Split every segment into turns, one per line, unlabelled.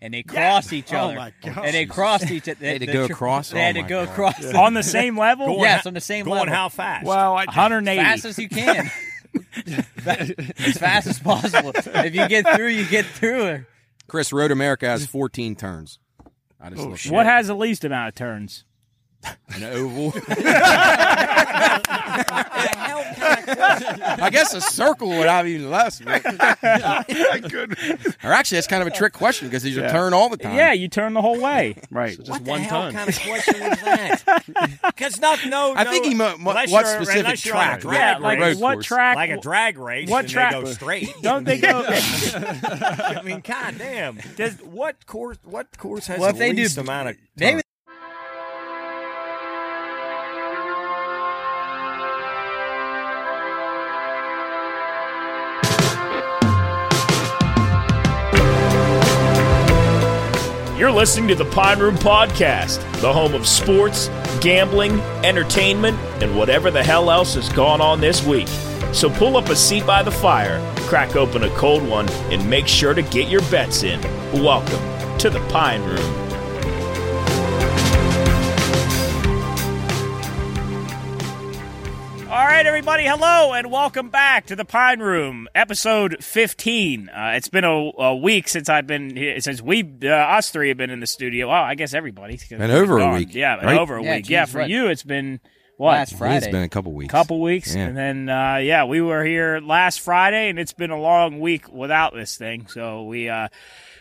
and they crossed each other.
my gosh.
And they crossed each other.
They had to go across?
They had
Oh,
to
my
go
God.
across. the-
on the same level.
Going
yes,
ho-
on the same
going
level.
how fast?
Wow, I, 180.
fast as you can. as fast as possible. If you get through, you get through.
Chris Road America has 14 turns. I just looked it
what
up.
has the least amount of turns?
an oval? I guess a circle would have even less. but- or actually, that's kind of a trick question because these are turn all the time.
Yeah, you turn the whole way.
Right.
What
Just
the
one
hell
time.
kind of question was that? Because not no.
I think
no-
he meant mo-
unless
what
you're-
specific
unless you're
track.
On a drag
yeah, like
race,
road
what
course.
track?
like a drag race.
What
and
track?
They go straight.
Don't they go?
I mean, goddamn. Does what course? What course has
Well, if
the
they do-
least amount of?
Maybe
You're listening to the Pod Room Podcast, the home of sports, gambling, entertainment, and whatever the hell else has gone on this week. So pull up a seat by the fire, crack open a cold one, and make sure to get your bets in. Welcome to the Pine Room.
All right, everybody, hello and welcome back to the Pine Room, episode fifteen. Uh, it's been a, a week since I've been here- since we uh, us three have been in the studio. Well, I guess everybody
Been over a week,
Yeah, been
right?
over a
Yeah,
week. Yeah,
geez,
for
right.
you, it's been what
last Friday.
It's been a couple weeks.
couple weeks,
Yeah.
and then uh, yeah, we were here last Friday, and it's been a long week without this thing. So we uh,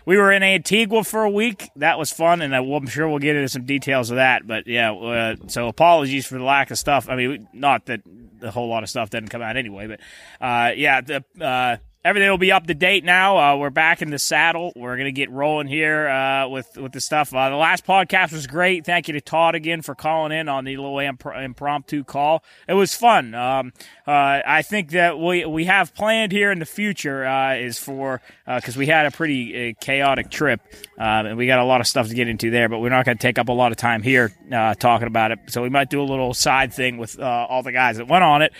we were in Antigua for a week. That was fun, and I, am sure we'll get into some details of that. But yeah, uh, so apologies for the lack of stuff. I mean, we- not that a whole lot of stuff didn't come out anyway, but uh, yeah, the. Uh, Everything will be up to date now. Uh, we're back in the saddle. We're gonna get rolling here uh, with with the stuff. Uh, the last podcast was great. Thank you to Todd again for calling in on the little impr- impromptu call. It was fun. Um, uh, I think that we we have planned here in the future uh, is for because we had a pretty uh, chaotic trip um, and we got a lot of stuff to get into there. But we're not gonna take up a lot of time here uh, talking about it. So we might do a little side thing with uh, all the guys that went on it.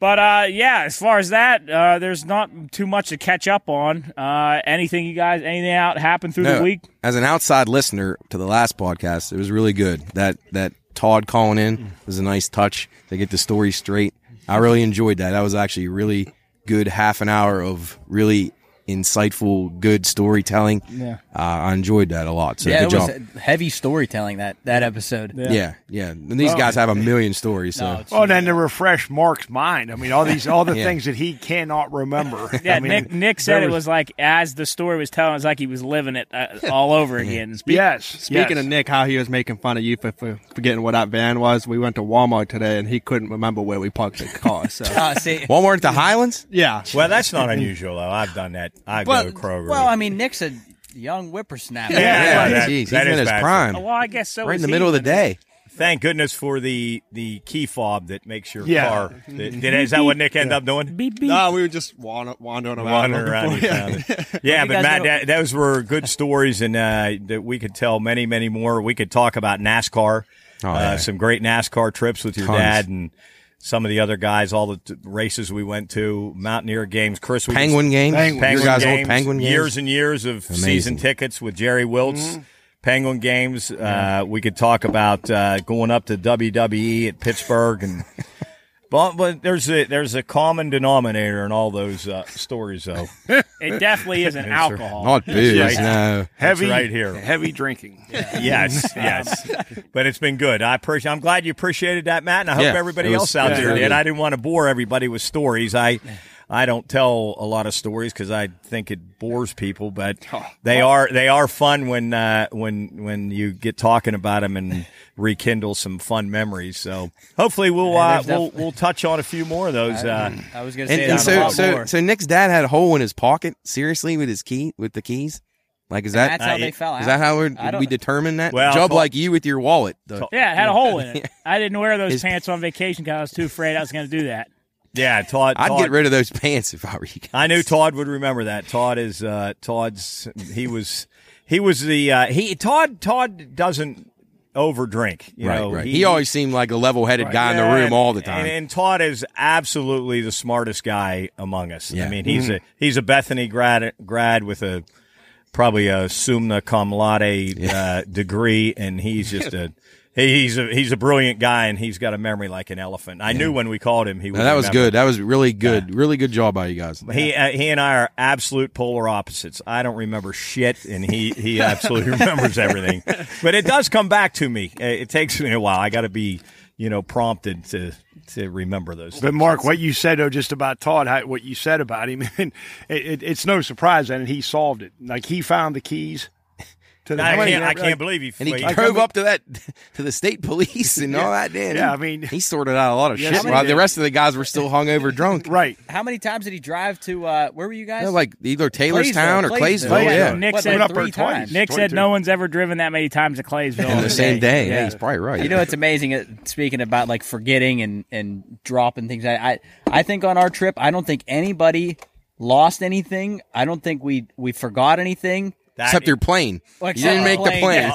But uh, yeah, as far as that, uh, there's not too much to catch up on. Uh, anything you guys, anything out happened through the
No,
week?
As an outside listener to the last podcast, it was really good. That that Todd calling in was a nice touch to get the story straight. I really enjoyed that. That was actually a really good half an hour of really insightful, good storytelling. Yeah, uh, I enjoyed that a lot. So
yeah,
good
it was
job.
uh, heavy storytelling that that episode.
yeah. yeah, And these guys have a million stories. So.
No, it's-
Well, Oh, then to refresh Mark's mind, I mean, all these, all the
Yeah.
things that he cannot remember.
Yeah,
I mean,
Nick. Nick said
there
it was like as the story was telling, it was like he was living it uh, all over again.
yes.
Speaking
yes.
of Nick, how he was making fun of you for, for forgetting what that van was, we went to Walmart today and he couldn't remember where we parked the car. So
uh, see,
Walmart at the Highlands.
yeah,
Well, that's not unusual though. I've done that. I
well,
go Kroger.
well, I mean, Nick's a young whippersnapper.
Yeah, that-
Jeez, he's
that
in
is
his
bad.
prime,
Well, I guess so.
right in
was
the
he,
middle of the
but-
day.
Thank goodness for the the key fob that makes your
Yeah.
car. That, that, is that what Nick ended up doing?
Beep beep.
no, we were just wander, wandering around.
Wandering
looking
around.
for-
he found it. Yeah, but
guys
Matt,
know-
that, those were good stories, and uh, that we could tell many, many more. We could talk about NASCAR, uh,
Oh, yeah.
some great NASCAR trips with your
Tons.
dad, and some of the other guys, all the t- races we went to, Mountaineer games, Chris, we
Penguin games.
Penguin
Your guys'
games,
old Penguin games.
years and years of season tickets with Jerry Wilts. Penguin games. Uh, we could talk about uh, going up to WWE at Pittsburgh, and but, but there's a there's a common denominator in all those uh, stories, though.
It definitely isn't alcohol.
Not booze.
Right.
Oh, No.
heavy,
right here.
heavy drinking.
yes, yes. But it's been good. I appreciate. I'm glad you appreciated that, Matt, and I hope
Yeah,
everybody
it was-
else out
yeah,
there
it
did.
was-
I didn't want to bore everybody with stories. I. I don't tell a lot of stories because I think it bores people, but
Oh.
they are they are fun when uh, when when you get talking about them and rekindle some fun memories. So hopefully we'll
Yeah,
uh,
there's
we'll,
def-
we'll touch on a few more of those. Uh,
I was going to
And,
say
and
that a
so,
lot
so,
more.
so Nick's dad had a hole in his pocket. Seriously, with his key, with the keys. Like, is that
that's how
I-
they fell out.
uh, is that how we're,
I don't
we
know.
determine that?
Well,
Job
I'll-
like you with your wallet. The-
Yeah, it had a hole in it. I didn't wear those
His-
pants on vacation because I was too afraid I was going to do that.
yeah, Todd.
I'd
Todd-
get rid of those pants if I were you. guys.
I knew Todd would remember that. Todd is uh, Todd's. He was he was the uh, he Todd Todd doesn't overdrink. You
right,
know,
right. He, always seemed like a level-headed guy in
Yeah,
the room all the
and-
time.
And, and Todd is absolutely the smartest guy among us. I
Yeah. Mm-hmm.
mean, he's a he's a Bethany grad grad with a probably a summa cum laude uh, degree, and he's just a he's a he's a brilliant guy, and he's got a memory like an elephant. I knew when we called him, he would
Now, that was
remember.
good. That was really good. Really good job by you guys.
He uh, he and I are absolute polar opposites. I don't remember shit, and he he absolutely remembers everything. But it does come back to me. Uh, It takes me a while. I got to be you know prompted to to remember those.
But
things.
Mark, what you said though, just about Todd, how, what you said about him, and it, it, it's no surprise that he solved it. Like he found the keys to the.
I
money.
can't, I
Like,
can't believe he.
And he
like-
drove up to that to the state police and all that. Damn.
Yeah,
he-
I mean-
he sorted out a lot of
Yes,
shit.
he
While the
did.
rest of the guys were still hungover, drunk.
Right.
How many times did he drive to? Uh, where were you guys?
Yeah, like either Taylorstown or Claysville.
Claysville.
Yeah.
Nick
What,
said
like
up
three
there twice.
times.
Nick said
22.
no one's ever driven that many times to Claysville
On
in a
the same day. Yeah,
Yeah.
he's probably right.
You know, it's amazing. uh, Speaking about like forgetting and and dropping things, I, I I think on our trip, I don't think anybody lost anything. I don't think we we forgot anything.
that-
except your plane.
Well,
you didn't
except
make
the
the
plane.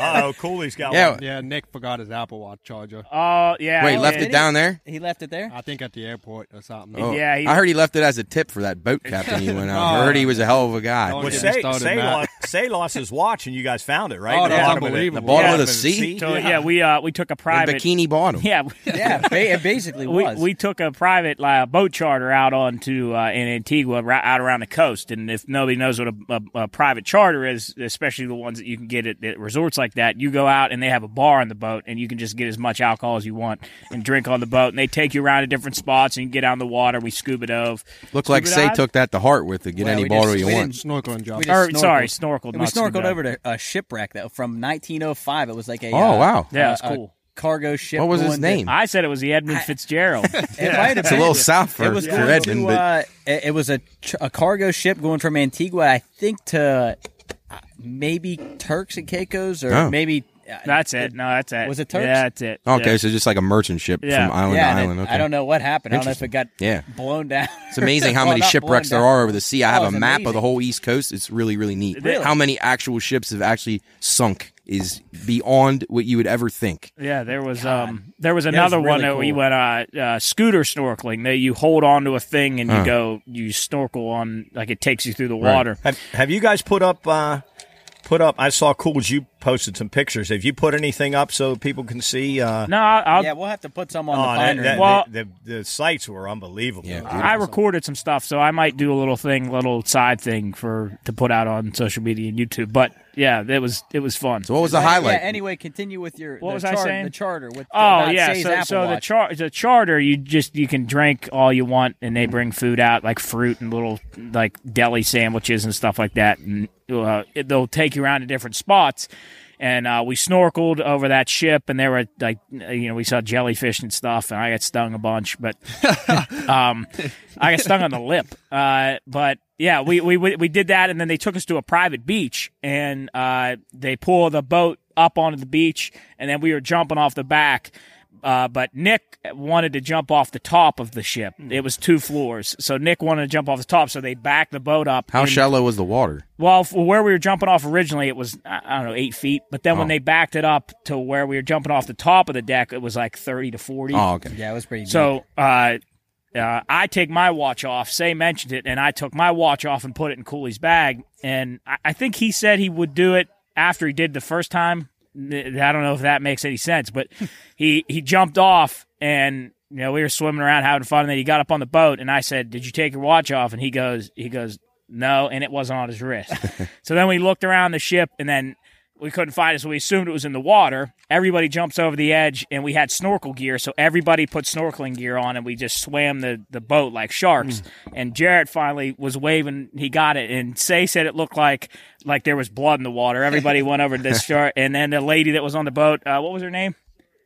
Uh-oh, Cooley's got
Yeah.
one.
Yeah, Nick forgot his Apple Watch charger.
Oh yeah.
Wait,
oh,
left
yeah.
it down there.
He left it there.
I think at the airport or something.
Oh.
Yeah, he-
I heard he left it as a tip for that boat captain he went out. I heard he was a hell of a guy.
Oh,
Well,
yeah.
say,
Started
say,
that.
lost, say lost his watch, and you guys found it, right?
Oh,
In the
that's
bottom of
unbelievable.
The bottom of
bottom
the
of
sea,
So yeah, we uh we took a
in
private
bikini bottom.
Yeah. we-
Yeah, ba- it basically
We,
was.
we took a private uh, boat charter out onto uh, in Antigua, right out around the coast. And if nobody knows what a, a, a private charter is, especially the ones that you can get at, at resorts like that, you go out and they have a bar on the boat, and you can just get as much alcohol as you want and drink on the boat. And they take you around to different spots, and you get out in the water. We scuba dove.
Looked like
Scuba
Say
dive?
took that to heart with the get
Well,
any
we
bottle
just-
you
we
want.
didn't-
Snorkeling job.
We just
Or,
snorkeled.
sorry, snorkeled.
we
not scuba
snorkeled
dive.
over to a shipwreck that from 1905. It was like a
Oh,
uh,
wow.
Yeah, it's
a- a
cool.
cargo ship.
What was his
going to-
name?
I said it was the Edmund Fitzgerald.
It might have
It's a
been.
little south for
It was going
Redmond,
to,
but
uh, it it was a, tr- a cargo ship going from Antigua, I think, to uh, maybe Turks and Caicos, or
Oh.
maybe uh,
that's it. No, that's it.
Was it Turks?
Yeah, that's it.
okay,
Yeah.
so just like a merchant ship
Yeah.
from island
yeah,
to
and
island.
it-
Okay.
I don't know what happened. I don't know if it got
Yeah.
blown down.
It's amazing how
Well,
many
not
shipwrecks
blown
there
down.
are over the sea.
Oh,
I have a
it's
map
amazing.
of the whole East Coast. It's really, really neat.
Really?
How many actual ships have actually sunk is beyond what you would ever think.
Yeah, there was um there was
was
another one
really
that we
cool.
went uh, uh scooter snorkeling that you hold onto a thing and you go you snorkel on like it takes you through the water.
Have, have you guys put up? Uh, put up. I saw Cool's. You posted some pictures. Have you put anything up so people can see? Uh,
No, I, I'll,
Yeah, we'll have to put some on
oh,
the
that-
pine
that-
room.
Well-
the, the, the sites were unbelievable.
Yeah,
I recorded some stuff, so I might do a little thing, little side thing for to put out on social media and YouTube. But yeah, it was it was fun.
So what was the
yeah,
highlight?
anyway, continue with your
What
the
was I
charter,
saying?
the charter with
Oh
about
yeah,
Say's
so,
Apple
so the
Watch.
char the charter you just you can drink all you want and they bring food out like fruit and little like deli sandwiches and stuff like that and uh, it- they'll take you around to different spots and uh, we snorkeled over that ship and there were like you know we saw jellyfish and stuff and I got stung a bunch but um, I got stung on the lip. Uh, but yeah, we, we we we did that, and then they took us to a private beach, and uh, they pull the boat up onto the beach, and then we were jumping off the back. Uh, but Nick wanted to jump off the top of the ship. It was two floors, so Nick wanted to jump off the top. So they backed the boat up.
How
and-
shallow was the water?
well, for where we were jumping off originally, it was I I don't know eight feet. But then when
Oh.
they backed it up to where we were jumping off the top of the deck, it was like thirty to forty.
Oh, okay.
Yeah, it was pretty. neat.
So uh, uh, I take my watch off. Say mentioned it, and I took my watch off and put it in Cooley's bag. And I, I think he said he would do it after he did the first time. N- I don't know if that makes any sense, but he he jumped off and. You know, we were swimming around having fun, and then he got up on the boat, and I said, "Did you take your watch off?" And he goes, "He goes, no," and it wasn't on his wrist. so then we looked around the ship, and then we couldn't find it, so we assumed it was in the water. Everybody jumps over the edge, and we had snorkel gear, so everybody put snorkeling gear on, and we just swam the, the boat like sharks. And Jarrett finally was waving; he got it, and Say said it looked like like there was blood in the water. Everybody went over to this shark, and then the lady that was on the boat, uh, what was her name?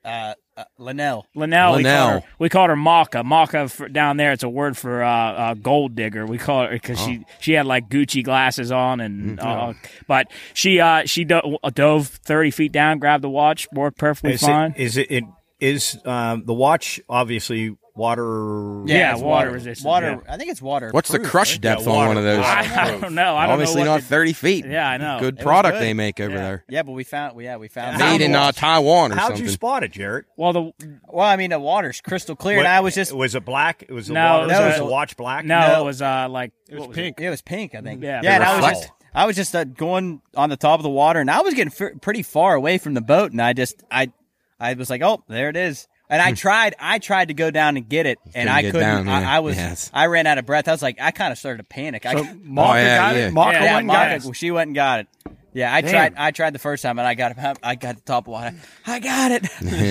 uh, uh, Linnell.
Linnell. We
Linnell.
called her, we called her Maka. Maka for, down there, it's a word for uh, uh, gold digger. We call her because she
Oh.
she had like Gucci glasses on and
Mm-hmm.
uh, but she uh, she do- dove thirty feet down, grabbed the watch, worked perfectly
Is
fine.
it, is it, it is um, the watch obviously water?
Yeah,
it's
water resistant,
Water. I think it's water.
What's the
proof,
crush
right?
depth
Yeah,
on
water.
one of those?
I, I don't know. I don't
Obviously
know what
not
the-
30 feet.
Yeah, I know.
Good
was
product
good.
they make over there.
Yeah, but we found. Yeah, we found.
Found
Made in uh, Taiwan or
How'd
something.
you spot it, Jarrett?
well, the
Well, I mean, the water's crystal clear,
What-
and I was just
was it black? It was the
No,
water,
no,
was
it
the
was-
watch black.
no,
No.
it was uh, like
It was pink. It was pink, I think.
Yeah,
yeah and I was
reflect.
just I was just uh, going on the top of the water, and I was getting f- pretty far away from the boat, and I just I I was like, oh, there it is. And I tried, I tried to go down and get it, and
couldn't
I
Hmm. get
couldn't.
down,
I,
yeah.
I was,
Yes.
I ran out of breath. I was like, I kind of started to panic. I,
So
Oh,
Martha
yeah,
got
yeah.
it. Martha
Yeah,
went and
Monica,
got
Martha-
it.
well, she went and got it. Yeah, I
Damn.
tried. I tried the first time, and I got up. I got the top water. I got it.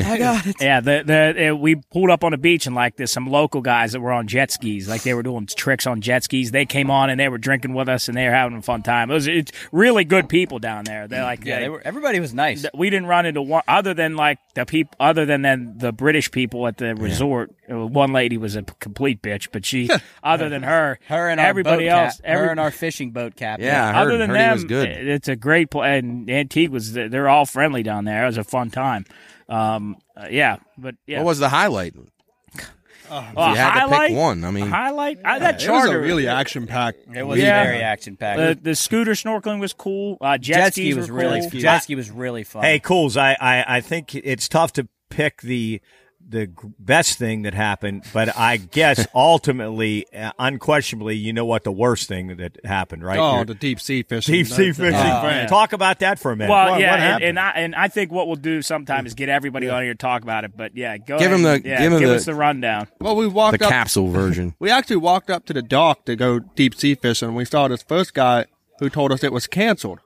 I got it.
Yeah, the the uh, we pulled up on the beach and like there's some local guys that were on jet skis, like they were doing tricks on jet skis. They came on and they were drinking with us and they were having a fun time. It was it's really good people down there. They're like
Yeah, they were, everybody was nice.
th- we didn't run into one other than like the people other than then the British people at the resort. Uh, One lady was a p- complete bitch, but she other than her,
Her and our
everybody
boat
else,
cap,
every-
her and our fishing boat captain.
Yeah, I heard,
other than
heard
them,
he was good.
it's a great play. And Antigua's they're all friendly down there. It was a fun time. Um, uh, yeah, but yeah,
What was the highlight?
Well,
you had to pick
highlight,
one, I mean-
highlight I, that
It was a
charter
really action packed.
It was
Yeah.
very action packed.
The, the scooter snorkeling was cool. Uh, jet,
jet
skis
ski was
were
really
cool.
jet ski was really fun.
Hey, Cools, I, I, I think it's tough to pick the the g- best thing that happened, but I guess ultimately, uh, unquestionably, you know what the worst thing that happened, right?
Oh,
Your
the Oh, deep sea fishing.
deep sea
That's-
fishing.
yeah.
Talk about that for a minute.
Well,
What-
yeah,
what
and,
happened?
and I and I think what we'll do sometime is get everybody on here to talk about it. But yeah, go
Give
ahead
'em the-
and- yeah,
give 'em the-
us the rundown.
Well, we walked
The
up.
capsule version.
We actually walked up to the dock to go deep sea fishing. and We saw this first guy who told us it was canceled.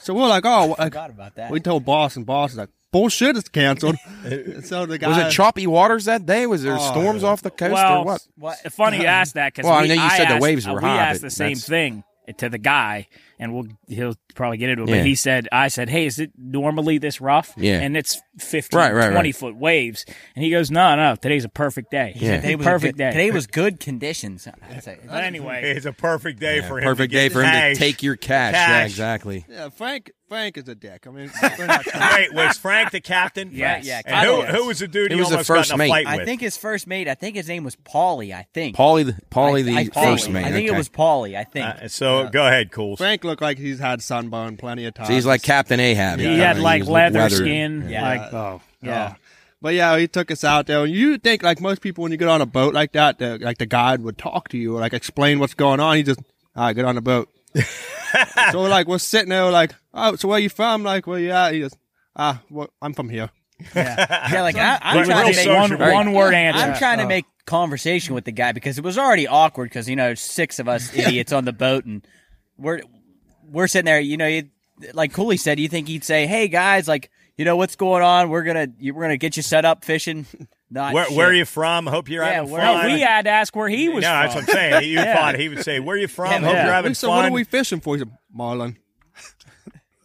So we're like, oh, like,
forgot about that.
we told boss, and boss is like, bullshit, it's canceled. And so the guy
Was it choppy waters that day? Was there storms off the coast
Well,
or what?
What?
it's funny you asked that because
Well, I
we,
know you said the
asked-
waves were
uh, We
high,
asked
but
the same
that's-
thing to the guy, and we'll he'll probably get into it.
Yeah.
But he said, I said, hey, is it normally this rough?
Yeah.
and it's 15,
Right, right, right.
20 foot waves, and he goes, no, no, today's a perfect day.
Yeah.
Today
Today
was
was
a
perfect
good-
day.
Today was good conditions. I'd say.
but anyway,
it's a perfect day for him.
Perfect day for him to take your cash. Yeah,
Cash.
exactly.
Yeah, Frank. Frank is a dick. I mean,
Wait, was Frank the captain?
Yes.
Yeah,
And who,
captain.
who was the dude
He
he,
was the
almost got
first
in a
mate.
fight
I
with?
think his first mate. I think his name was Paulie. I think
Paulie, the- Paulie the
I, I think,
first man.
I think it
okay.
was Paulie. I think.
Uh, so go ahead, Cools.
Frank looked like he's had sunburn plenty of times.
So he's like Captain Ahab.
he had like leather skin,
Yeah.
Uh,
like
Oh,
yeah.
But yeah, he took us out there. And you think like most people when you get on a boat like that, the, like the guide would talk to you or like explain what's going on. He just, all right, get on the boat. so like we're sitting there like, oh, so where you from? Like where you at? He just, ah, well, I'm from here.
Yeah, like I, I'm
Real
trying to make
social. One- one-word answer.
I'm trying to make conversation with the guy because it was already awkward because you know six of us idiots on the boat and we're we're sitting there. You know, you, like Cooley said, you think he'd say, "Hey guys, like you know what's going on? We're gonna you, we're gonna get you set up fishing." Not
Where,
shit.
where are you from? Hope you're
Yeah,
having
where-
fun.
No, we had to ask where he
no,
was
that's
from.
what I'm saying. You thought he would say, "Where you from? Hope
yeah.
you're having
We said,
fun."
what are we fishing for? He said, marlin.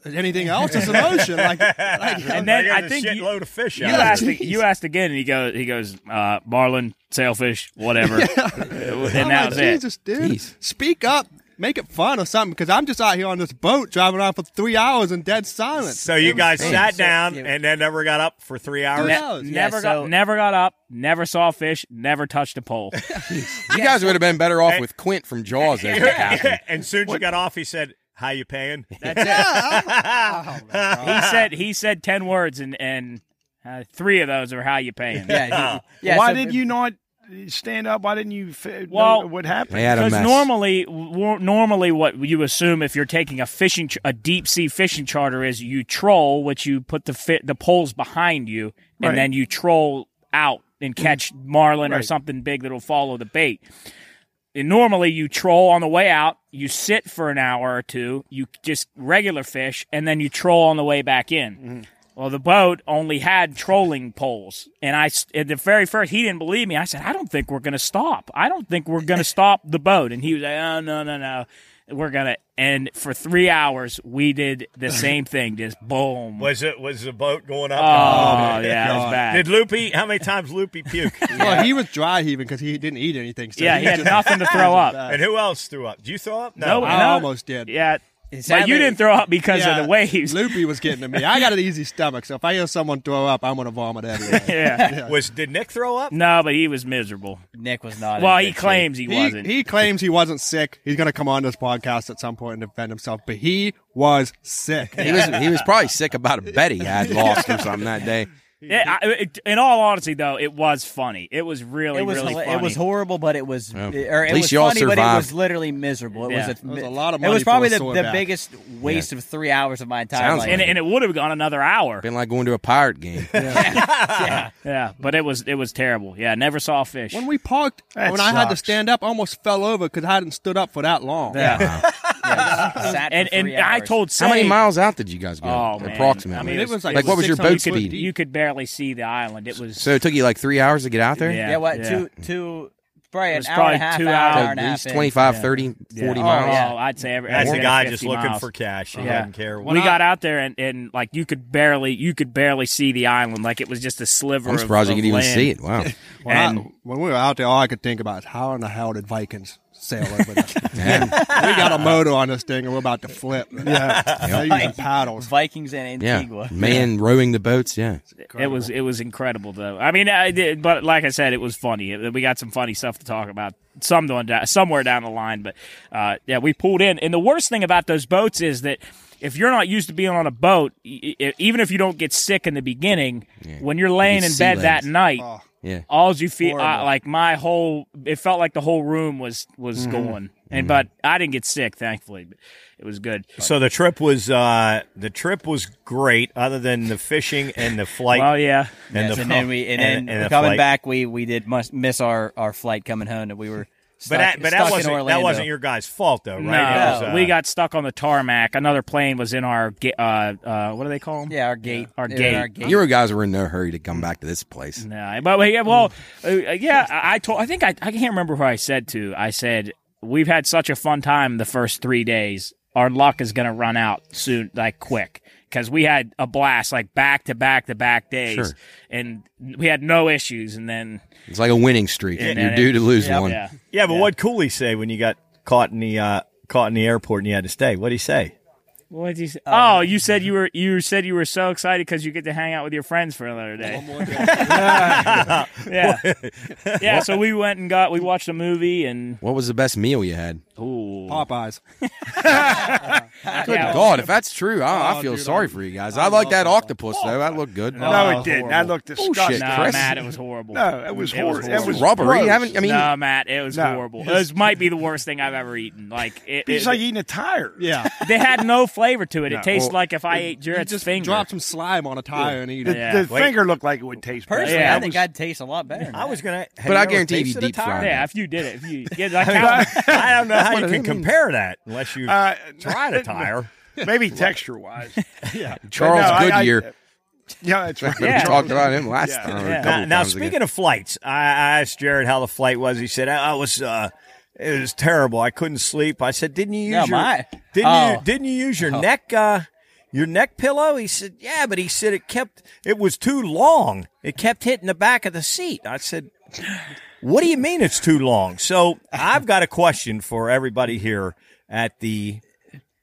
Anything else? It's an ocean. Like, like
And then
There's
I
a
think you-
shitload of fish.
You
out there.
asked, you asked again, and he goes, he goes, uh, Marlin, sailfish, whatever, and that
I'm
was
like,
it.
Jesus, dude,
Jeez.
speak up, make it fun or something, because I'm just out here on this boat driving around for three hours in dead silence.
So you guys sat
So-
down
yeah.
and then never got up for three hours.
Yeah.
Ne-
Yeah,
never
so-
got, never got up, never saw fish, never touched a pole.
You guys would have been better off with Quint from Jaws as the captain.
and soon as you got off, he said, "How you paying?"
he said, he said ten words, and and uh, three of those are how you paying.
Yeah, he- yeah,
Why
so-
did you not stand up? Why didn't you f-
Well-
know what happened?
They had a
Because
mess.
normally, w- normally, what you assume if you're taking a fishing, ch- a deep sea fishing charter is you troll, which you put the fit the poles behind you, and
Right.
then you troll out
Mm-hmm.
and catch marlin or
Right.
something big that'll follow the bait. And normally, you troll on the way out, you sit for an hour or two, you just regular fish, and then you troll on the way back in.
Mm-hmm.
Well, the boat only had trolling poles, and I s- at the very first he didn't believe me. I said, "I don't think we're going to stop. I don't think we're going to stop the boat." And he was like, "Oh no, no, no, we're gonna." And for three hours, we did the same thing, just boom.
Was it was the boat going up?
Oh yeah, it was
Did
bad.
Loopy? How many times Loopy puke?
Well, Oh, he was dry heaving because he didn't eat anything. So
Yeah, he had
just-
nothing to throw up.
and who else threw up? Did you throw up?
No,
I
no.
almost did.
Yeah, but
Sadly-
you didn't throw up because
Yeah,
of the waves.
Loopy was getting to me. I got an easy stomach, so if I hear someone throw up, I'm gonna vomit anyway.
yeah.
Was did Nick throw up?
No, but he was miserable.
Nick was not. in
Well,
good
he
shape.
claims he
he,
wasn't.
he claims he wasn't sick. He's gonna come on this podcast at some point and defend himself, but he was sick.
He was he was probably sick about a bet he had lost or something that day.
It, I, it, in all honesty, though, it was funny. It was really,
It was
really
hila-
funny.
it was horrible, but it was or it
At least
was
y'all
funny, but it
survived.
was literally miserable. It
Yeah.
was, a,
That
was a lot of
It
money
was
for
probably
a
the,
soy
the
back.
biggest waste of three hours of my entire
Sounds
life.
like
and, and it would have gone another hour.
Been like going to a pirate game.
Yeah, but it was it was terrible. Yeah, never saw a fish.
When we parked,
That
when I had to
sucks.
stand up, I almost fell over because I hadn't stood up for that long.
yeah.
Sat for
and and
three
I
hours.
told Say,
How many miles out did you guys go?
Oh, man.
approximately.
I mean,
I mean, it was like,
Like, what was your
600
boat
feet
speed?
deep.
you could barely see the island. It was
so it took you like three hours to get out there?
Yeah.
yeah, what
yeah.
two two probably
It
an
was
hour
probably
and a half
two
hour,
hours.
hour and a
At
half
least
in.
25, 30, 40
Yeah.
miles.
Oh,
yeah.
I'd say every,
That's
I'd
a
say
guy
50
just looking
miles.
for cash. He
Yeah.
doesn't care.
we got out there and, and like you could barely you could barely see the island. Like it was just a sliver.
I'm
of-
surprised you
of
could even
land.
see it. Wow.
When, I-
And-
when we were out there, all I could think about is how in the hell did Vikings sail over this? we got a motor on this thing and we're about to flip. Yeah, they're using paddles.
Vikings and
Yeah.
Antigua.
Man rowing the boats. Yeah.
It was it was incredible though. I mean, I did, but like I said, it was funny. It- We got some funny stuff to talk about. Some down, somewhere down the line, but uh, yeah, we pulled in. And the worst thing about those boats is that if you're not used to being on a boat, e- e- even if you don't get sick in the beginning, when you're laying
You
in
see
bed that
legs.
night,
Yeah.
all you feel uh, like my whole it felt like the whole room was was
Mm-hmm.
going. And but I didn't get sick, thankfully. But it was good.
So the trip was uh, the trip was great, other than the fishing and the flight.
Well, Oh, yeah.
and
Yes,
the,
and then we and,
and-
then
and the
coming
flight.
back, we we did must miss our our flight coming home, and we were stuck,
But that, but
stuck
that
in
wasn't
Orlando.
that wasn't your guys' fault though, right?
No,
It was, uh,
we got stuck on the tarmac. Another plane was in our ga- uh, uh, what do they call them?
yeah our gate
Our
It was
gate.
our gate.
You guys were in no hurry to come back to this place.
No, but we- yeah, well, uh, yeah. I I told. I think I I can't remember who I said to. I said we've had such a fun time the first three days. Our luck is going to run out soon, like quick, because we had a blast, like back to back to back days,
Sure.
and we had no issues. And then
It's like a winning streak. You're
then
due to lose one.
yeah,
yeah, but what Cooley say when you got caught in the uh, caught in the airport and you had to stay? What would he say?
what did you say? Oh, you said you were you said you were so excited because you get to hang out with your friends for another day. yeah, yeah. So we went and got we watched a movie and
What was the best meal you had?
ooh,
Popeyes.
Good
yeah,
God, if that's true, I, I
Oh,
feel
dude,
sorry
I-
for you guys. I, like
love
that
that.
octopus though. That looked good.
No,
Oh,
it didn't. I looked disgusting.
No,
Chris.
Matt, it was horrible.
No, it was hor- it was
Robbery?
gross.
Haven't I mean?
no, Matt, it was
No.
horrible. This might be the worst thing I've ever eaten. Like it,
It's
it-
like eating a tire.
Yeah,
they had no flavor to it. It tasted
Well,
like if I ate
you
Jarrett's
just
finger.
drop some slime on a tire and eat
The,
it.
Yeah.
the
Wait.
finger looked like it would taste better.
personally,
Yeah.
I think I'd taste a lot better.
I was gonna, have
But
you
I
ever
guarantee if you
tasted a
deep
tire?
fry
yeah, if you did it, if you yeah, like how-
I don't know how you
what I
can
mean.
compare that unless you
Uh,
tried a tire.
Maybe texture wise. yeah.
Charles
No, I- I-
Goodyear.
yeah, that's right.
Yeah.
we talked about him last
Yeah.
time. or a
Yeah.
couple
Now, now
times ago.
speaking of flights, I, I asked Jared how the flight was. He said I, I was. Uh, it was terrible. I couldn't sleep. I said, "Didn't you use
No,
your
my-
didn't
Oh.
you didn't you use your neck uh, your neck pillow?" He said, "Yeah," but he said it kept it was too long. It kept hitting the back of the seat. I said, "What do you mean it's too long?" So I've got a question for everybody here at the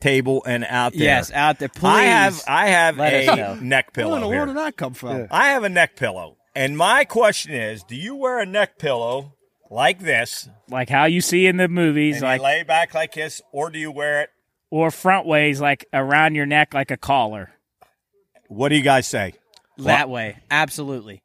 table and out there.
yes, out there. Please,
I have I have
let us
a
know.
neck pillow.
Where in the
here.
world did that come from?
I have a neck pillow, and my question is: Do you wear a neck pillow like this
like how you see in the movies,
and
like
you lay back like this, or do you wear it?
or front ways, like around your neck, like a collar.
What do you guys say?
that way. Absolutely.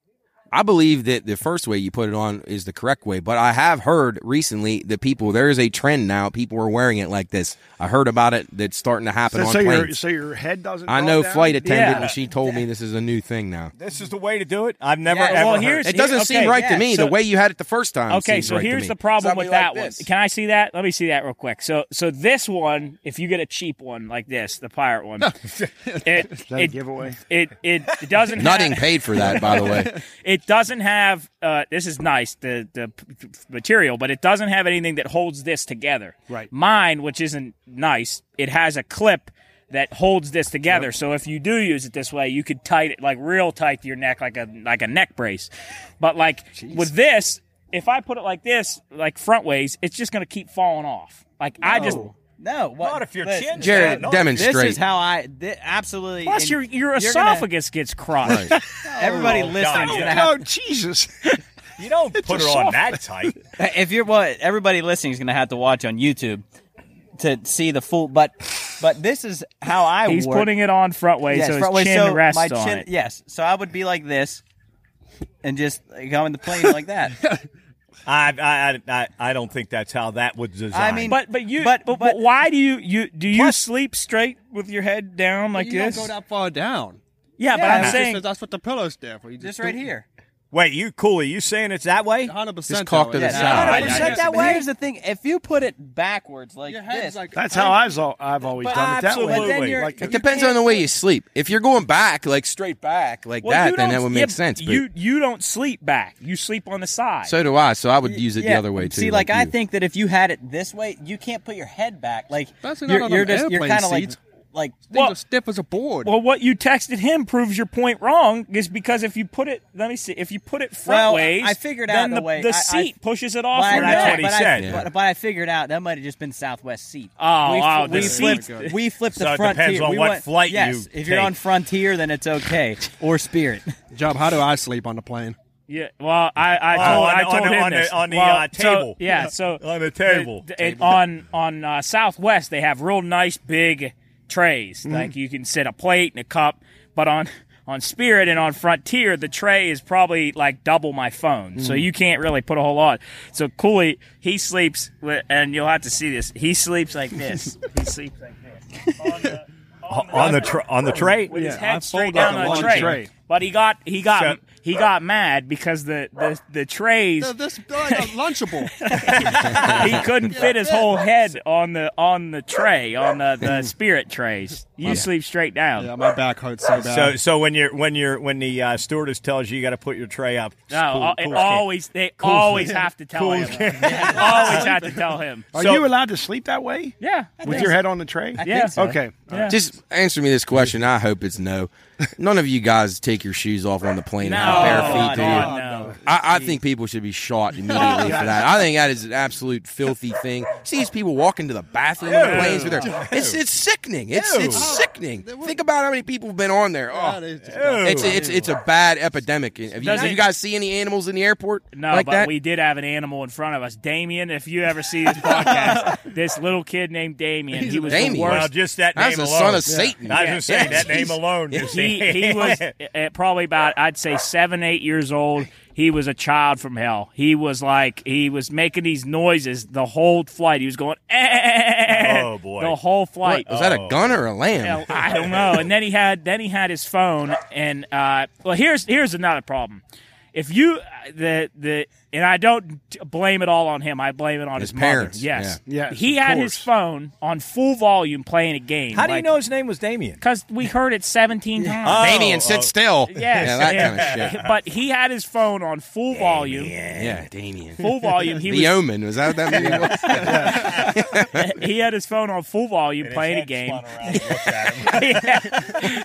I believe that the first way you put it on is the correct way, but I have heard recently that people there is a trend now. People are wearing it like this. I heard about it that's starting to happen
So,
on
so your
planes.
so your head doesn't.
I
fall
know
down?
flight attendant,
Yeah.
and she told me this is a new thing now.
This is the way to do it. I've never
Yeah,
ever.
well,
heard-
here's-
It doesn't
okay,
seem right
yeah,
to me
so-
the way you had it the first time.
Okay,
seems
so
right to
here's
me.
the problem
Somebody
with that
like
one.
this.
Can I see that? Let me see that real quick. So, so this one, if you get a cheap one like this, the pirate one, it
Is that a
it,
giveaway?
it it it doesn't
Nutting
have,
paid for that, by the way.
it doesn't have uh, this is nice the the p- p- material, but it doesn't have anything that holds this together.
Right.
Mine, which isn't nice, it has a clip that holds this together. So if you do use it this way, you could tight it like real tight to your neck, like a like a neck brace. But like with this, if I put it like this, like front ways, it's just gonna keep falling off. Like I just.
No, what,
Not if your
listen,
chin's
Jared,
bad, no.
demonstrate.
This is how I thi- absolutely.
Plus,
and
your your
you're gonna-
esophagus gets crushed.
everybody listening is
God.
gonna have
Oh Jesus!
you don't put it on that tight.
If you're what everybody listening is going to have to watch on YouTube to see the full, but But this is how I
He's
work.
putting it on front way,
Yes,
so
front
his
way,
chin
so
rests
my
on
chin,
it.
Yes, so I would be like this, and just like, go in the plane like that.
I, I, I, I don't think that's how that was designed.
I mean,
But but you
But-
but,
but-
but, why do you you do you sleep straight with your head down like
you
this?
don't go that far down.
yeah, but
Yeah,
I'm
it's
saying
Just- that's what the pillow's there for. You
just
do-
right here.
wait, you Cooley, you saying it's that way?
100%
Just cock to
though,
the
yeah.
side. Yeah,
Hundred
100%
percent that way. Here's the thing: if you put it backwards like
Your
this,
head's like
That's how I've, al- I've always done it that
but
absolutely.
way.
then you're,
Like,
you
It depends on
can't-
the way you sleep. If you're going back, like straight back, like
well, you
that, then
don't-
that would
yeah,
make sense. But
You you don't sleep back. You sleep on the side.
so do I. So I would use it the
Yeah,
other way too.
See, like, I
you.
think that if you had it this way, you can't put your head back. Like
Especially not
you're,
on
you're
them
just you're
airplane
kind of like
seats.
like
Things
Well-
are stiff as a board.
well, what you texted him proves your point wrong, is because if you put it, let me see, if you put it front
Well,
ways,
I figured
then
out
the,
the way-
the
I- I-
seat pushes it off.
Well, I
your
know,
that's
back.
what he
but I-
said.
but, but I figured out that might have just been Southwest seat.
Oh,
we,
oh,
fl-
the
we
seat.
flipped. We flipped
So
the
it
frontier.
depends on
we
what
went,
flight
yes,
you
if you're
take.
on frontier, then it's okay or Spirit.
Job, how do I sleep on the plane?
Yeah. Well, I I
Oh,
told,
on
I
the-
told
on the-
him
on the-
this.
on the,
Well,
uh,
so-
table.
yeah. So
On the table.
it- it- on on uh, Southwest, they have real nice big trays.
Mm-hmm.
Like you can sit a plate and a cup. But on on Spirit and on Frontier, the tray is probably like double my phone, so
Mm.
you can't really put a whole lot. So Cooley, he sleeps, with, and you'll have to see this. He sleeps like this. he sleeps like this. On the,
on, the tra- on the tray.
with his
Yeah, I
head straight
fold
down on
up the
the tray.
tray.
But he got he got
So-
he got mad because the the, the trays
No, this they're like a lunchable.
he couldn't fit his whole head on the on the tray on the, the spirit trays. You sleep straight down.
yeah, my back hurts so bad.
So, so when you're when you're when the uh, stewardess tells you you got to put your tray up,
No,
uh,
al- it always they always have to tell him. always have to tell him.
Are
So-
you allowed to sleep that way?
Yeah,
With your head on the tray?
yeah.
think so.
Okay.
Yeah.
Just answer me this question. I hope it's no. None of you guys take your shoes off on the plane
no,
and have bare
God,
feet, do you?
Oh, no.
I, I think people should be shot immediately for that. I think that is an absolute filthy thing. See these people walking to the bathroom on the planes with their it's it's sickening. It's it's sickening. Think about how many people have been on there.
That
Oh,
is just-
it's a, it's it's a bad epidemic. Have you,
Does
have
it-
you guys see any animals in the airport
No,
like
but
that?
we did have an animal in front of us. Damien, if you ever see this podcast, this little kid named Damien, he was the
Damien.
worst.
Well, just that
That's
name
the
alone.
son of Satan.
I was
Yeah.
gonna say
Yeah,
that name
geez.
alone. just-
he he was at probably about I'd say seven eight years old. He was a child from hell. He was like he was making these noises the whole flight. He was going "Eh,"
Oh, boy.
the whole flight.
Was that a gun or a lamb?
Hell, I don't know. And then he had then he had his phone and uh, well here's here's another problem. If you uh, the the and I don't blame it all on him. I blame it on his,
His
mother.
parents,
Yes,
yeah. Yes,
He
of
had
course.
his phone on full volume playing a game.
How do you know his name was Damien?
Because we heard it seventeen times.
Oh,
Damien,
oh.
sit still.
Yes,
Yeah, that kind
yeah.
of shit.
But he had his phone on full volume.
Yeah, Damien.
Full volume. He
the
was,
Omen was that what that movie? was?
he had his phone on full volume playing a game. Yeah.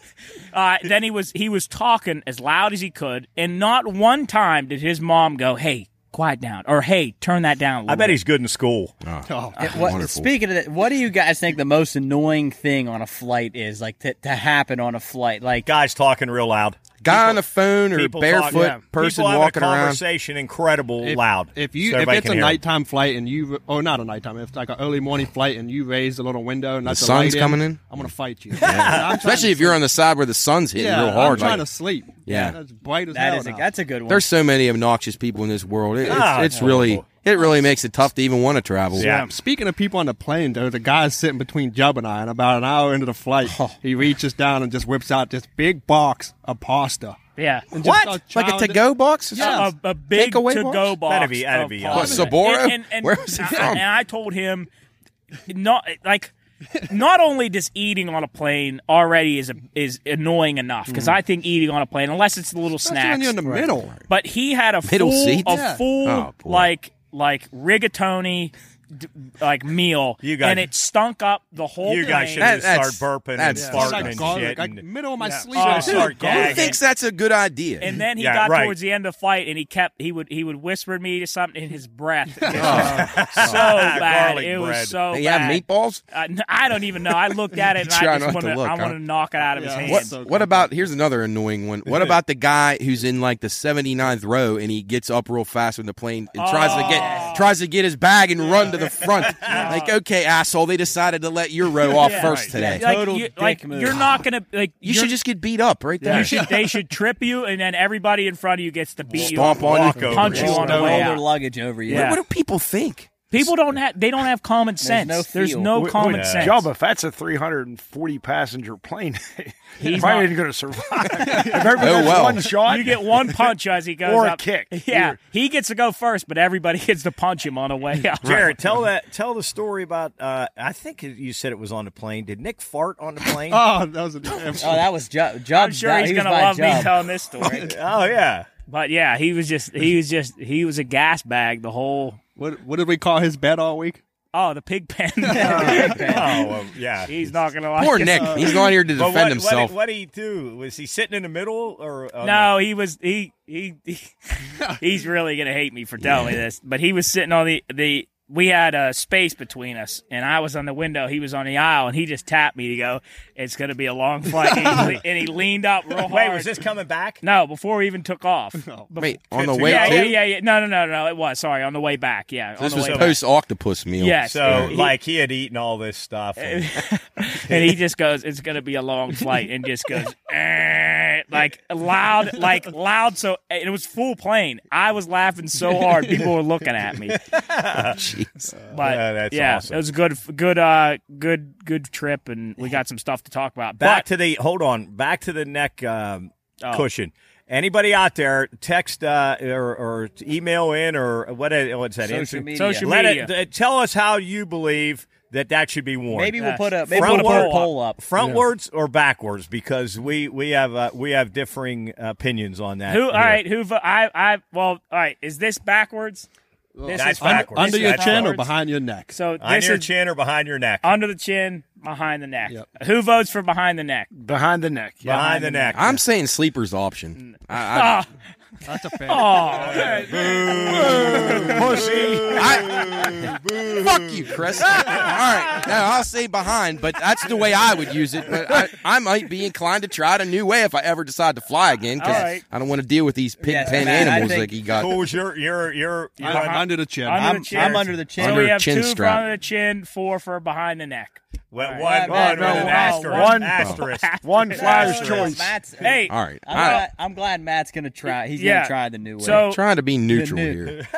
uh, then he was he was talking as loud as he could, and not one time did his mom go, "Hey, quiet down," or "Hey, turn that down." a
I
little
bet
bit."
he's good in school.
It- what-
Wonderful.
speaking of that, what do you guys think the most annoying thing on a flight is? Like to, to happen on a flight, like
Guys talking real loud.
Guy on the phone or
People
barefoot
talk-
person
people having
walking
a
around.
conversation incredible
if,
loud.
If you
so
if
everybody
it's
can
a
hear 'em.
nighttime flight and you oh not a nighttime if it's like an early morning flight and you raise a little window and that's the
sun's
light
coming in?
I'm gonna fight you.
Especially if you're on the side where the sun's hitting
yeah,
real hard.
I'm trying
like-
to sleep.
Yeah.
that's bright as
that
hell
is a,
now.
that's a good one.
There's so many obnoxious people in this world. It- it's
Ah,
it's
it's
really
horrible.
it really makes it tough to even want to travel.
Yeah.
Speaking of people on the plane, though, the guy's sitting between Jub and I, and about an hour into the flight, he reaches down and just whips out this big box of pasta.
yeah.
And just
What?
starts
Like a
chowing
to go box?
Yeah.
A, a big
Takeaway
to go
box?
box.
That'd be- that'd
of
be
pasta.
awesome. What, Sapporo?
And, and, and,
Where was he
I-
from?
And I told him, not like, not only just eating on a plane already is a, is annoying enough because I think eating on a plane, unless it's the little
Mm. Especially when
snacks,
you're in the middle.
but he had a
Middle
full,
seats?
a
Yeah.
full
Oh, boy.
like like rigatoni d- like meal,
You guys-
and it stunk up the whole.
You guys
thing.
should
That-
just
that's-
start burping and
that's
farting
It's like
and
garlic,
shit.
like
and-
middle of my sleep.
Oh,
I
dude,
start
go-
gagging.
Who thinks that's a good idea?
And then he
Yeah,
got
right.
towards the end of the fight, and he kept he would he would whisper me to something in his breath. It was so bad,
Garlic
it
bread.
was so
they
bad.
have meatballs.
Uh, n- I don't even know. I looked at it and
Try
I
not
just
to
wanted to,
look,
I
huh?
wanted to knock it out of his
Yeah.
hand.
What?
so good.
what about? Here's another annoying one. What about the guy who's in like the
Oh.
79th row and he gets up real fast when the plane and tries to get tries to get his bag and run to the the front. like, okay, asshole, they decided to let your row off first today.
Like,
Total
you,
dick
like
move.
you're not gonna like
you
you're-
should just get beat up right there.
You should, they should trip you, and then everybody in front of you gets to beat
Stomp
you,
on
Walk
you.
over.
punch you
Roll
on the
Roll
way
their
out.
luggage over you.
Yeah.
What do people think?
People don't have they don't have common sense.
no
There's
feel.
no
Wait,
common
wait,
sense.
Jubba, if that's a 340 passenger plane, he's
not-
probably not going to survive. if everybody
Oh,
gets
well.
one shot,
You get one punch as he goes
Or a
up.
kick.
Yeah, he gets to go first, but everybody gets to punch him on the way out.
Jared, tell that tell the story about. Uh, I think you said it was on the plane. Did Nick fart on the plane?
Oh, that was a damn.
Oh, that was Jub. Jub's
I'm sure
that-
he's
he was
gonna
my
love me
Jub.
telling this story.
oh yeah.
but yeah, he was just he was just he was a gas bag the whole.
What, what did we call his bed all week?
Oh, the pig pen.
Oh well, yeah.
he's not gonna like
Poor
it.
Nick. He's not here to
But
defend
what,
himself.
What, what did he do? Was he sitting in the middle or
Oh,
on
No, he was he he, he he's really gonna hate me for telling this, but he was sitting on the the we had a space between us, and I was on the window. He was on the aisle, and he just tapped me to go. It's gonna be a long flight, and he, le- and he leaned up real hard.
The, wait, was this coming back?
No, before we even took off.
Wait, on the way
yeah,
too?
yeah, yeah, yeah. No, no, no, no. It was sorry on the way back. Yeah,
This
on the
was
way back.
post octopus meal.
Yes.
So
He-
like he had eaten all this stuff. and-
and he just goes, "It's gonna be a long flight," and just goes, "Eh," like loud, like loud. So and it was full plane. I was laughing so hard, people were looking at me.
Jeez.
But
Yeah, that's
yeah,
awesome.
it was a good, good, uh, good, good trip, and we got some stuff to talk about.
back
But
to the hold on. Back to the neck um,
Oh.
cushion. Anybody out there? Text uh, or, or email in or what? uh, What's that?
Social
Insta-
media.
social
Let
media.
it, th- tell us how you believe that that should be worn.
Maybe we'll
Yes.
put a maybe we'll
Front
put a
wall.
poll up.
frontwards or backwards because we we have uh, we have differing opinions on that.
who? All
here.
right, who? vo- I, I. Well, all right. Is this backwards? This
That's
front-
backwards.
this
Under
is
your
That's
chin or
backwards.
behind your neck?
So
On
this
your
is
chin or behind your neck?
under the chin, behind the neck.
Yep.
Who votes for behind the neck?
behind the neck. Yeah.
behind the neck.
I'm saying sleeper's option. I, I,
That's a fair.
Oh,
Pussy.
I, fuck you, Chris. All right, now I'll say behind, but that's the way I would use it. But I, I might be inclined to try it a new way if I ever decide to fly again. 'cause
All right.
I don't want to deal with these pig
Yes,
pen
Matt, I
animals
think-
like he got.
Who's your your your? your
I'm under the chin.
Under
I'm,
the chin.
I'm under the chin.
So
Under
we have
chin
two
strap.
for under the chin, four for behind the neck.
What,
Matt,
one, one,
Matt,
with
no,
an
no,
asterisk.
one-
asterisk.
One flyer's
Asterisk.
choice.
Matt's,
Hey,
All right,
I'm,
I-
glad, I'm glad Matt's gonna try. He's
Yeah.
gonna try the new way.
So-
trying to be neutral
new-
here.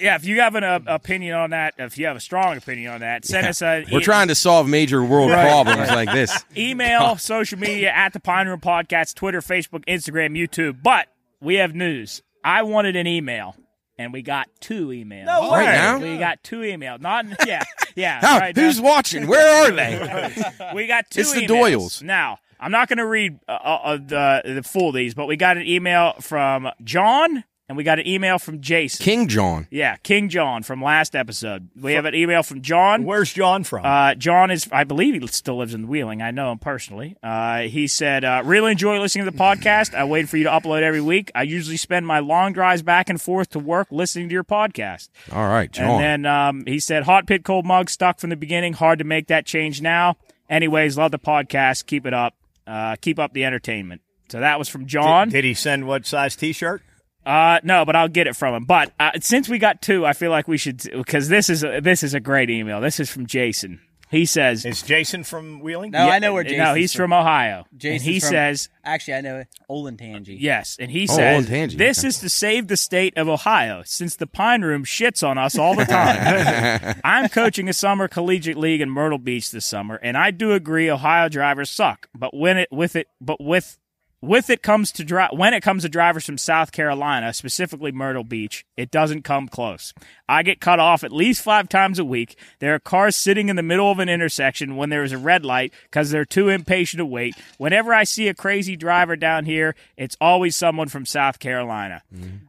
yeah, if you have an uh, opinion on that, if you have a strong opinion on that, send us an
We're
e-
trying to solve major world problems like this.
email, social media at the Pine Room Podcast, Twitter, Facebook, Instagram, YouTube. But we have news. I wanted an email, and we got two emails.
No
Right
way.
now?
We got two emails. Not yeah, yeah.
How,
right now.
who's watching? Where are they?
We got two.
It's the
emails.
Doyles.
Now I'm not going to read uh, uh, the the full of these, but we got an email from John and we got an email from Jason.
King John.
yeah, King John from last episode. We have an email from John.
Where's John from?
Uh, John is, I believe, he still lives in Wheeling. I know him personally. Uh, he said, uh, "Really enjoy listening to the podcast. I wait for you to upload every week. I usually spend my long drives back and forth to work listening to your podcast."
All right, John.
And then um, he said, "Hot pit, cold mug, stuck from the beginning. Hard to make that change now." Anyways, love the podcast. Keep it up. Uh, keep up the entertainment. So that was from John.
Did he send what size T-shirt?
Uh, no, but I'll get it from him. But uh, since we got two, I feel like we should because this is a, this is a great email. This is from Jason. He says,
Is Jason from Wheeling?
no, I know where Jason's
"No, he's from Ohio." And
Jason's
he
from-
says,
Actually, I know it. Olentangy.
Yes, and he
Oh,
says
Old Tangy,
this
okay.
is to save the state of Ohio since the Pine Room shits on us all the time. I'm coaching a summer collegiate league in Myrtle Beach this summer, and I do agree Ohio drivers suck. But when it with it, but with with it comes to dri- when it comes to drivers from South Carolina, specifically Myrtle Beach, it doesn't come close. I get cut off at least five times a week. There are cars sitting in the middle of an intersection when there is a red light because they're too impatient to wait. Whenever I see a crazy driver down here, it's always someone from South Carolina.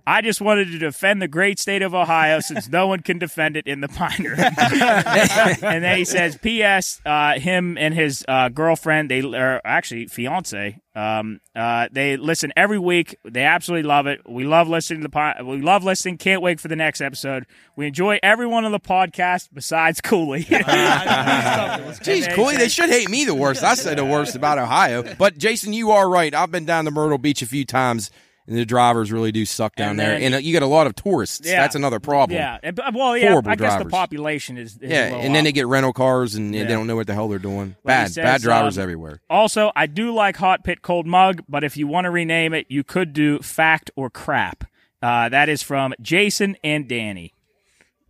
I just wanted to defend the great state of Ohio since no one can defend it in the Pine Room. and then he says, P.S. Uh, him and his uh, girlfriend, they or actually fiance, um, uh, they listen every week. They absolutely love it. We love listening to the pod. We love listening. Can't wait for the next episode. We enjoy everyone on the podcast besides Cooley.
Jeez, Cooley, they should hate me the worst. I say the worst about Ohio. But Jason, you are right. I've been down to Myrtle Beach a few times, and the drivers really do suck down
And
there.
then-
and uh, you got a lot of tourists.
Yeah.
That's another problem.
Yeah. and- but- Well, yeah.
Horrible
I guess the
drivers.
population is, is
Yeah,
low
and then
up.
they get rental cars and
Yeah.
they don't know what the hell they're doing.
Well, he
bad,
says,
bad drivers
um,
everywhere.
Also, I do like hot pit cold mug, but if you want to rename it, you could do fact or crap. Uh, that is from Jason and Danny.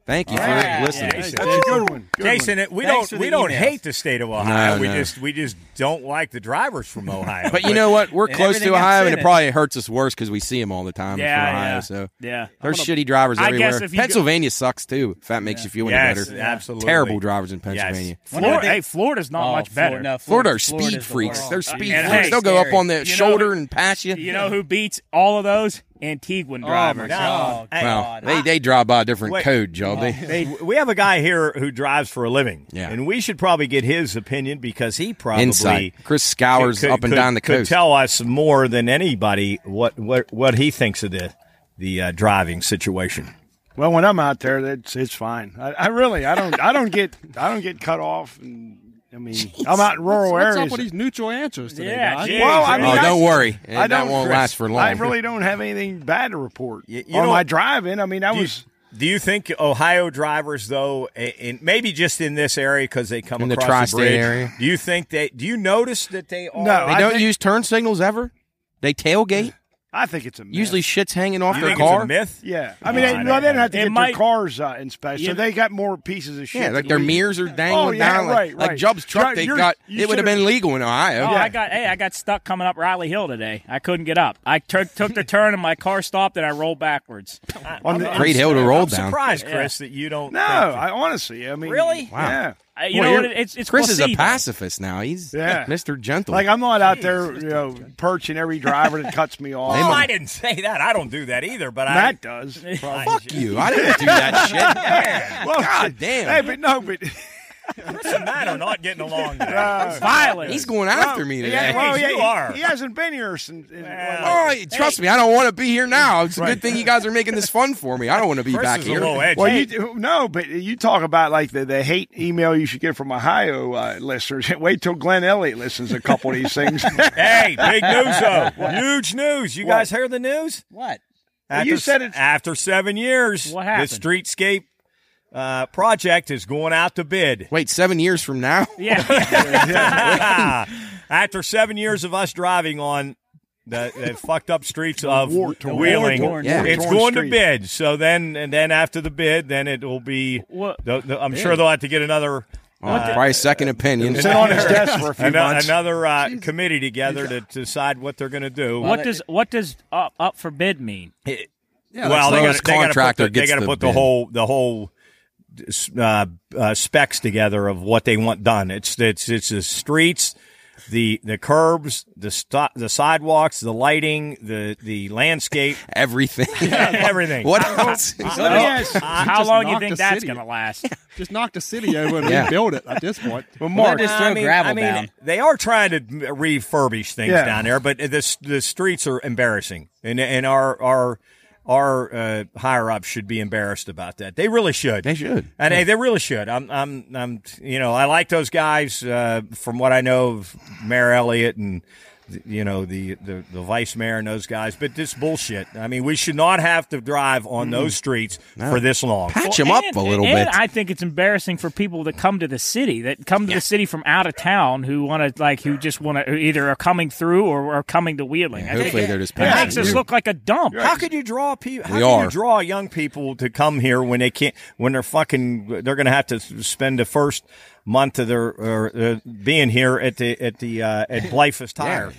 Thank you for listening.
That's a good one. Good one.
Jason, we
Thanks for
don't
the
we don't
emails.
hate the state of Ohio.
No,
we
no.
just we just don't like the drivers from Ohio.
But you know what? We're
And
close to
everything I've
Ohio,
seen
and it
is-
probably hurts us worse because we see them all the time
Yeah,
from Ohio.
yeah.
So
Yeah.
there's shitty drivers
I guess
everywhere.
if you go-
Pennsylvania sucks too. If that makes you feel any
yes,
better,
absolutely.
terrible drivers in Pennsylvania.
One other
Flor-
thing-
hey, Florida's not
Oh,
much
Flor-
better.
no,
Florida are
Florida's-
speed
Florida's the
freaks.
worst.
They're speed
and
freaks.
hey,
They'll go up
scary.
on the
You know
shoulder and pass you.
You know who beats all of those? Antiguan drivers.
Oh,
Hey,
well, they they drive by a different
Wait.
code, Joe. They
They, we have a guy here who drives for a living,
Yeah.
and we should probably get his opinion because he probably
inside. Chris scours
could-
up and
could-
down the coast.
Could tell us more than anybody what what, what he thinks of the the uh, driving situation.
Well, when I'm out there, that's it's fine. I, I really, I don't, I don't get, I don't get cut off. And, I mean, I'm out in rural
What's
areas.
up with these neutral answers today,
Yeah,
guys?
geez.
well, I mean,
oh,
I-
don't worry,
I
that
don't,
won't
Chris,
last for long.
I really don't have anything bad to report
You- you
on
don't-
my driving. I mean, I
Do you,
was.
do you think Ohio drivers, though, a- in, maybe just in this area because they come
In the
across
tri-state
bridge,
area?
Do you think they? Do you notice that they are?
No,
They
I
don't
think-
use turn signals ever. They tailgate.
I think it's a myth.
Usually, shit's hanging off
you
their
think
car.
it's a myth?
Yeah, I mean, they,
I
no,
don't
they don't have to
It
get
might-
their cars uh, inspected,
You-
so they got more pieces of shit.
Yeah, like
to
their
leave.
mirrors are dangling
Oh, yeah,
down. Like,
right,
like
right.
Job's truck,
You're-
they
you're-
got
you
it would have been
should've-
legal in Ohio.
Oh,
Yeah.
I got hey, I got stuck coming up Riley Hill today. I couldn't get up. I tur- took the turn and my car stopped and I rolled backwards.
On the-
Great hill to roll
I'm
down.
surprised, Chris, that you don't.
No, I honestly, I mean,
Really?
Wow.
Yeah,
Uh, you
Boy,
know
you're-
what? It- It's it's
Chris is a
placebo.
pacifist now. He's
Yeah.
Mr. Gentle.
like I'm not out there, you know, perching every driver that cuts me off.
Think, oh, I didn't say that. I don't do that either. But
Matt does.
I,
probably.
Fuck you. I didn't do that shit.
Well,
God
Hey,
damn.
but no, but
Chris and Matt are not getting along. today.
uh,
Violence.
He's going after me today.
Yeah, well, yeah,
you
he-
are.
He hasn't been here since. in-
Well,
Oh, hey, trust me, I don't want to be here now. It's a good thing you guys are making this fun for me. I don't want to be
Chris
back
is
here.
a little edgy.
well, you do- no, but you talk about like the, the hate email you should get from Ohio uh, listeners. Wait till Glenn Elliott listens to a couple of these things.
hey, big news though. Huge news. You guys hear the news?
What?
After,
you said it's-
after seven years.
What happened?
The streetscape uh, project is going out to bid.
Wait, seven years from now?
yeah.
after seven years of us driving on the, the fucked up streets of
war-torn-
Wheeling,
war-torn-
Yeah.
it's
war-torn
going to
streets.
bid. So then, and then after the bid, then it will be.
What-
the- the- I'm sure they'll have to get another
Oh, probably second opinion.
Sit on his desk for a few
ano-
months.
another uh, committee together to decide what they're going to do.
What does what does up, up for bid mean?
well, they
lowest
got to put
contractor
the, they
gets
gotta
the
put the
bid.
whole the whole uh, uh, specs together of what they want done. It's it's it's the streets, the the curbs, the sto- the sidewalks, the lighting, the the landscape,
Everything.
everything.
What else?
Let me ask-
How
just
long you
knocked
think
the
that's
city.
going to last?
Just knock the city over and
Yeah.
rebuild it at this point.
Well,
Well, Mark,
they just throw
I mean,
gravel
I mean,
down.
They are trying to refurbish things
Yeah.
down there, but the the streets are embarrassing, and and our our our uh, higher ups should be embarrassed about that. They really should.
They should.
And hey, they really should. I'm, I'm, I'm. You know, I like those guys. Uh, from what I know of Mayor Elliott and th- you know the, the the vice mayor and those guys, but this bullshit. I mean, we should not have to drive on those streets for this long.
Patch him up
And-
a little bit.
and I think it's embarrassing for people that come to the city, that come to the city from out of town, who want to like, who just want to either are coming through or are coming to Wheeling. I
hopefully
think
they're just
it makes
passing
us
through.
look like a dump.
How could you draw people? How
We
could
are.
you draw young people to come here when they can't? When they're fucking, they're going to have to s- spend the first month of their or, uh, being here at the at the uh, at Blyfus Tire.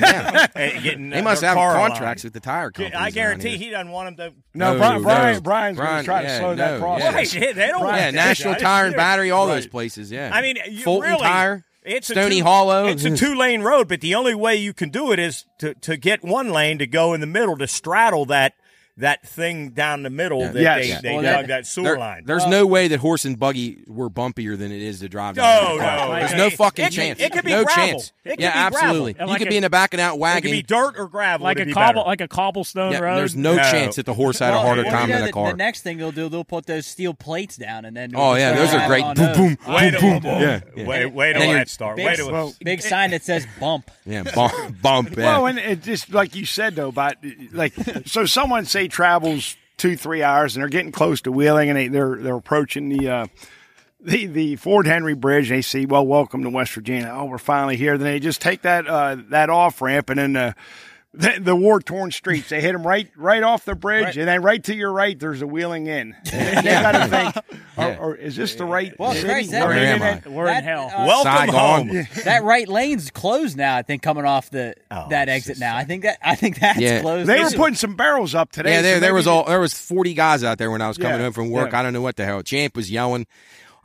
Getting, getting, uh,
They must
their
have
car
contracts
aligned.
with the tire companies.
I
down
guarantee
here.
he doesn't want them to.
no,
No,
Brian,
no.
Brian, Brian's going
Brian,
to try to
yeah,
slow
no,
that process.
yeah.
Right, yeah, they don't. want
Yeah,
that
National
shit.
Tire and Battery, all
Right.
those places. Yeah,
I mean, you
Fulton
really,
Tire,
It's a
Stony
two-
Hollow.
It's a two-lane road, but the only way you can do it is to to get one lane to go in the middle to straddle that that thing down the middle that
Yes.
they,
Yeah.
they
Well,
dug
that-
that sewer
There-
line.
There's no way that horse and buggy were bumpier than it is to drive.
No,
down the car.
no.
There's
It-
no
it-
fucking
it-
chance.
it could be
no
gravel.
chance.
It could
yeah,
be gravel.
absolutely.
And
you
like
could
a-
be in the back of that
it could
wagon.
be dirt or gravel.
like
to
a
be
cobble,
better.
like a cobblestone
Yeah,
road.
there's no,
No.
chance that the horse had a harder
Well, you
time
know
than
that
the car.
The next thing they'll do, they'll put those steel plates down, and then
Oh, yeah, those are great.
On
Boom,
those.
boom.
Wait a
Boom, boom.
minute.
Yeah, yeah.
Wait, wait till
And you're
that start.
big-
Wait till
Well,
Big sign that says bump.
yeah, bump, bump. Yeah.
Well, and it just like you said though, about like so someone say travels two three hours and they're getting close to Wheeling and they, they're they're approaching the. Uh, the, the Ford Henry Bridge, they see, well, welcome to West Virginia. Oh, we're finally here. Then they just take that uh, that off ramp and then uh, the, the war torn streets. They hit them right right off the bridge, and then right to your right, there's a Wheeling Inn. And they got to think, are, are, is this the right
Well,
city?
Christ,
We're
that-
in
Where am
it.
We're
That,
in hell.
uh,
Welcome
Saigon.
home.
that right lane's closed now. I think coming off the that
it's
exit
just
now. I think that I think that's
Yeah.
closed.
They were putting some barrels up today.
Yeah,
so
there, there
maybe
was
they-
all there was forty guys out there when I was coming
Yeah,
home from work.
yeah.
I don't know what the hell. Champ was yelling,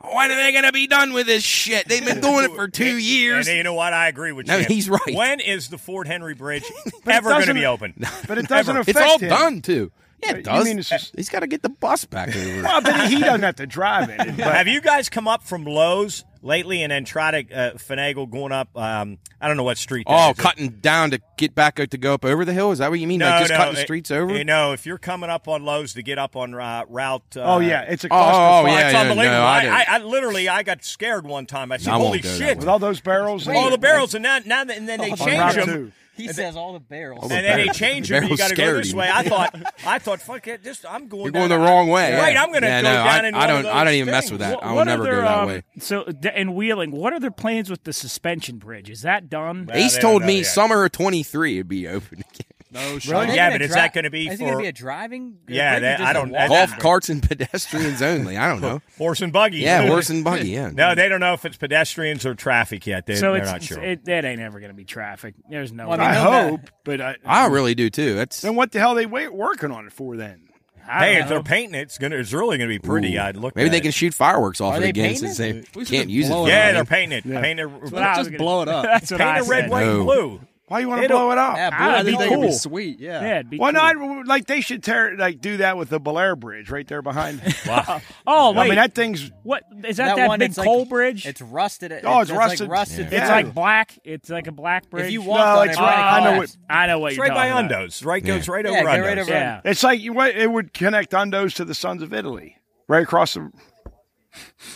"When are they gonna be done with this shit? They've been doing it for two years."
And you know what? I agree with
No,
Champ.
he's right.
When is the Ford Henry Bridge
it
ever going to
doesn't-
be open?
But it doesn't affect
It's all
him.
done too. Yeah,
You
it does.
mean it's just-
He's got to get the bus back over.
Well, but he doesn't have to drive it. But
Have you guys come up from Lowe's lately and then try to uh, finagle going up? Um, I don't know what street. that
Oh,
is.
cutting down to get back out to go up over the hill? Is that what you mean?
No,
like just
no,
cutting
it-
streets over?
You know, if you're coming up on Lowe's to get up on uh, route. Uh,
oh yeah, it's a
oh, oh,
clusterfuck.
yeah,
it's
yeah,
unbelievable.
no, I
I,
didn't.
I, I literally I got scared one time. I said,
I won't
"Holy
go that
shit!"
With all those barrels,
all the
and-
barrels, and now, now that, and then they
on Route
change them.
Two.
he says all the barrels.
and then they
Barrels-
change them. and You
barrels
got to go
scared
this
him.
way. I thought, I thought, fuck it, this I'm going.
You're going
down-
the wrong way.
Right,
yeah.
I'm going to
yeah,
go
no,
down
I,
in
I
one
don't.
of those
I don't even
things.
mess with that.
What-
I will
what are
never
their,
go that
um,
way.
So th- in Wheeling, what are their plans with the suspension bridge? Is that done?
Yeah,
Ace
they don't
told
know
me
yet.
summer of 23 would be open again.
No shit.
Are they
Yeah,
gonna
but is
dri-
that gonna be
Is it going
for-
to be a driving?
Yeah,
rig or
that-
just
I
a
don't-
walk?
that-
Golf carts and pedestrians only. I don't know.
Horse and buggy.
Yeah, horse and buggy. Yeah.
No, they don't know if it's pedestrians or traffic yet. They,
so
they're
it's,
not sure.
it, that ain't ever going to be traffic. There's no.
Well, I
way.
mean,
I
no, that-
hope, but I,
I really do too. That's
then what the hell are they wait, working on it for then?
I
hey, if
don't know.
they're painting it, it's gonna it's really gonna be pretty. I'd look.
maybe
at
they
it.
can shoot fireworks off
Are
it
they
again
painting
since
it?
they
We should
can't use it.
blow
for
it
Yeah,
anything.
they're painting it. Painting it.
What I
Paint
was
Just
gonna-
blow it up.
That's what I
it
said.
red, white, and
No.
blue.
Why you want to
It'll-
blow it up?
Yeah,
I
boy,
would
I don't
be
I
think
think it'd
cool.
be sweet. Yeah.
Yeah, it'd be
Why
cool.
not? Like they should tear like do that with the Blair Bridge right there behind.
Wow.
Oh wait,
I mean that thing's
what is that? That,
one,
big
it's like-
coal bridge?
It's rusted. It-
Oh, it's
like
rusted.
rusted.
Yeah.
It's
through.
like black. It's like a black bridge.
if you
No,
walk on
it's
it,
right- I
I
know
know
it-
I know what
It's
you're
right by
talking about.
Undos. Right goes right
Yeah,
over
get rid
Undos.
of it.
Yeah.
it's like you wa- it would connect Undos to the Sons of Italy right across the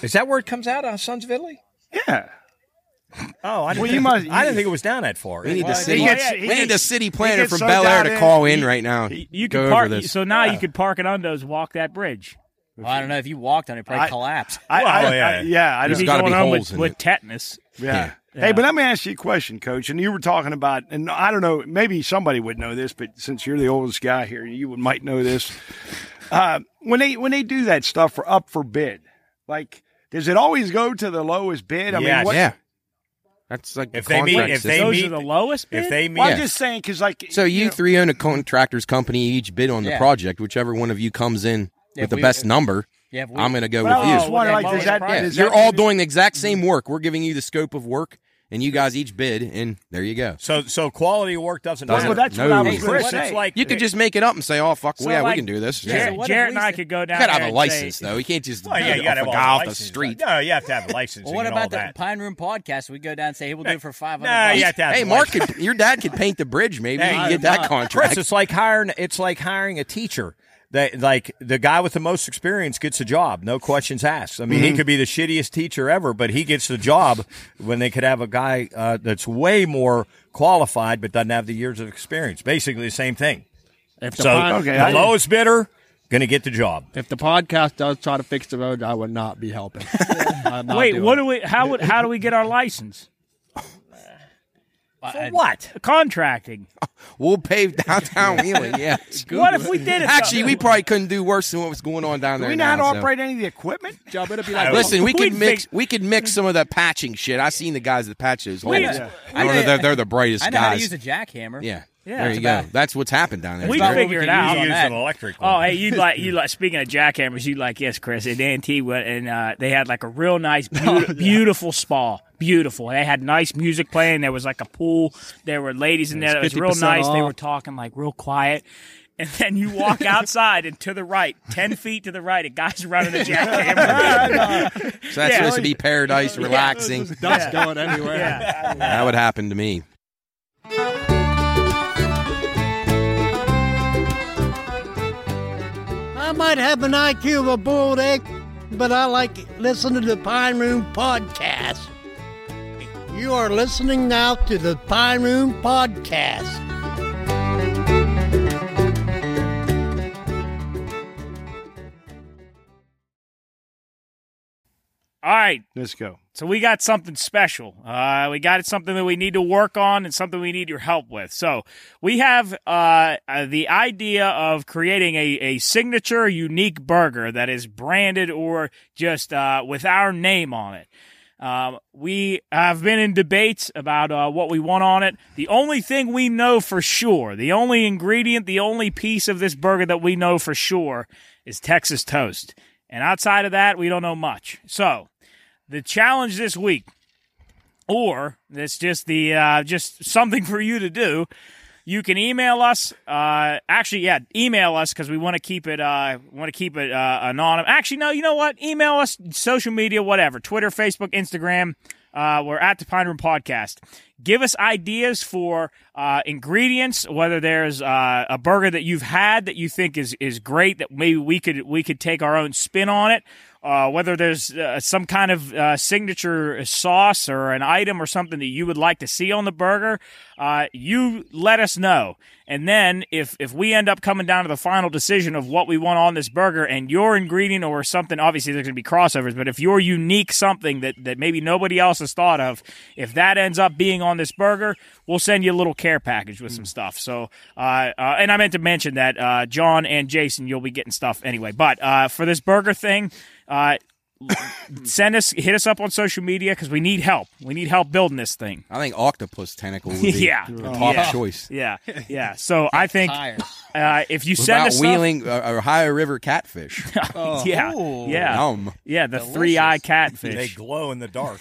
Is that where it comes out on Sons of Italy?
yeah.
Oh, I didn't,
Well, you
think,
must-
I didn't think it was down that far.
We need the city.
gets- he
we
gets-
need the city
he
planner
gets
from
so
Bel Air to
down
call
in,
in
he-
right now.
You
go
could
over
park.
this.
So now you could park at Undos, walk that bridge.
Well, I don't know if you walked on it, it'd probably
I-
collapse.
I, I,
Well, yeah.
I, yeah, I
You'd
just
be
gotta
going
be
home
holes
with,
in
with
it.
tetanus.
Yeah. Hey, but let me ask you a question, Coach. And you were talking about, and I don't know, maybe somebody would know this, but since you're the oldest guy here, you would, might know this. Uh, when they when they do that stuff for up for bid, like does it always go to the lowest bid? I
Yes.
mean, what,
Yeah. That's like the
If they meet-
contract
if they
system.
Those
meet-
are the lowest bid.
If they meet,
Well, I'm
Yeah.
just saying because like
So you,
know,
three own a contractor's company. You each bid on the
Yeah.
project. Whichever one of you comes in
Yeah,
with the
we-
best number,
Yeah, if we-
I'm going to go
Well, oh, I was
with
just
you.
wondering,
Yeah,
like, does
lowest
that,
price.
Yeah,
does
you're
that-
all doing the exact same work. We're giving you the scope of work, and you guys each bid, and there you go.
so so quality of work doesn't
Doesn't
matter.
Well, that's
No.
what I
Hey,
was going
Chris,
to say.
it's like
You could just make it up and say, "Oh fuck,
So,
yeah,
like,
we can do this."
Yeah.
Yeah.
So
Jarrett,
what if
Jarrett and
we
I
said-
could go
You
down.
gotta have
there
a
and
license
say,
though. You can't just
Well, oh, yeah, you
off
got to
a
have all
guy
the
off the
license.
street.
No, you have to have a license.
Well, what
and all
about the
that?
Pine Room podcast? We go down and say, "Hey, we'll do it for five hundred.
Nah,
dollars.
you have to have
Hey,
a
Mark,
license.
could, your dad could paint the bridge. Maybe
Hey,
you
I'm
can get that contract.
Chris, it's like hiring. It's like hiring a teacher. That like the guy with the most experience gets a job, no questions asked. I mean, he could be the shittiest teacher ever, but he gets the job when they could have a guy uh, that's way more qualified but doesn't have the years of experience. Basically, the same thing.
If the,
So
pod-
okay,
the
I-
lowest bidder going to get the job.
If the podcast does try to fix the road, I would not be helping. I'm not
wait,
doing
what
it.
do we? How would? How do we get our license?
I-
What contracting?
we'll pave downtown Wheeling. Yeah.
What if we did it?
Actually, we probably couldn't do worse than what was going on down
Do
there.
we not
now, so.
operate any of the equipment?
Job, it'd be like
Listen, we
We'd
could mix
fix-
we could mix some of that patching shit. I seen the guys that patch those holes.
Yeah.
I don't know. They're, they're the brightest
I know how to
guys.
use a jackhammer.
yeah.
Yeah.
there
That's
you go.
about-
That's what's happened down there.
We
Jared.
That's
figure
what we can
it out.
use
You
on
use
that.
an electric one.
Oh, hey, you like you like speaking of jackhammers, you like yes, Chris. At Antigua, and uh, they had like a real nice,
Oh,
beaut- beautiful spa. Beautiful. They had nice music playing. There was like a pool. There were ladies in there. It was real
50%
nice. They
off.
were talking like real quiet. and then you walk outside and to the right, ten feet to the right, a guy's running a jackhammer.
So that's
Yeah.
supposed to be paradise, relaxing.
There's dust going everywhere.
yeah.
That would happen to me.
I might have an IQ of a boiled egg, but I like listening to the Pine Room Podcast. You are listening now to the Pine Room Podcast.
All right,
Let's go.
So we got something special. Uh, we got something that we need to work on and something we need your help with. So we have uh, uh, the idea of creating a, a signature unique burger that is branded or just uh, with our name on it. Um, we have been in debates about uh, what we want on it. The only thing we know for sure, the only ingredient, the only piece of this burger that we know for sure is Texas toast. And outside of that, we don't know much. So the challenge this week, or it's just the uh, just something for you to do. You can email us. Uh, actually, yeah, email us because we want to keep it. Uh, want to keep it uh, anonymous. Actually, no. You know what? Email us. Social media, whatever. Twitter, Facebook, Instagram. Uh, we're at the Pine Room Podcast. Give us ideas for uh, ingredients. Whether there's uh, a burger that you've had that you think is is great that maybe we could we could take our own spin on it uh, whether there's uh, some kind of uh, signature sauce or an item or something that you would like to see on the burger, uh, you let us know. And then if if we end up coming down to the final decision of what we want on this burger and your ingredient or something, obviously there's going to be crossovers, but if your unique something that, that maybe nobody else has thought of, if that ends up being on this burger, we'll send you a little care package with some stuff. So, uh, uh, and I meant to mention that uh, John and Jason, you'll be getting stuff anyway. But uh, for this burger thing, uh, send us, hit us up on social media because we need help. We need help building this thing.
I think octopus tentacle would be
Yeah. Oh,
the top
Yeah.
choice.
Yeah, yeah. So I think
Tires.
uh, if you
What
send
about
us stuff-
wheeling uh, Ohio River catfish?
yeah, yeah,
Yum.
yeah, the three eye
They
catfish.
glow in the dark.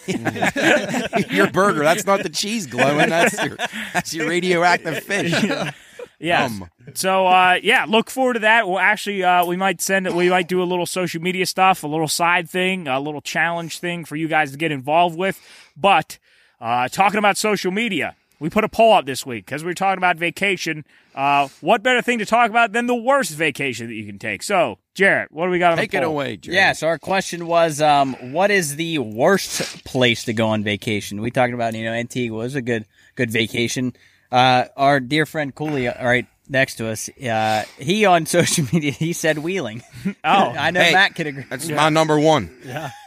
your burger. That's not the cheese glowing. That's your, that's your radioactive fish.
Yeah.
Yum.
So uh, yeah, look forward to that. Well, actually, uh, we might send it. We might do a little social media stuff, a little side thing, a little challenge thing for you guys to get involved with. But uh, talking about social media, we put a poll up this week because we were talking about vacation. Uh, what better thing to talk about than the worst vacation that you can take? So, Jarrett, what do we got on
Take
the
it
poll?
away, Jerry.
Yeah, so our question was, um, what is the worst place to go on vacation? We talking about you know Antigua is a good good vacation. Uh, our dear friend Cooley, uh, right next to us, uh, he on social media he said Wheeling.
Oh,
I know
Hey.
Matt could agree.
That's my number one.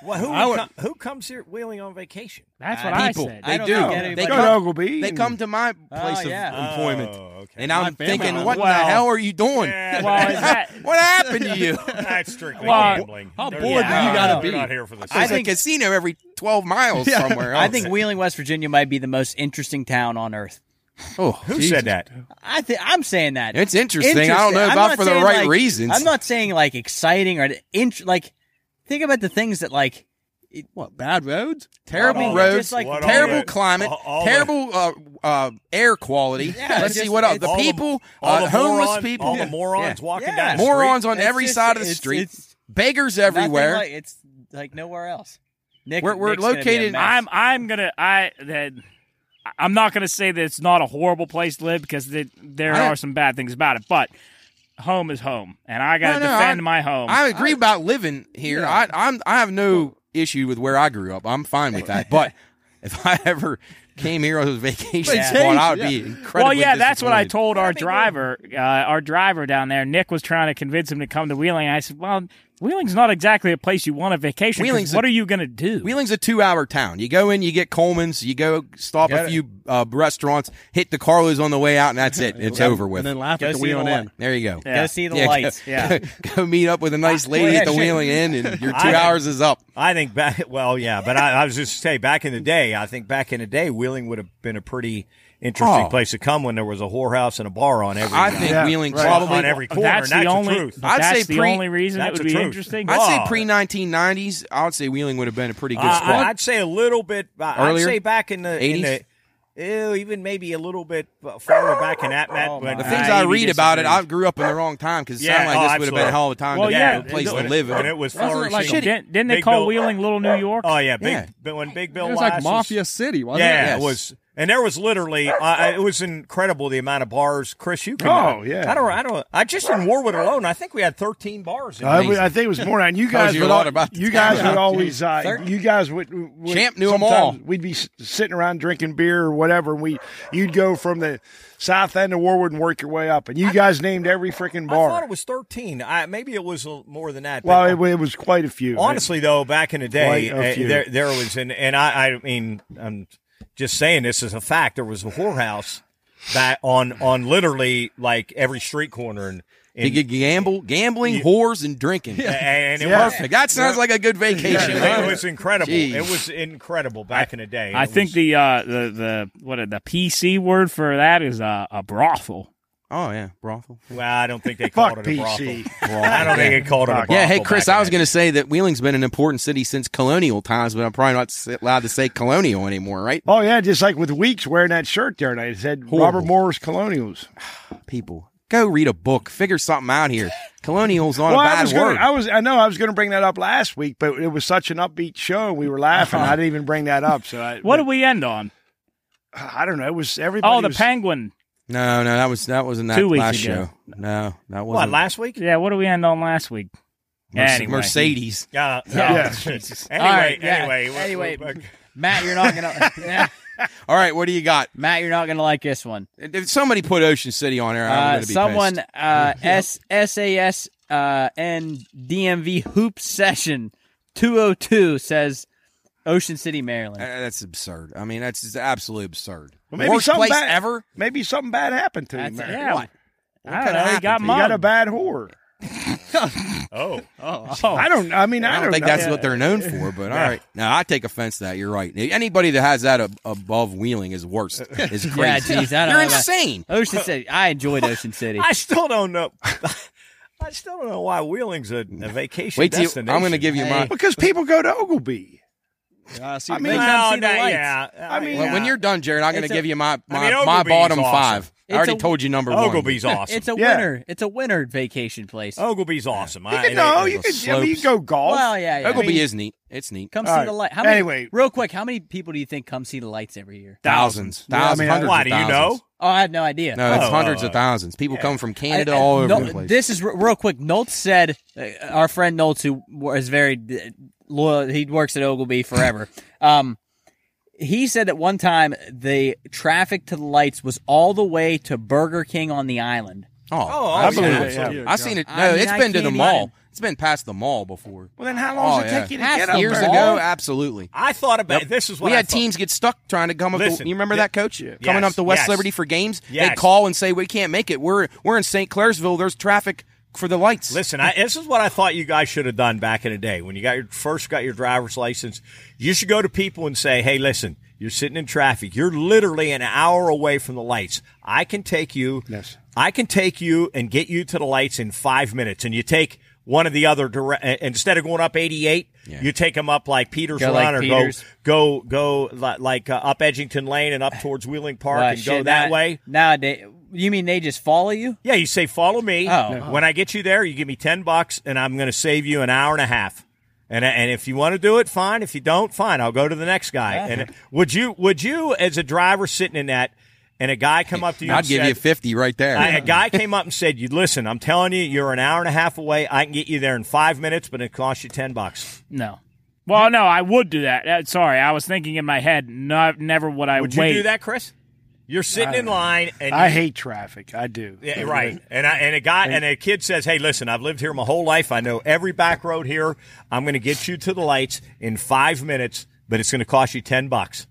well, who,
I would-
com- who comes here wheeling on vacation?
that's what
People.
I said.
I
They
don't
do.
think
They
anybody-
Go
come,
to Ogilvy.
they come to my place
Oh, yeah.
of employment.
Oh, okay.
And I'm
My family
thinking,
members.
what
Well-
the hell are you doing?
well, is that,
What happened to you?
That's strictly
Well,
gambling.
how
They're-
bored
do you
no,
gotta
no,
be?
We're not here for this.
There's
I think-
a casino every 12 miles somewhere else.
I think Wheeling, West Virginia, might be the most interesting town on earth.
Oh,
who
Jesus.
said that?
I think I'm saying that
It's interesting. I don't know
I'm
about
not
for the
saying,
right
like-
reasons.
I'm not saying like exciting or int- like think about the things that like
What bad roads?
terrible
What all
roads,
Just like
what all
terrible
the-
climate,
all- all the-
terrible uh, uh, air quality.
Yeah,
Let's
it's
see
just-
what else. The
all the-
people,
all
uh,
the
homeless
moron-
people,
all the morons walking
Yeah.
down the street.
morons on
It's
every
just-
side of the
it's-
street,
it's
beggars
nothing
everywhere.
Like, it's like nowhere else. Nick,
We're- we're
Nick's gonna be a
located-
mess.
I'm I'm gonna I that I'm not gonna say that it's not a horrible place to live because th there
I-
are some bad things about it, but home is home, and I gotta
No, no,
defend
I-
my home.
I agree about living here. I I'm, I have no issue with where I grew up. I'm fine with that. But if I ever came here on a vacation
Yeah.
spot, I would be incredibly.
well, yeah, that's what I
disappointed.
told our driver. Uh, our driver down there, Nick, was trying to convince him to come to Wheeling. I said, "Well, Wheeling's not exactly a place you want a vacation. 'cause
Wheeling's a-
what are you gonna do?
Wheeling's a two-hour town. You go in, you get Coleman's, you go stop a few uh, restaurants, hit the Carlos on the way out, and that's it. It's over with.
And then laugh
Go
at the
see
wheel
the
and
light.
end.
There you go.
Go see the
Yeah, go-
lights.
Yeah.
go meet up with a nice lady
yeah,
at the
shit.
Wheeling Inn, and your two
I-
hours is up.
I think back. Well, yeah, but I, I was just to say back in the day. I think back in the day, Wheeling would have been a pretty interesting
Oh.
place to come when there was a whorehouse and a bar on every.
I think
Yeah,
Wheeling
right.
probably.
on every corner.
that's
and
the
that's
only.
truth.
but
I'd
that's
say
the
pre-
only reason it
that's
would
the
be
truth.
interesting.
I'd
Oh.
say pre 1990s. I would say Wheeling would have been a pretty good
Uh,
spot.
I'd say a little bit. I- I'd
Earlier?
say back in the in
80s?
the ew, even maybe a little bit uh, farther back in that. Matt,
Oh,
but
my
The things I, read about it, I grew up in the wrong time because it
Yeah,
sounded like
oh,
this would have been a
absolutely.
hell of a time
Well,
to
yeah,
have a place to
and
live in.
And it was
Wasn't it
flourishing.
like shit-
Didn't, didn't they
Big
call
Bill-
Wheeling Little New York?
Oh yeah, big
Yeah.
But when Big
It
Bill
was like
Lass
Mafia City,
Oh,
wasn't
yeah,
Yes.
it was, and there was literally I I- it was incredible the amount of bars. Chris, you can
Oh, yeah.
I don't I don't I just in Warwood alone I think we had thirteen bars. In
I,
Mason.
I think it was more than you
Tells
guys.
you a
would
lot
al-
about the
you guys
town.
would always. Uh, you guys would, would
Champ knew 'em all.
sometimes We'd be s- sitting around drinking beer or whatever, and we you'd go from the south end of Warwood and work your way up, and you guys named every freaking
I thought
bar.
it was thirteen. I, maybe it was a- more than that.
well,
but-
it, wa- it was quite a few.
Honestly, though, back in the day,
Quite a
uh,
few.
there there was an and I I mean I'm just saying this as a fact. There was a whorehouse that on on literally like every street corner and.
You
and
could gamble, gambling, whores, and drinking.
and it
Yeah.
was
Like, that sounds like a good vacation.
it was incredible.
Jeez.
It was incredible back in the day.
I
It
think
was-
the uh, the the what the PC word for that is uh, a brothel.
Oh yeah, brothel.
well, I don't think they called
fuck
it a brothel.
PC.
I don't think they called it a brothel.
Yeah, hey Chris,
back
I
in
was
the day.
going to say that Wheeling's been an important city since colonial times, but I'm probably not s- allowed to say colonial anymore, right?
Oh yeah, just like with Weeks wearing that shirt there, and I said Robert
Horrible.
Morris Colonials.
People, go read a book, figure something out here. Colonial's not
well,
a
I
bad
was gonna,
word.
I was I know I was going to bring that up last week, but it was such an upbeat show, and we were laughing.
Uh-huh.
I didn't even bring that up. So I,
What did we end on?
I don't know. It was everybody.
Oh, the
was,
penguin.
no, no, that was that wasn't that
Two weeks
last
ago.
show. No, that
what
wasn't.
last week.
Yeah, what did we end on last week?
Merce-
Anyway.
Mercedes.
Yeah. Oh,
Yeah.
Anyway,
All right, yeah.
anyway, we're-
Anyway.
we're-
Matt, you're not gonna.
All right, what do you got?
Matt, you're not gonna like this one.
If somebody put Ocean City on there, I'm
Uh,
going to be
someone
pissed.
uh, S S A S uh, N DMV hoop session two oh two says Ocean City,
Uh,
Maryland.
that's absurd. I mean, that's just absolutely absurd.
Well, maybe
Worst
something
place
bad-
ever.
Maybe something bad happened to him.
That's-
there.
Yeah,
What?
I
could
don't know.
happen
He
to
got
you?
You got a
mugged.
bad whore.
oh,
I don't. I mean, I,
I don't think
know.
that's what they're known for, but all right. Now I take offense to that. You're right. Anybody that has that ab- above Wheeling is worse. Is crazy.
Yeah, geez, I don't
You're
know about-
insane.
Ocean City. I enjoyed Ocean City.
I still don't know. I still don't know why Wheeling's a, a vacation
Wait till you,
destination.
I'm going to give you
Hey.
my.
because people go to Ogleby.
Yeah, I see.
I mean,
Well,
They
come see the
no,
lights.
yeah.
I mean,
Well, When you're done, Jared, I'm going to
It's a-
give you my my,
mean,
my
Ogilvy's
bottom
awesome.
five. I
It's
already
a-
told you number
Ogilvy's uh, awesome. Oh,
it's a
Yeah.
winter. It's a winter vacation place.
Ogilvy's awesome.
You
I-
can, no,
they-
you
they-
can. I mean, you
slopes.
can go golf.
Well, yeah,
one.
yeah.
Ogilvy
I mean,
is neat. It's neat.
come
All
see
right.
the light. How many,
Anyway.
real quick, how many people do you think come see the lights every year?
Thousands,
Yeah, I
thousands,
mean,
hundreds.
Why
of
do you know?
thousands.
Oh, I have no idea.
No, it's
Oh,
hundreds
uh,
of thousands. People come from Canada
I- I-
all over
Nol-
the place.
This is r- real quick. Noltz said, uh, our friend Noltz, who wa- is very uh, loyal, he works at Ogilvy forever. um, he said at one time the traffic to the lights was all the way to Burger King on the island.
oh,
Oh,
I
I believe it,
seen it.
yeah.
I seen it. No,
I mean,
it's
I
been to the
can't
mall.
even-
It's been past the mall before.
well, then how long
Oh,
does it
yeah.
take you to
Half
get up
Years
there?
ago, absolutely.
I thought about this. Is what
we
I
had
thought.
teams get stuck trying to come up.
Listen,
to, you remember
yeah.
that coach coming
Yes,
up to West
yes.
Liberty for games? They
Yes.
call and say we can't make it. We're we're in St. Clairsville. There's traffic for the lights.
Listen, I, this is what I thought you guys should have done back in the day when you got your first got your driver's license. You should go to people and say, "Hey, listen, you're sitting in traffic. You're literally an hour away from the lights. I can take you.
Yes.
I can take you and get you to the lights in five minutes. And you take one of the other direct instead of going up 88, you take them up like Peters
Go
Run
like
or
Peters.
go go go li- like uh, up Edgington Lane and up towards Wheeling Park
Well,
and go
Uh, shit,
that
now-
way.
Nowadays, you mean they just follow you?
Yeah, you say follow me.
Oh.
When I get you there, you give me ten bucks, and I'm going to save you an hour and a half. And and if you want to do it, fine. If you don't, fine. I'll go to the next guy. And would you would you as a driver sitting in that, and a guy come up to you?
I'd
and
give
said-
you fifty right there.
I- a guy came up and said, "You listen, I'm telling you, you're an hour and a half away. I can get you there in five minutes, but it costs you ten bucks."
No. Well, no, I would do that. Uh, sorry, I was thinking in my head, no, never would I
Would you
wait.
do that, Chris? You're sitting in line, and
I
you-
hate traffic. I do.
Yeah, right. And I, and a guy and a kid says, "Hey, listen, I've lived here my whole life. I know every back road here. I'm going to get you to the lights in five minutes, but it's going to cost you ten bucks."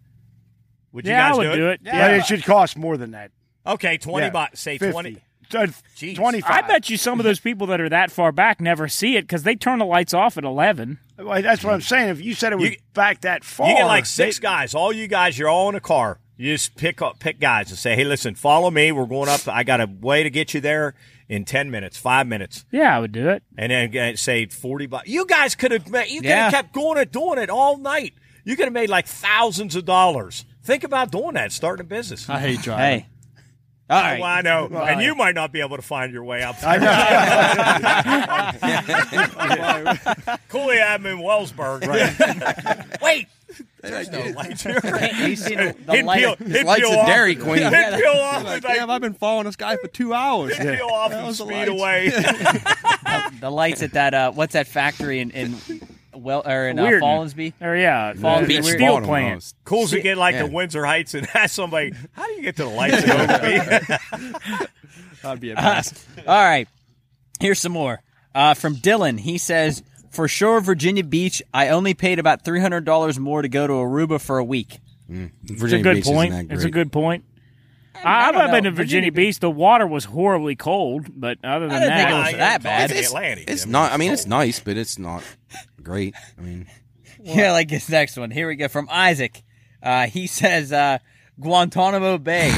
Would you
Yeah, I
guys
would
do,
do
it?
it.
But it should cost more than that.
Okay, twenty
Yeah.
bucks. Say
50.
twenty.
Uh,
Jeez.
I
Twenty-five.
bet you some of those people that are that far back never see it because they turn the lights off at eleven.
Well, that's what I'm saying. If you said it was
You-
back that far,
You get like six
they-
guys. All you guys, you're all in a car. You just pick up pick guys and say, "Hey, listen, follow me. We're going up. I got a way to get you there in ten minutes, five minutes."
Yeah, I would do it.
and then uh, say forty bucks. You guys could have you could
Yeah.
have kept going and doing it all night. You could have made like thousands of dollars Think about doing that, starting a business.
I hate driving.
Hey. All right.
Well, I know, and you might not be able to find your way up. I Cooley Avenue in Wellsburg. Wait, there's no light here.
He's seen the
He'd
light.
peel, he'd
Lights
peel
at
off.
Dairy Queen.
He'd
Yeah.
peel off.
Like,
and,
damn,
like,
I've been following this guy for two hours.
he'd peel off and
was the
speed
lights.
away.
the lights at that uh, what's that factory in in well or in uh,
Weirden.
Fallsby?
Or yeah, falls
Beach
steel
bottom
plant.
almost.
Cool to get like
Yeah.
to Windsor Heights and ask somebody, "How do you get to the lights?" in Oakby?"
That'd be a mess.
All right. Here's some more. Uh, from Dylan. He says, For sure, Virginia Beach, I only paid about $300 more to go to Aruba for a week.
It's a
Virginia
good
Beach isn't that
point. It's a
great.
good point. I, I've
don't
been
know.
to Virginia Beach. The water was horribly cold, but other than
didn't think
that,
it was that bad.
It's, Atlantic.
It's
I mean,
not. I mean, it's nice, but it's not great. I mean,
Yeah, like this next one. Here we go. From Isaac. Uh, he says, uh, Guantanamo Bay.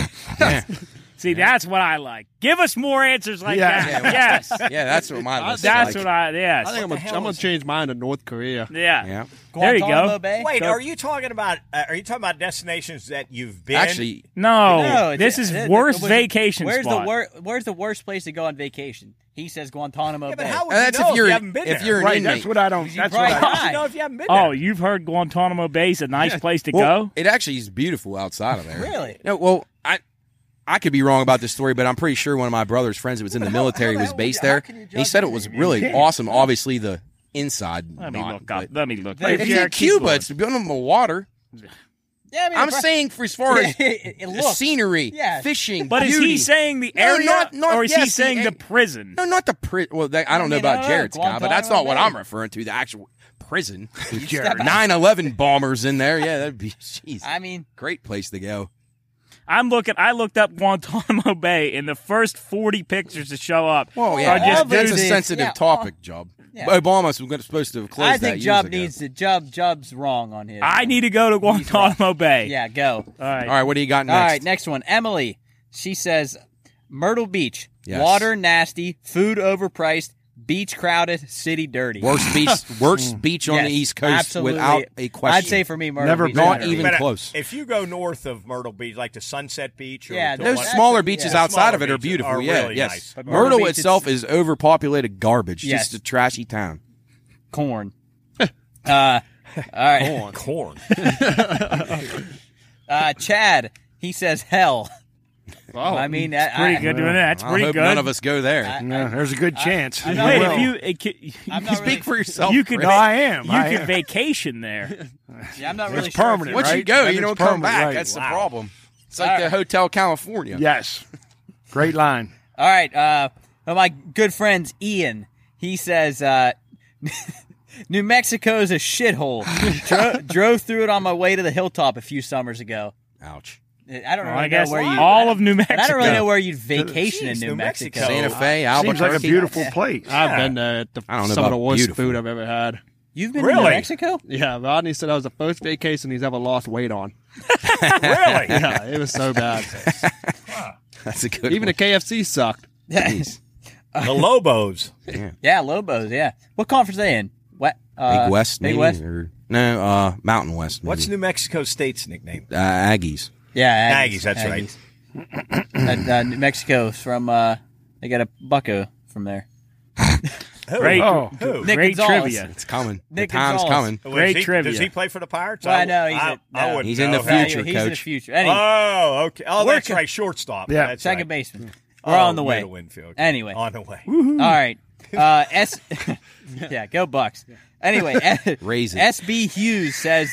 see, that's what I like. Give us more answers like
Yeah.
that. yes,
yeah, that's what my list. is
that's
like.
what I. Yes,
I think I'm gonna, I'm gonna change mine to North Korea.
yeah.
Yeah.
There you go.
Guantanamo Bay?
Wait, are you talking about? Uh, are you talking about destinations that you've been?
Actually,
No,
No,
this
it's-
is
it-
worst
it was-
vacation
Where's
spot.
the wor- Where's the worst place to go on vacation? He says Guantanamo
yeah,
Bay.
but how would
and uh, that's
you know
if you're
you haven't been
if
there?
you're an
Right,
inmate.
that's what I don't. That's
probably
what I.
How would you know if you haven't been there?
Oh, you've heard Guantanamo Bay's a nice place to
Well,
go.
It actually is beautiful outside of there.
Really?
No, well, I I could be wrong about this story, but I'm pretty sure one of my brother's friends that was in the military was based there. and he said it was really awesome. Obviously, the inside.
Let me
not,
look up.
but-
Let me look.
Hey,
If
It's
you're
in
a
Cuba.
keyboard.
It's beautiful water.
yeah, I mean,
I'm
it pro-
saying, for as far as
it, it
the
looks.
scenery,
Yeah.
fishing,
But is
beauty-
he saying the
No,
area,
not- not-
or is he
yes, the
saying the,
area.
prison?
No, not the prison. Well, they, I don't know
mean, I
about
don't know.
Jared's guy, but that's not
Guantanamo
what
Bay.
I'm referring to. The actual prison. 9/11 bombers in there. Yeah, that'd be jeez.
I mean,
Great place to go.
I'm looking. I looked up Guantanamo Bay, and the first 40 pictures to show up
Well, yeah,
are just
Obviously.
that's a
dudes.
sen-
sensitive
yeah.
topic, Job.
Yeah.
Obama was gonna- supposed to have closed
I
that
think
years
Job
ago.
needs to Job. Job's wrong on his.
I need to go to Guantanamo Bay.
Yeah, go.
All right.
All right, what do you got next?
All right, next one. Emily. She says Myrtle Beach.
Yes.
Water nasty, food overpriced, beach crowded, city dirty.
Worst beach, worst beach on
Hmm. Yes,
the East Coast,
absolutely.
without a question.
I'd say for me, Myrtle
Never
Beach.
been
is
Not
better.
even
But, uh,
close.
If you go north of Myrtle Beach, like to Sunset Beach, or
Yeah,
to
those
Those
what-
that's-
smaller beaches
yeah.
outside of it
Smaller
are
beaches
beautiful.
are
yeah,
really
yes.
nice. But
Myrtle
Myrtle
Beach,
itself is overpopulated garbage.
Yes.
Just a trashy town.
corn. uh, all right,
corn.
uh, Chad. He says hell.
Wow.
I mean, I,
Pretty
I-
good doing that. That's
I
pretty
hope
good.
none of us go there.
No, there's a good chance.
I-
you
I-
Wait,
will.
if you, it could,
I'm not really,
Speak for yourself.
you could,
no, I am.
you
I
could
am.
vacation there.
yeah, I'm not really
It's
sure if
permanent,
it's-
Once you
right?
go,
Then
you
it's
don't come
permanent,
back.
right.
That's the
Wow.
problem. It's like the Hotel California.
Yes. Great line.
All right. Uh, one of my good friends Ian, he says, uh, New Mexico is a shithole. Dro- drove through it on my way to the hilltop a few summers ago.
Ouch.
I don't
Well,
really
I guess
know where you.
all of New Mexico.
but I don't really know where you'd vacation in
Jeez,
New,
New
Mexico.
Mexico.
Santa Fe, Albuquerque.
Seems like a beautiful place.
I've been there. At the,
I don't know
some of
about
the worst
beautiful.
food I've ever had.
You've been to New
Really?
Mexico?
Yeah, Rodney said that was the first vacation he's ever lost weight on.
really?
Yeah, it was so bad.
That's a good
Even the KFC sucked.
The Lobos.
yeah, Lobos. Yeah. What conference are they in? What? Uh,
Big West,
Big
maybe,
West.
or- no, uh, Mountain West. Maybe.
What's New Mexico State's nickname?
uh, Aggies?
Yeah,
Aggies, that's right.
right. uh, uh, New Mexico's from. Uh, they got a bucko from there.
Who?
Great,
Oh.
Who?
Nick
great
Gonzalez.
trivia.
It's coming.
Nick
the time's
Gonzalez.
coming.
Was
Great
he-
trivia.
Does he play for the Pirates?
Well, I know, he's
I,
a-
I
no.
wouldn't
He's in
know
the
how-
future,
he's in the
coach.
future. Anyway,
Oh, okay. Oh,
We're
that's
con-
right. Shortstop.
Yeah.
That's
second
right.
baseman.
Oh,
We're on the
middle
way.
Winfield.
Anyway.
on the way.
All right. Uh, S. yeah, go Bucks. Anyway,
Raise it.
SB Hughes says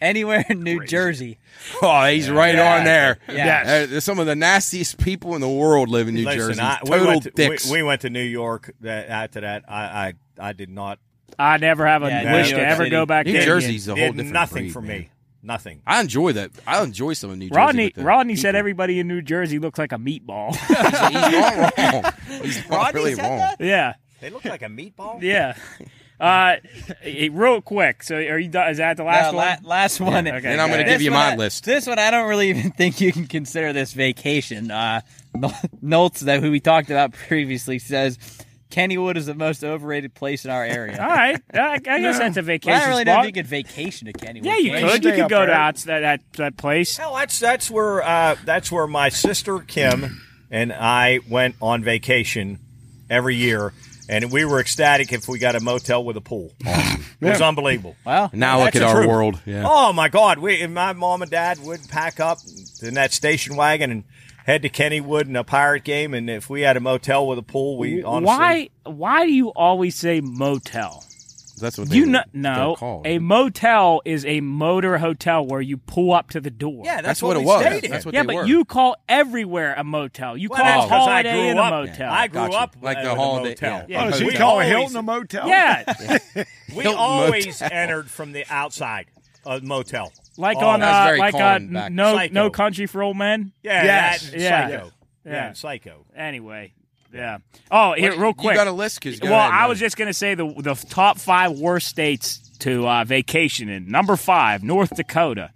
anywhere in New Jersey.
Oh, he's right on there.
Yeah.
Uh, there's some of the nastiest people in the world live in New
Listen,
Jersey.
I, we,
Total
went to,
dicks.
We, we went to New York. That, after that, I, I I did not.
I never have a
Yeah,
wish
New
to
York
ever
City.
go back
New
there.
Jersey's a whole
Did
different
nothing
breed,
for
man.
me. Nothing.
I enjoy that. I enjoy some of New Jersey.
Rodney,
with the
Rodney said
people.
everybody in New Jersey looks like a meatball.
He's not wrong. He's not really wrong.
yeah,
They look like a meatball.
yeah. Uh, eh, real quick. So, are you? done- Is that the last
Uh,
one?
la- last one.
Okay,
Then I'm
go
gonna
ahead.
give you
one
my
I-
list.
This one, I don't really even think you can consider this vacation. Uh, Nol- Noltz, that who we talked about previously, says Kennywood is the most overrated place in our
All
area.
right, I, I guess that's a vacation
Well, I don't really know
spot.
if you could vacation to Kennywood.
yeah, you
can
could. You
Stay
could
up
go to
there.
outs- that, that that place.
No, that's that's where uh, that's where my sister Kim and I went on vacation every year, and we were ecstatic if we got a motel with a pool. It was unbelievable.
Well,
Now look
That's
at
the
our
truth.
world. Yeah.
Oh my God! We and my mom and dad would pack up in that station wagon and head to Kennywood and a pirate game, and if we had a motel with a pool, we honestly
Why? Why do you always say motel?
That's what they
You
were-
know,
they're
no.
called.
A motel is a motor hotel where you pull up to the door.
Yeah, that's,
That's
what,
what it
we
was.
stayed in.
That's what
yeah,
they
but
were.
you call everywhere a motel. You
Well,
call a
that's 'cause I
Holiday
grew
Inn a
up-
motel.
I grew
Gotcha.
up
Like
uh,
the
with a
holiday-
motel.
yeah.
Oh,
Yeah.
so
We
you call a
always-
Hilton a motel?
yeah,
We
Hilton
always
Motel.
entered from the outside a motel.
like
Oh,
on
that's
uh,
very
like
common
on
back-
no
Psycho.
no country for old men.
Yeah,
Yes.
that and
Yeah.
psycho. Yeah,
Yeah.
and psycho.
Anyway, yeah. Oh, here, real quick.
You got a list? 'Cause- go
well,
ahead,
I
man.
was just gonna say the the top five worst states to uh, vacation in. Number five, North Dakota.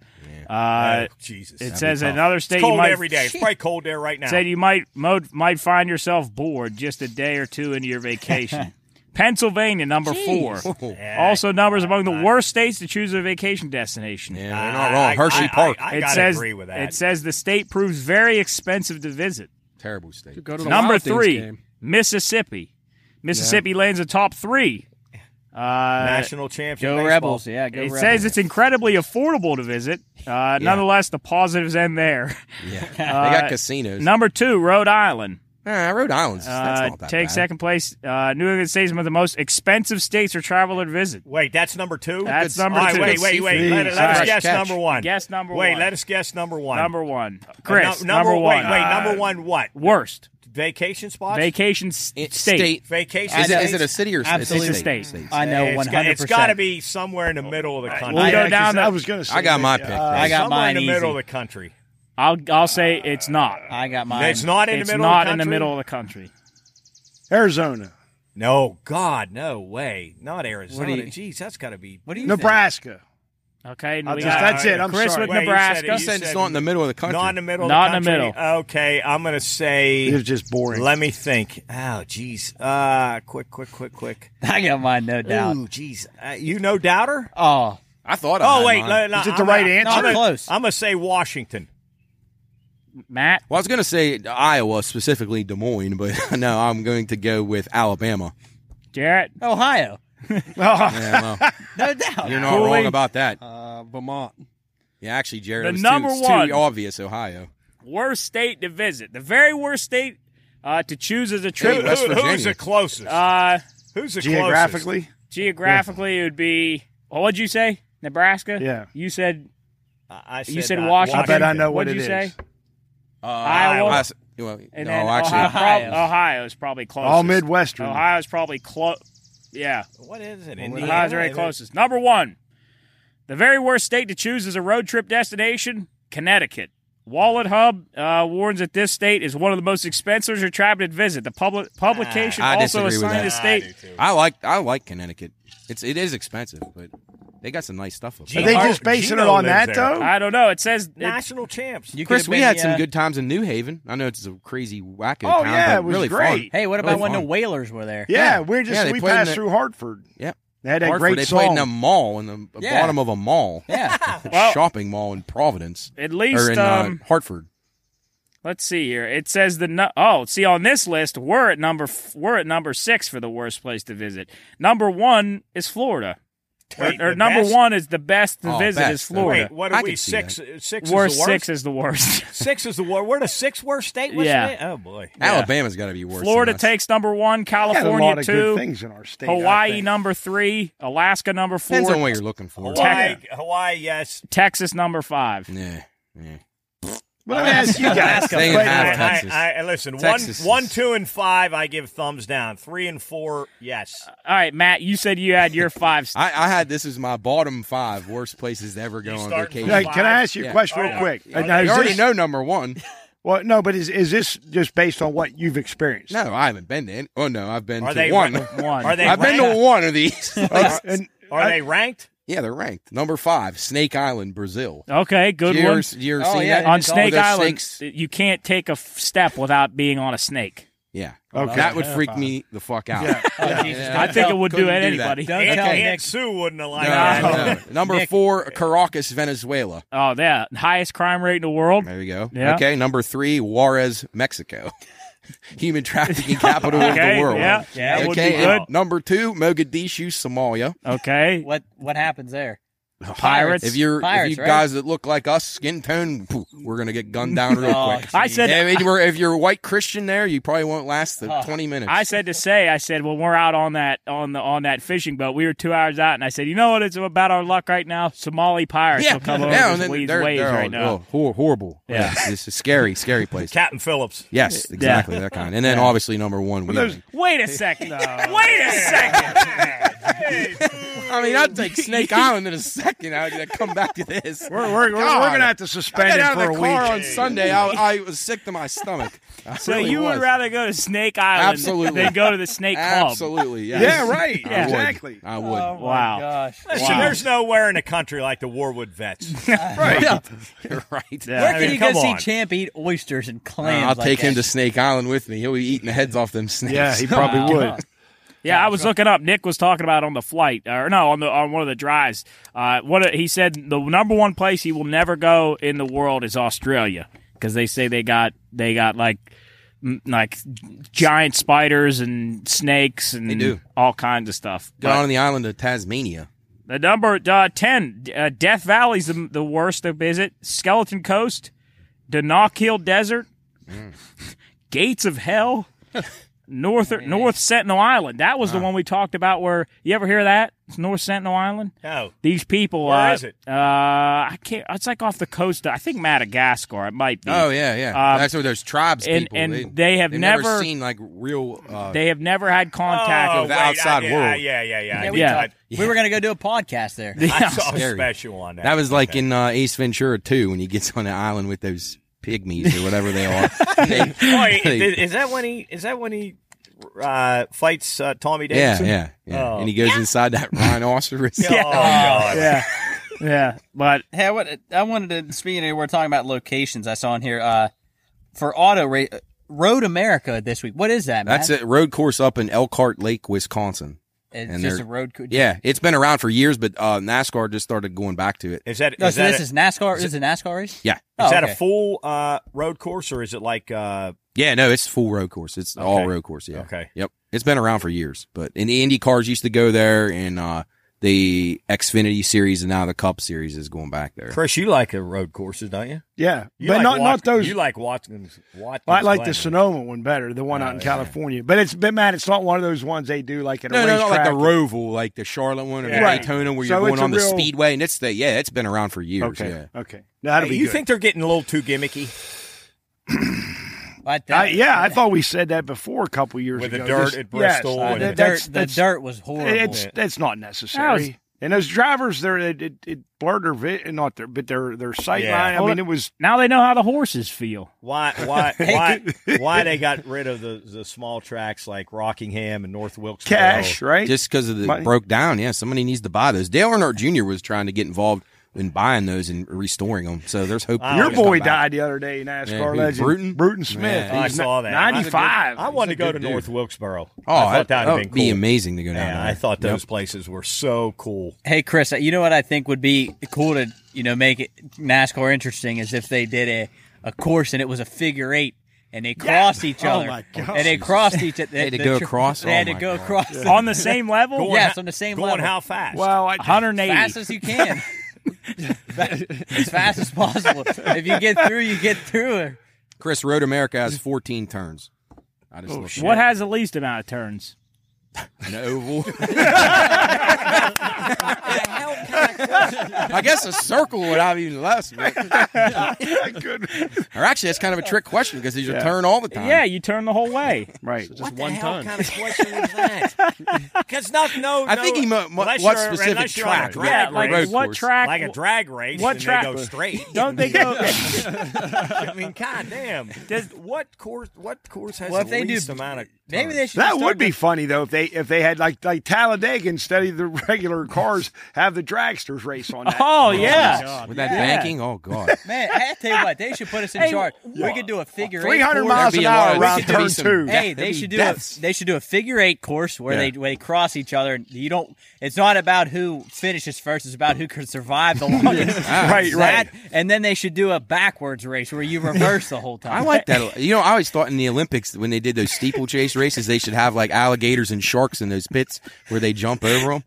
Uh,
oh, Jesus.
it says
tough.
another
it's
state you
cold
might
every day. It's probably cold there right now.
said you might mo- might find yourself bored just a day or two into your vacation. Pennsylvania, number four.
Yeah.
Also, numbers among the worst states to choose a vacation destination.
Yeah,
I-
they're not wrong.
I-
Hershey
I-
Park,
I, I,
it
gotta
says
agree with that.
it says the state proves very expensive to visit.
terrible state.
Go to the
Number
Wild Things
three,
game.
Mississippi. Mississippi lands a top three. Uh,
National champion.
Go
baseball.
Rebels. Yeah, go
it
Rebels.
says it's incredibly affordable to visit. Uh, Nonetheless, the positives end there.
Yeah, they
Uh,
got casinos.
Number two, Rhode Island.
Nah, Rhode Island's.
Uh,
that's not that
take
bad.
second place. Uh, New England states are one of the most expensive states for travel to visit.
Wait, that's number two?
That's
Good-
number
All right,
two.
wait, wait, wait.
Jeez.
Let, let us
Fresh
guess
catch.
number one.
Guess number
wait,
one.
let us guess number one.
Number one,
Uh, no-
Chris.
number,
one.
Wait, wait,
Uh,
number one what?
Worst
Vacation spots?
vacation s-
It-
state.
Vacation
Is it,
states?
is it a city or state?
Absolutely.
It's a state.
States.
I know
It's
one
got-
hundred
It's got to
percent.
be somewhere in the middle of the country.
We'll
Yeah,
go
'cause
down.
I
The,
was going to say.
I got my pick.
uh,
I got
somewhere
mine
in the middle of
easy.
the country.
I'll I'll say it's not.
I got mine.
It's not in
it's
the middle.
not
of the
in the
country?
middle of the country.
Arizona,
No, God, no way. Not Arizona.
you-
Jeez, that's got to be.
What do you
Nebraska.
Okay, and
I'll
we
just-
got
that's it, I'm
Chris
sorry.
with
Wait, you
Nebraska.
said
You
You
said it's
said
not in the middle of the country.
Not in the middle.
Not
of the
in the
country? Okay, I'm gonna say.
It was just boring.
Let me think. Oh, jeez. Uh, quick, quick, quick, quick.
I got mine, no doubt.
Ooh, jeez. Uh, you know doubter?
Oh,
I thought. I
Oh
had
wait,
mine.
no, no,
Is it the
I'm
right
gonna-
answer?
I'm gonna-
Close.
I'm gonna say Washington.
Matt.
Well, I was going to say Iowa specifically Des Moines, but no, I'm going to go with Alabama.
Jarrett.
Ohio,
Yeah, well,
no doubt.
you're not wrong about that.
Uh, Vermont.
Yeah, actually, Jared,
The
it was
number
too, it's
one.
too obvious. Ohio.
Worst state to visit. The very worst state uh, to choose as a
Who,
trip.
Hey, West
who- who's
Virginia.
the closest?
Uh,
who's the
Geographically,
geographically, it would be. What would you say? Nebraska.
Yeah.
You said
closest? I I
you said
uh,
Washington.
I bet I know what
What'd
it
you say?
is.
Uh,
Iowa.
I s- well,
And
no,
then
actually,
Ohio, prob-
Ohio.
Ohio is probably closest.
All Midwestern.
Ohio's probably close. Yeah,
What is it?
Ohio's
Indiana?
Ohio's very closest. Number one, the very worst state to choose as a road trip destination: Connecticut. Wallet Hub uh, warns that this state is one of the most expensive or traveled to visit. The public publication
Ah, I
also
disagree with that.
assigned the
I do
state.
too.
I like I like Connecticut. It's it is expensive, but they got some nice stuff. Up
Gee.
Are
there.
they
Gino-
just basing
Gino
it
lives
on that
there.
though?
I don't know. It says it-
National champs.
You
Chris,
could've
we
been
had
the,
some
uh,
good times in New Haven. I know it's a crazy wacko
Oh,
town,
yeah,
but
it was
really
great.
fun.
Hey, what about
Really
when the
fun.
Whalers were there?
yeah,
Yeah.
we're just
Yeah, they
we
played in
passed
the-
through Hartford.
Yep.
They had that
Hartford,
great
they
song.
played in a mall in the
Yeah.
bottom of a mall,
Yeah.
a
Well-
shopping mall in Providence
at least
or in
um,
uh, Hartford.
Let's see here. It says the nu- oh, see on this list we're at number f- we're at number six for the worst place to visit. Number one is Florida, or,
Wait,
or
the
number
best?
one is the best to
Oh,
visit
best.
is Florida.
Wait, what
I
are
could
we
see
six? uh, Six
worst
is the worst.
six is the worst.
Six is the worst. We're the sixth worst state. What's
Yeah.
that? Oh boy.
Alabama's got to be worse.
Florida
than us.
takes number one,
We had a lot
California
of good
two,
things in our state. I
Hawaii
think.
number three, Alaska number
depends on
four,
what you're looking for.
Hawaii, Hawaii, yes.
Texas number five.
Yeah, yeah.
Well, let me ask you guys.
They didn't
Wait,
have
I,
wait,
Texas.
I, I, listen,
Texas is-
one, one, two, and five, I give thumbs down. Three and four, yes.
All right, Matt, you said you had your five.
I, I had this as my bottom five worst places to ever go on
start
vacation.
from
wait. Hey, can I ask you a
Yeah.
question
Are-
real
are-
quick?
are
Now,
they-
is
you already
this-
know number one.
Well, no, but is is this just based on what you've experienced?
No, I haven't been to. Any, oh no, I've been
Are
to
they
one.
ranked?
one.
Are they
I've been
ranked?
to one of these.
Uh, and
Are
I-
they ranked?
yeah, they're ranked number five. Snake Island, Brazil.
okay, good
you ever,
one.
you ever
Oh,
seen
yeah.
that?
On
It's
All
Snake
those
Island,
snakes.
you can't take a f- step without being on a snake.
Yeah.
Okay.
That would freak me the fuck out.
Oh, Jesus.
I think it
Don't-
would do
couldn't
it
do that.
anybody.
Don't
Aunt,
tell
Aunt
Nick.
Sue wouldn't have liked
No,
that.
no, no. Number
Nick.
four, Caracas, Venezuela.
Oh, yeah, highest crime rate in the world.
There you go.
Yeah.
Okay. Number three, Juarez, Mexico. Human trafficking capital of
Okay,
the world.
yeah, yeah,
okay.
that would be
and
good.
Number two, Mogadishu, Somalia.
Okay,
What what happens there?
pirates.
If you're
Pirates,
if you
right?
guys that look like us, skin tone, poof, we're gonna get gunned down real
Oh,
quick.
I said
Yeah, I mean, we're- if you're a white Christian there, you probably won't last the 20 minutes.
I said to say, I said when we're out on that on the on that fishing boat, we were two hours out, and I said, you know what? It's about our luck right now. Somali pirates will come over
and
yeah,
then
these
they're-
waves
they're all-
right now.
oh, hor- horrible.
Yeah.
this is scary, scary place.
Captain Phillips.
Yes, exactly that kind. And then obviously number one.
Well, there's-
Wheeling.
Wait a second! Wait a second!
I mean, I'd take Snake Island in a second. I would come back to this.
We're, we're, we're,
God.
we're gonna have to
I
suspend
got
him
out of
for a
the
week.
car on Sunday. I, I was sick to my stomach. I
so
really
you
was.
would rather go to Snake Island
Absolutely.
than go to the Snake Club?
Absolutely, yes.
yeah, right.
I would.
Exactly.
I would.
Oh, my
Wow.
gosh.
Listen, there's nowhere in a country like the Warwood Vets.
right. You're right.
Yeah.
Where
I
can
mean,
you go
come
see
on.
Champ eat oysters and clams?
Uh, I'll
like
take him
that?
to Snake Island with me. He'll be eating the heads off them snakes.
Yeah, he probably would.
Yeah, I was looking up. Nick was talking about on the flight, or no, on the on one of the drives. Uh, what he said the number one place he will never go in the world is Australia because they say they got they got like m- like giant spiders and snakes and
They do.
all kinds of stuff.
Go
But
on the island of Tasmania.
the number uh, ten, uh, Death Valley's the, the worst to visit. Skeleton Coast, Danakil Desert, Gates of Hell, North North Sentinel Island. That was the one we talked about. Where you ever hear that? It's North Sentinel Island.
No.
These people.
Where
uh,
is it?
Uh, I can't. It's like off the coast. Of, I think Madagascar. It might be.
Oh yeah, yeah.
Um,
That's where there's tribes
and-
people.
and they have
they've
never-
seen like real. Uh,
They have never had contact.
Oh,
of
with
the
wait,
outside
I,
world.
Yeah, yeah, yeah.
Yeah,
I-
we,
Yeah.
talked- we were going to go do a podcast there.
I saw a
Scary.
special on that.
that was like in uh, Ace Ventura 2 when he gets on the island with those pygmies or whatever they are.
Oh,
They-
Boy,
they-
is is that when he? Is that when he uh, fights uh, Tommy
yeah,
Davidson?
yeah, yeah.
Oh.
And he goes inside that rhinoceros.
Oh God.
yeah. Yeah. But
Hey, I, want, I wanted to speak. We we're talking about locations I saw in here uh, for auto ra- Road America this week. What is that? Matt?
That's a road course up in Elkhart Lake, Wisconsin.
It's
and
just a
they're-
road. Co-
Yeah, it's been around for years, but uh, NASCAR just started going back to it.
Is that?
No,
is
Oh, so
that
this
a,
is NASCAR. Is it NASCAR race?
Yeah,
Oh,
is that
okay.
a full uh, road course or is it like? Uh,
yeah, no, it's full road course. It's all
Okay.
road course. Yeah,
Okay.
yep. It's been around for years, but and the Indy cars used to go there, and uh, the Xfinity series and now the Cup series is going back there.
Chris, you like the road courses, don't you?
Yeah,
you
but
like
not not
Wat-
those.
You like Watkins. Watkins
I like the
Glen.
Sonoma one better, the one out in California. But it's but man, it's not one of those ones they do like in a
No, no,
racetrack.
not like the Roval, like the Charlotte one or
Yeah.
the Daytona, where
So
you're
it's
going
a
on the
real-
speedway, and it's the yeah, it's been around for years.
Okay,
Yeah.
okay, No, that'll
Hey,
be
you
good.
think they're getting a little too gimmicky
I
I,
thought-
Uh, yeah, I thought we said that before a couple years
With the
ago.
dirt
This-
at Bristol
Uh,
Yes,
and-
the
that-
dirt,
that's,
the
that's,
dirt was horrible.
It's that's not necessary.
That was-
and those drivers, they're it, it, it blurred their vi- not their but their their sight
Yeah.
line. I
Hold
mean,
it.
it was
now they know how the horses feel.
Why? Why? why? Why they got rid of the, the small tracks like Rockingham and North Wilkes?
cash, right?
Just because of the
Money.
broke down, yeah, somebody needs to buy those. Dale Earnhardt Jr. was trying to get involved in buying those and restoring them, so there's hope.
Wow.
they're
Your
gonna come
boy
back.
died the other day, NASCAR
who,
legend
Bruton?
Smith.
Yeah,
I
He's
saw
ni-
that.
Ninety-five.
I wanted to go to
dude.
North Wilkesboro.
Oh,
I thought
that
that would have
would
been cool.
be amazing to go down
Yeah,
there.
I thought
Yep.
those places were so cool.
Hey Chris, you know what I think would be cool to you know make it NASCAR interesting is if they did a, a course and it was a figure eight and they crossed each
Oh,
other
my gosh.
and they crossed each other. They
had to go across?
They had
Oh,
to
my
go
God.
across. the-
On the same level?
yes, on the same
Going
level,
how fast?
Well, I,
180.
fast as you can, as fast as possible. If you get through, you get through.
Chris Road America has 14 turns. I just looked
What
it up.
has the least amount of turns?
an oval? I guess a circle would have even less. but-
good.
Or actually, that's kind of a trick question because these are turn all the time.
Yeah, you turn the whole way.
Right.
what the hell kind of question was that? Because not no.
I think
no-
he meant what-
unless
what
you're-
specific
unless you're on a
track,
drag
yeah,
right?
like
race,
road
what
course.
track?
like a drag race.
What
and
track-
They go straight.
Don't they go?
I mean, goddamn. Does what course? What course has
Well, if
the
they do-
least amount of?
Maybe
turns?
they should.
That
start
would be
with-
funny though if they if they had like like Talladega instead of the regular cars have the dragsters race on that.
Oh yeah.
With that banking, oh god,
Man, I tell you what, they should put us in
Hey,
charge. We could do a figure eight.
300
course.
There'd
miles an
be a lot
hour
of-
around
there'd be
turn
some
two.
death.
Hey,
There'd
they
be
should do
deaths.
a they should do a figure eight course where they where they cross each other. and You don't. It's not about who finishes first. It's about who can survive the longest.
Right,
That- And then they should do a backwards race where you reverse the whole time.
I like that. a lot. You know, I always thought in the Olympics when they did those steeplechase races, they should have like alligators and sharks in those pits where they jump over them.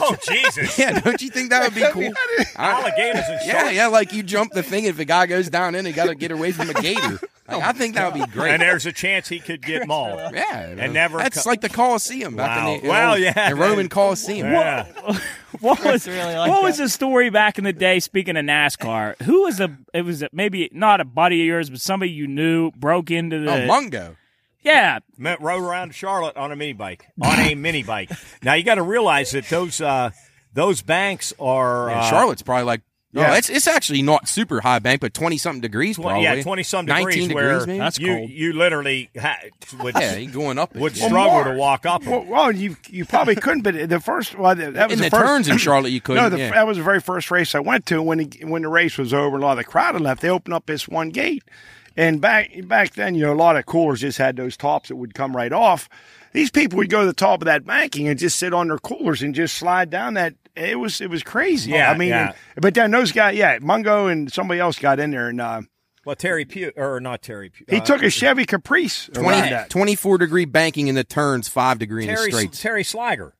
Oh Jesus!
Yeah, don't you think that would be cool? I-
Alligators and sharks.
yeah, yeah, like you jump the thing. If a guy goes down in, you got to get away from a gator. Like, I think that would be great.
And there's a chance he could get mauled.
yeah, uh,
and never
That's
co-
like the Colosseum back
Wow.
in the
Wow,
old-
yeah.
the Roman Colosseum.
Yeah.
What was
really like
what was
that.
the story back in the day? Speaking of NASCAR, who was a it was a, maybe not a buddy of yours, but somebody you knew broke into
Oh,
the
Mungo.
yeah
Met, rode around Charlotte on a mini bike, on a mini bike. Now you got to realize that those uh, those banks are
Yeah,
uh,
Charlotte's probably like. No,
Yeah.
it's it's actually not super high bank, but twenty something degrees
Tw-
probably.
yeah, twenty some degrees.
19
where
degrees, maybe?
That's
you
cold.
you literally ha- would
Yeah, you're going up. it.
would
Yeah.
struggle
more.
to walk up. 'em.
Well, well, you you probably couldn't, but the first well, that that was
in the
first,
turns in Charlotte, you couldn't.
No, the,
yeah.
that was the very first race I went to. When the, when the race was over, and a lot of the crowd had left. They opened up this one gate, and back back then, you know, a lot of coolers just had those tops that would come right off. These people would go to the top of that banking and just sit on their coolers and just slide down that. It was it was crazy.
Yeah,
I mean,
yeah.
and- but then those guys, yeah, Mungo and somebody else got in there, and uh,
Well, Terry Pugh or not Terry Pugh.
he
uh,
took a Chevy Caprice. around
20,
that.
24 degree banking in the turns, five degree in the
Terry
straights.
Terry Slager.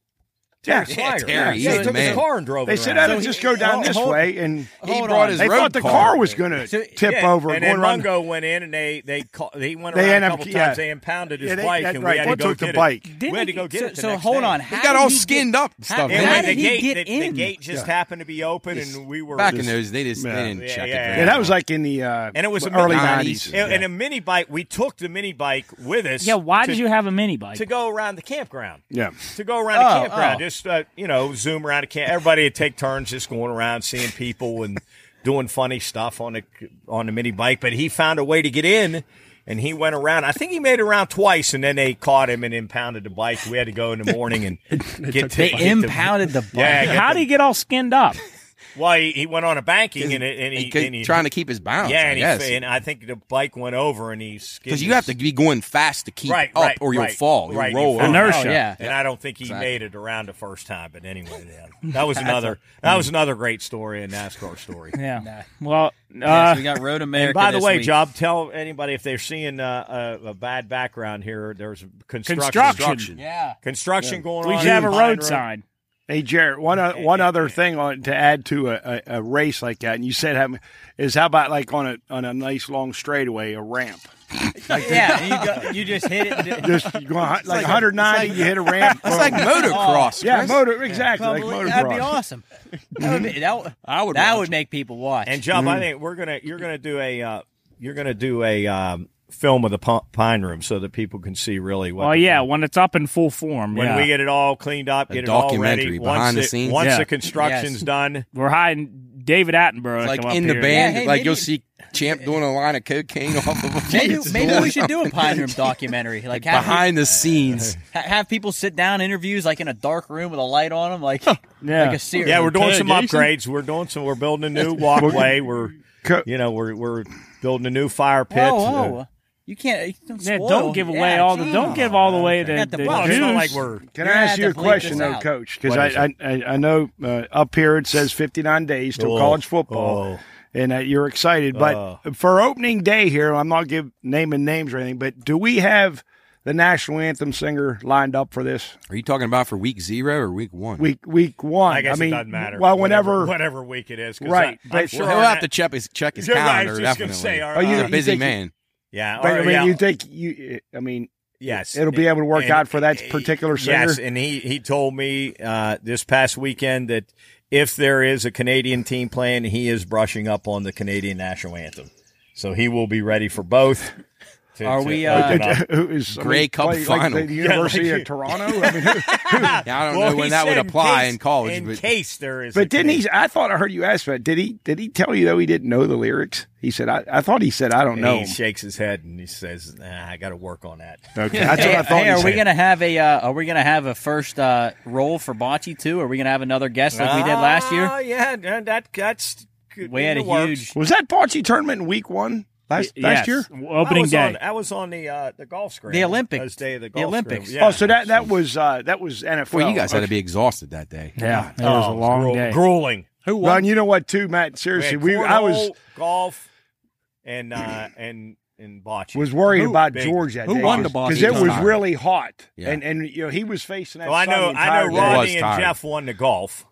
Yeah.
Slager.
Terry,
yeah,
he's
he
the
took his
man.
car and drove.
They
it
said
around.
that'd just go down this way, and
he brought his
they
road
thought the
car.
car was going to
So-
tip
Yeah,
over
and
go
then
around the-
Mungo went in and they they call, they went
They
around
end
a
up-
couple
yeah.
times. They impounded his
Yeah, they-
bike
that-
and
right,
we had
one
to go
took the
get
bike.
it.
Didn't
we had to
he-
go get
so,
it. the
So
next
hold
day.
on, how
He got
did
all
get-
skinned up and stuff.
How
And
man.
when the
did he
gate,
get
the, the
in?
gate just happened to be open, and we were
Back in those, they just
Yeah.
they didn't
Yeah,
check
yeah,
it.
yeah.
very
Yeah, that was
well.
like in the uh,
And it was a
early
mid-
90s.
And, and a mini bike, we took the mini bike with us.
yeah. Why
to,
did you have a mini bike?
to go around the campground?
Yeah.
To go around the
Oh,
campground,
oh.
just uh, you know, zoom around the camp. Everybody would take turns just going around, seeing people and doing funny stuff on the on the mini bike. But he found a way to get in, and he went around. I think he made it around twice, and then they caught him and impounded the bike. We had to go in the morning and get
They
the-
impounded the bike.
Yeah, get
How
the-
did he get all skinned up?
Well, he, he went on a banking and it- and he,
He could-
and he
trying to keep his balance.
yeah,
I
and,
guess.
He, and I think the bike went over and he skidded
Because you have to
his-
be going fast to keep
right,
up,
right,
or you'll
right,
fall. You'll
right, you
roll.
fall.
over.
Inertia.
Oh, yeah.
And I don't think he
Exactly.
made it around the first time, but anyway, yeah. that was another that was another great story, a NASCAR story.
Yeah. Well, uh,
Yeah, so we got Road America.
And by the
this
way,
week.
Job, tell anybody if they're seeing uh, a, a bad background here. There's construction,
Construction.
Yeah.
construction going
we
on.
should have a
in Pine
road sign.
Hey, Jared, one, o- one other thing on, to add to a, a, a race like that, and you said, how, is how about like on a, on a nice long straightaway, a ramp?
yeah, and you, go, you just hit it. and-
Just you go, like, 190, you hit a ramp.
That's like
Oh,
motocross.
yeah,
Chris.
motor, exactly. Like
Probably- that'd be
motocross.
awesome. That would, be, that, would,
I would
that
watch
would make people watch.
And Job, I think we're gonna you're gonna do a uh, you're gonna do a um, film of the pi- pine room so that people can see really what.
Well,
the-
Oh, yeah, when it's up in full form.
When
yeah.
we get it all cleaned up,
A
get it all ready.
documentary behind the
once
scenes.
once
Yeah.
the construction's
Yes.
done,
We're hiding David Attenborough. to
Like
come up
in the
here.
band,
Yeah, hey,
like
maybe-
you'll see Champ doing a line of cocaine off of a
Maybe, maybe we should do a Pine Room documentary. Like have
behind the scenes.
ha- have people sit down, interviews like in a dark room with a light on them, like like a series.
yeah, we're doing some
Interrogation?
upgrades. We're doing some. We're building a new walkway. We're
Co-
you know we're we're building a new fire pit.
Whoa, whoa.
Uh,
you can't. You don't,
Yeah,
spoil.
don't give away
Yeah,
all the. Don't
geez.
give all the way
Okay.
the,
Got
the,
the
well, it's not
juice.
like we're
Can
You're
I
gonna
ask
have
you
to
a
bleep
question,
this
though,
out.
Coach? Because
What is
I, I, I I know uh, up here it says 59 days till
Oh,
college
oh.
football, and uh, you're excited. But
Oh.
for opening day here, I'm not give naming names or anything, but do we have the national anthem singer lined up for this
Are you talking about for week zero or week one?
week week one?
I guess
mean,
it doesn't matter.
Well,
whatever
whenever,
whatever week it is, 'cause
Right,
I, am
but-
sure
Well, he'll have
that-
to check his check his
Yeah, right, I
calendar.
was just gonna
definitely.
say, are-
Oh, you-
He's a
you
busy
think he-
man.
Yeah,
but,
or-
I mean,
yeah.
you think you? I mean,
Yes,
it'll be able to work
And-
out for that particular singer.
Yes, and he he told me uh, this past weekend that if there is a Canadian team playing, he is brushing up on the Canadian national anthem, so he will be ready for both. to-
Are
to
we,
open
uh,
up.
Who is I mean,
Grey Cup
play, like,
final.
the University of Toronto. I mean, who-
Yeah, I don't
Well,
know when
he
that would
said in
apply
case-
in college.
In
but
case there is, a
but didn't he?
case.
I thought I heard you ask that. Did he? Did he tell you though he didn't know the lyrics? He said I. I thought he said I don't know.
He shakes his head and he says, nah, "I got to work on that."
Okay, that's
Hey,
what I thought.
hey,
he
are we
said.
gonna have a uh, are we gonna have a first uh, roll for Bocce too? Are we gonna have another guest like we did last
Oh
year?
yeah, that that- that's good.
We had a
It works.
huge
Was that Bocce tournament in week one last
yes.
last year?
I
opening
was
day.
On, I was on the uh, the golf screen.
The Olympics.
Those day of the
The
golf
Olympics.
Screen. Yeah.
Oh, so that that was uh, that was NFL.
well, you guys had
Okay.
to be exhausted that day.
yeah, it was a
Oh,
long
gruel-
day.
Grueling.
Who
Ron,
won?
you know what? Too, Matt.
We had
Seriously, we I was
cornhole, golf and uh, and and bocce.
was worried
Who-
about
Big.
George that
Who
day
won the
because
Boston
it was
tournament?
really hot,
Yeah.
and and you know he was facing that.
Well, I
sun the
know, I know.
It
entire day.
was
Ronnie and
tired.
Jeff won the golf,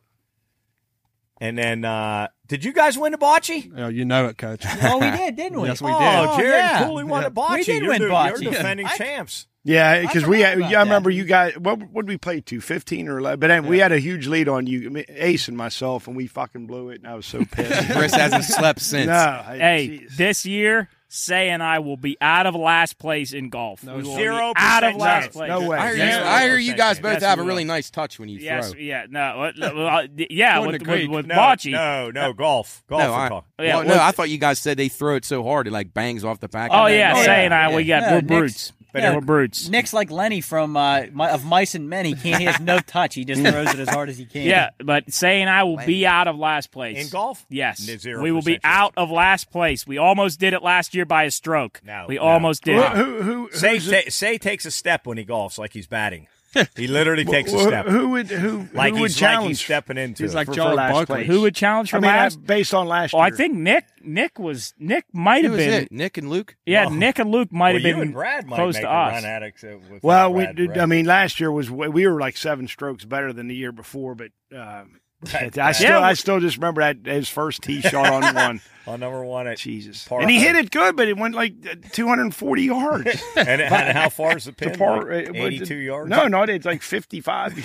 and then uh, did you guys win the bocce?
Oh, you know it, coach.
Oh, we did, didn't we?
Yes, we
oh,
did.
Oh,
Jared
yeah.
Cooley won the bocce.
We did
you're
win
the,
bocce.
You're defending
I-
champs.
Yeah, because we
forgot
had,
about
yeah, I
that.
remember you guys. What would we play to? Fifteen or eleven? But anyway, we had a huge lead on you, I mean, Ace and myself, and we fucking blew it, and I was so pissed.
Chris hasn't slept since.
no, I-
Hey,
jeez.
this year, Say and I will be out of last place in golf. We will be
Zero
out of
percent
last
chance.
place.
No way.
I hear, you,
Yeah.
I hear you guys both
Yes,
have
we
a
will.
really nice touch when you
Yes,
throw.
yeah, no, uh, well, uh, yeah,
Going
with,
to
with,
Greek.
with
no,
bocce.
No, no,
Uh,
golf, golf.
No,
we're
I,
talking.
Yeah,
well,
well-
no, I thought you guys said they throw it so hard it like bangs off the back.
Oh
of the-
yeah,
Oh,
Say
yeah.
and I, we got
Yeah,
we're
Nick's-
brutes.
yeah.
We're brutes.
Nick's like Lenny from uh, my, of Mice and Men. He can't. He has no touch. He just throws it as hard as he can.
Yeah, but Say and I will be out of last place
In golf?
Yes,
N- zero
we will be
percent chance.
out of last place. We almost did it last year by a stroke.
No,
we
no.
almost did. it.
who who who,
Say, ta- say takes a step when he golfs, like he's batting. He literally takes a
who,
step,
who would who
like he's
who would
like he's
challenge?
stepping into.
He's
it.
like
for- for
John
last
Buckley.
place.
Who would challenge
I
from
mean, I-
last?
based on last
Well,
year.
Oh, I think Nick. Nick was Nick might
Who
have
was
been.
it? Nick and Luke.
Yeah, Nick and Luke might
Well,
have been
you and Brad might
close
make
to
a
us.
Run at it, so with
Well, we
Brad,
did.
Brad.
I mean, last year was we were like seven strokes better than the year before, but um, I still
Yeah,
I
we-
still just remember that his first tee shot on one.
on number one at
Jesus,
Par
and he
five.
hit it good, but it went like 240 yards.
and, and how far is the pin?
The par,
Like
uh, was it-
82 yards.
No, no, it's like 55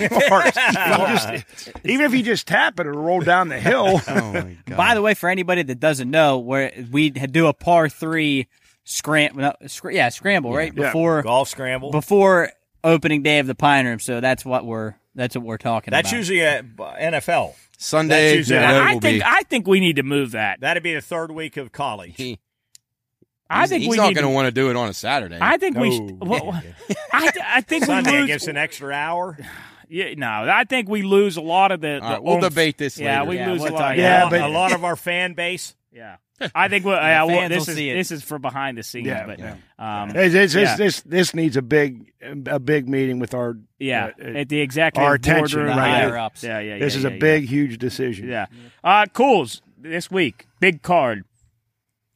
yards. He just- even if you just tap it, it'll roll down the hill.
Oh my god.
By the way, for anybody that doesn't know, where we do a par three scramble, no, scr- yeah, scramble, right
Yeah.
before
golf scramble.
before opening day of the Pine Room. So that's what we're that's what we're talking
That's
about.
usually a b- NFL. That's
Sunday,
usually-
yeah,
I
that
think
will be.
I think we need to move that.
That'd be the third week of college.
He-
I
he's-
think
he's
we
not
need
going to
to.
want to do it on a Saturday.
I think we. Sh-
No.
well, I, th- I think we
Oh, Sunday
lose.
gives an extra hour.
yeah, no, I think we lose a lot of the.
All
the
right, we'll
oomph.
debate this
oh, Yeah,
later.
we
Yeah,
lose
we'll
a lot.
talk
Yeah,
Yeah,
but-
a lot of our fan base.
yeah. I think we
Yeah,
yeah, well,
fans
this
will
is
see it.
this is for behind the scenes,
Yeah,
but
yeah.
um,
It's- it's- it's-
Yeah.
this this needs a big a big meeting with our.
yeah,
uh,
at the executive
our attention
boardroom,
the
right
yeah.
here.
higher ups.
Yeah, yeah,
This
yeah,
is
yeah,
a big, huge decision.
Yeah, uh, Cools this week, big card.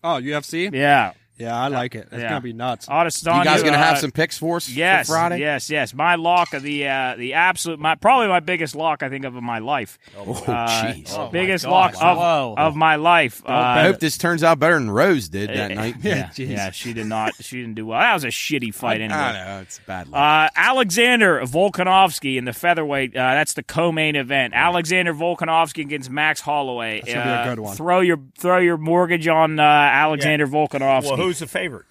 Oh, UFC? Yeah,
Yeah,
I like it. It's
Yeah.
gonna be nuts.
Audistanu.
you guys going to have
uh,
some picks for us
Yes,
for Friday?
yes, yes. My lock of the uh, the absolute, my probably my biggest lock I think of in my life.
Oh,
Uh,
jeez.
biggest
God.
lock of,
Whoa.
of my life.
I
Uh,
hope this turns out better than Rose did that night.
Eh, yeah, yeah, she did not. She didn't do well. That was a shitty fight anyway.
I know it's bad. luck.
Uh, Alexander Volkanovski in the featherweight. Uh, that's the co-main event. Alexander Volkanovski against Max Holloway. That's
gonna be a
uh,
good one.
Throw your throw your mortgage on uh, Alexander Volkanovski.
Well, who's the favorite?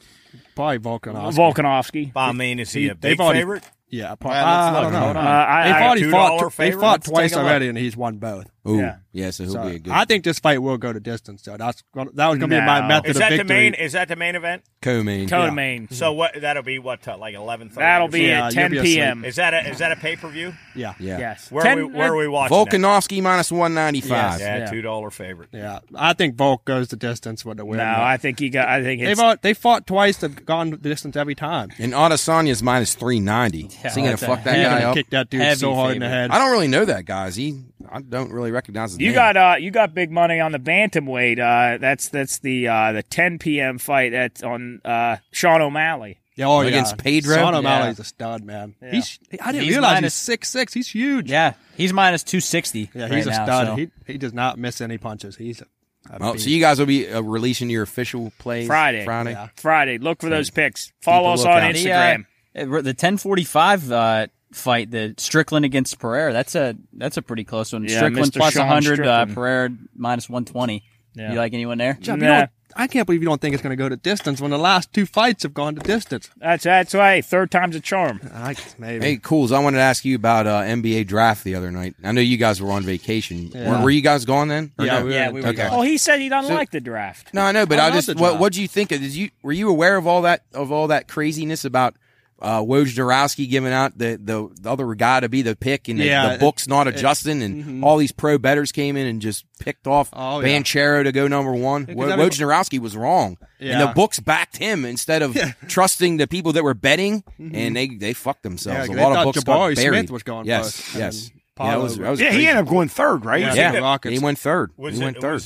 Probably Volkanovski.
Volkanovski?
I mean, is he a
they've
big
already-
favorite?
yeah, probably.
Well, let's look.
I don't know.
Hold
Uh,
on.
I,
They've
I,
already
$2
fought. They
favorite?
fought
Let's take
twice
a look.
already, and he's won both.
Ooh,
Uh, yeah.
yeah. so he'll
So,
be a good.
I think this fight will go to distance, though. That's gonna, that was going to be my
No.
method
Is
of
that
victory.
the main? Is that the main event?
co-main. Yeah.
co-main.
So what? That'll be what? ti- Like eleven thirty.
That'll be
Yeah,
at
you'll
10
be asleep.
p.m.
Is that a is that a pay per view?
Yeah,
Yeah.
Yes.
Where
10
are we where are we watching? that?
Volkanovski minus one ninety five.
Yeah,
Yeah.
two dollar favorite.
yeah. I think Volk goes the distance with the win.
No, I think he got. I think
They've
it's.
all, they fought twice. They've gone the distance every time.
And Adesanya's minus three ninety. Is he gonna
that's a
fuck that
He's
guy
gonna
up?
kick that dude
Heavy
so hard in the
favorite.
head.
I don't really know that guy. Is he? I don't really recognize his
You
name.
got uh, you got big money on the bantamweight. Uh, that's that's the uh, the 10 p.m. fight. That's on uh, Sean O'Malley.
Yeah, oh,
Against
yeah.
Pedro?
Sean
Yeah.
O'Malley's a stud, man. He's I didn't
He's
realize
minus-
he's six six. He's huge.
Yeah, he's minus two sixty.
Yeah, he's
right
a
now,
stud.
so-
He he does not miss any punches. He's a, a
Oh,
beast.
so you guys will be uh, releasing your official plays
Friday.
Friday.
Yeah.
Friday. Look for those picks. Follow
a
us on
lookout.
The,
Instagram.
uh, the 1045 uh, fight, the Strickland against Pereira, that's a that's a pretty close one.
Yeah,
Strickland
Mr.
plus
Sean
100, uh,
Strickland.
Pereira minus 120. You like anyone there?
Jeff,
Nah.
you know, I can't believe you don't think it's going to go to distance when the last two fights have gone to distance.
That's that's right. Third time's a charm.
I, maybe.
Hey, Cools, I wanted to ask you about uh, NBA draft the other night. I know you guys were on vacation. Were, were you guys gone then? Or
Yeah,
no?
we were- Yeah, we were
okay.
Oh, he said he doesn't
So-
like the draft.
No, I know, but
I
I,
love the
just what
draft.
what did you think of? Did you were you aware of all that of all that craziness about uh, Woj Dorowski giving out the, the the other guy to be the pick and the,
Yeah,
the
it- Mm-hmm.
books not adjusting and all these pro betters came in and just picked off
Oh, yeah.
Banchero to go number one. Wo-
everyone-
Woj Dorowski was wrong, and the
Yeah.
books backed him instead of trusting the people that were betting, and they they fucked themselves. a
Mm-hmm. Yeah, they
lot of
thought
books got
Jabari
buried.
Smith was going
yes,
first, and
yes.
then
Yeah, that
Paolo
was, that
went-
was
Yeah, he
crazy.
ended up going third, right?
Yeah.
yeah,
the
he
Rockets.
went third. he went third.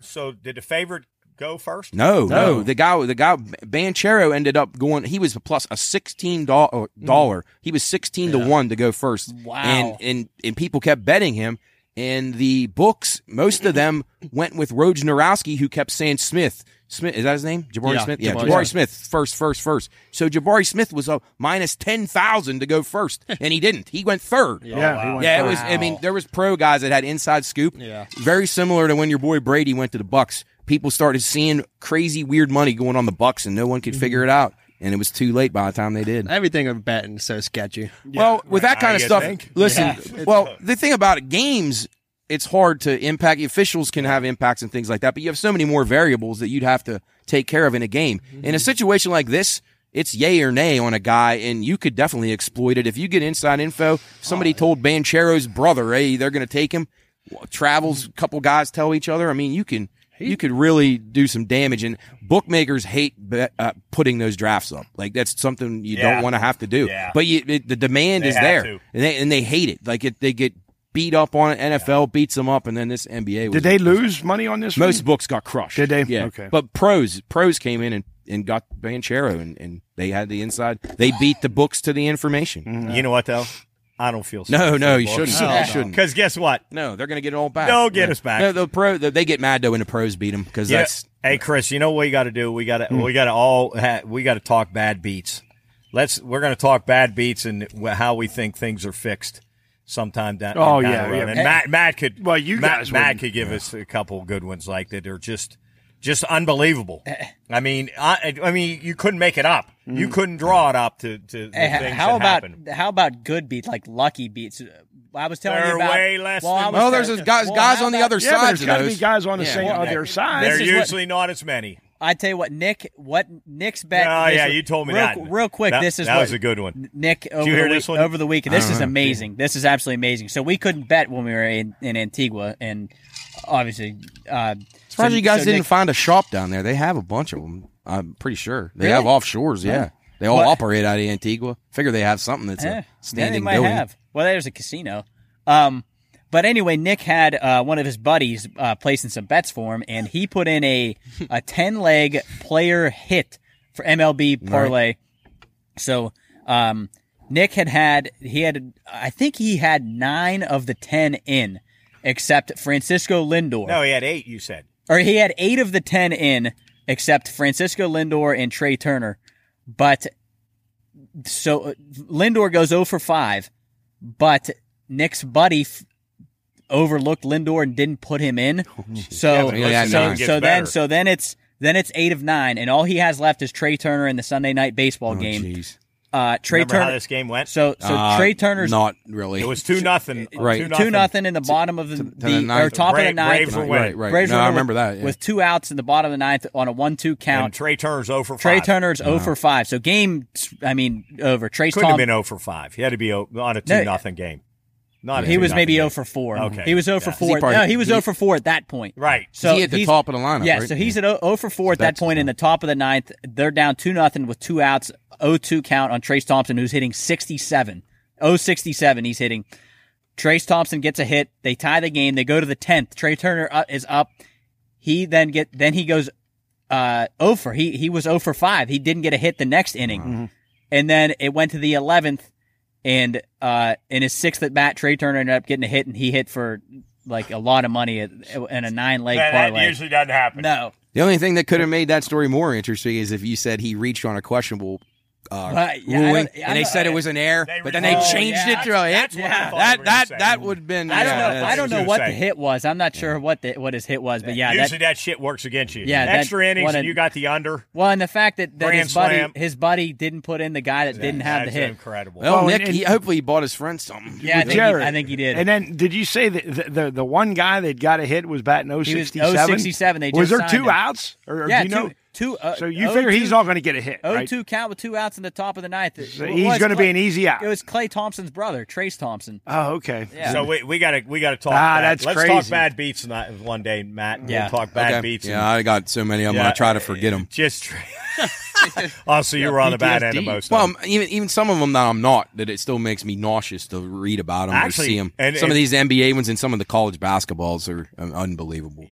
so did the favorite go first?
No, no,
No.
The guy, the guy, Banchero ended up going. He was plus a sixteen dollar. He was sixteen to one to go first. Wow. And and and people kept betting him. And the books, most of them went with Roj Narowski, who kept saying Smith. Smith is that his name? Jabari
Yeah,
Smith. Yeah,
Jabari
Jabari,
Smith.
Smith first, first, first. So Jabari Smith was a minus ten thousand to go first, and he didn't. He went third.
Yeah,
Oh,
he went
Yeah, it
third.
was. I mean, there was pro guys that had inside scoop.
Yeah.
very similar to when your boy Brady went to the Bucks. People started seeing crazy, weird money going on the Bucks, and no one could figure it out. And it was too late by the time they did.
Everything of betting is so sketchy.
well, with that kind
Ah,
of
you
stuff,
think?
listen. Well, the thing about it, games, it's hard to impact. Officials can have impacts and things like that, but you have so many more variables that you'd have to take care of in a game. In a situation like this, it's yay or nay on a guy, and you could definitely exploit it if you get inside info. Somebody told Banchero's brother, "Hey, they're going to take him." Well, Travels, a couple guys tell each other. I mean, you can. You could really do some damage, and bookmakers hate bet, uh, putting those drafts up. Like that's something you
Yeah.
don't want to have to do.
Yeah.
But you, it, the demand
They
is
have
there,
to.
and they and they hate it. Like it, they get beat up on it. NFL beats them up, and then this NBA. Was,
Did they lose money on this?
Most
one?
books got crushed.
Did they?
Yeah.
Okay.
But pros pros came in and, and got Banchero, and, and they had the inside. They beat the books to the information.
Mm-hmm.
You know what though? I don't feel.
No, no, you shouldn't. you shouldn't.
Because guess what?
No, they're gonna get it all back.
They'll get us back.
No, the pro the, they get mad though when the pros beat them because
You know-
that's
hey Chris, you know what we got to do? We got to
Hmm.
we got to all ha- we got to talk bad beats. Let's we're going to talk bad beats and wh- how we think things are fixed sometime down.
Oh,
down
yeah,
the road.
yeah.
And Matt Matt could
Well, you
Matt,
guys
Matt
wouldn't-
could give us a couple good ones like that are just just unbelievable.
Eh.
I mean, I, I mean, you couldn't make it up. You couldn't draw it up to to the
Hey, h- Hmm. Eh,
things
how
that
about
happened.
how about good beats like lucky beats? I was telling
They're
you about
way less
I
than- Oh,
was
well, oh, there's
telling-
guys
well,
guys
how
on the
about-
other
Yeah, but
side.
there's got to be guys on the
Yeah.
same
Well,
other side.
They're
This is what-
usually not as many.
I tell you what, Nick. What Nick's bet?
Oh
Eh, this
yeah,
was-
you told me
real,
that.
Real quick,
That-
this is
that
what,
was a good one.
Nick over
you
the
hear
week,
this one?
over the weekend. This is amazing. This is absolutely amazing. So we couldn't bet when we were in, in Antigua, and obviously, uh,
Surprised
so-
you guys
so
didn't
Nick-
find a shop down there. They have a bunch of them. I'm pretty sure they have offshores. Yeah, they all
Well-
operate out of Antigua. Figure they have something that's
Yeah,
a
Eh,
standing
might
building.
have. Well, there's a casino. Um, but anyway, Nick had uh, one of his buddies uh, placing some bets for him, and he put in a a ten leg player hit for MLB parlay. So um, Nick had had he had I think he had nine of the ten in, except Francisco Lindor
No, he had eight. You said.
or he had eight of the ten in, except Francisco Lindor and Trey Turner. But so uh, Lindor goes 0 for five, but Nick's buddy f- overlooked Lindor and didn't put him in. so
Oh, but he only had
so,
nine.
so
Gets
then
better.
so then it's then it's eight of nine, and all he has left is Trey Turner in the Sunday night baseball
Oh,
game.
jeez.
Uh, Trey
Remember how
Turner.
this game went?
So so
Uh,
Trey Turner's
not really.
It was two nothing.
Right.
Two
Two
nothing.
two nothing in the bottom of the, the
ninth.
or top of the
Brave-
ninth.
brave for
right,
winning.
right, right.
Braves
no,
were
I
winning
remember
with,
that. yeah.
with two outs in the bottom of the ninth on a one-two
And
count.
Trey Turner's over for
Trey
five.
Turner's
Uh-huh.
0 for 5. So game, I mean, over. Trace
couldn't
Tom,
have been zero for five. He had to be o- on a two
No,
nothing game. Not a
he was
2-0
maybe
game.
0 for 4.
Okay.
He was 0 for
Yeah.
4.
Is he part-
no, he was
he-
0 for 4 at that point.
Right.
So
he at the
he's-
top of the lineup.
Yeah,
right?
so he's at 0 0 for 4 at that
that's-
point in the top of the ninth. They're down 2 nothing with two outs, 0 2 count on Trace Thompson, who's hitting 67. 0 67 he's hitting. Trace Thompson gets a hit. They tie the game. They go to the 10th. Trey Turner uh, is up. He then get then he goes uh 0 for he he was 0 for 5. He didn't get a hit the next inning. And then it went to the 11th and uh in his 6th at bat Trey Turner ended up getting a hit and he hit for like a lot of money at- in a nine leg
That, that
parlay.
usually doesn't happen.
no.
The only thing that could have made that story more interesting is if you said he reached on a questionable uh,
But, yeah, I
ruling,
don't- I
and they
don't-
said it was an error, but then they
Oh,
changed
yeah.
it to a hit.
That's what I thought you
that
were gonna
that
say.
that would have been.
I don't
yeah,
know. I
that's-
don't know
what
what
you're
the
saying.
hit was. I'm not sure what the, what his hit was, but yeah, that,
Usually that, shit works against you.
Yeah, that
extra innings,
one
and
in-
you got the under.
well, and the fact that, that
Grand
his buddy
slam.
his buddy didn't put in the guy that didn't have the
That's
hit.
incredible.
Well,
Well,
Nick,
and-
he, hopefully he bought his friend something.
Yeah, I think, he,
Jared.
I think he did.
And uh, then, did you say that the, the, the one guy that got a hit was batting
He was
067?
067, they just
was there
signed
two
him.
outs? Or, or
yeah,
do you know?
two, two, uh,
so you
oh,
figure he's
two-
not going to get a hit,
oh,
right?
two count with two outs in the top of the ninth. It- it
he's
was
gonna be
Clay-
an easy out.
It was Clay Thompson's brother, Trace Thompson.
Oh, okay.
So we, we gotta we gotta talk.
Ah,
bad-
that's
Let's talk
crazy.
bad beats tonight- one day, Matt. and
Yeah.
We'll talk bad
Okay.
beats. and-
Yeah, I got so many. I'm
Yeah. eh,
gonna try to forget them.
Just also, you were on the bad end of
PTSD.
most.
Well,
of them.
um, even even some of them that I'm not, that it still makes me nauseous to read about them
Actually,
or see them.
and-
some of
and-
these NBA ones and some of the college basketballs are um, unbelievable.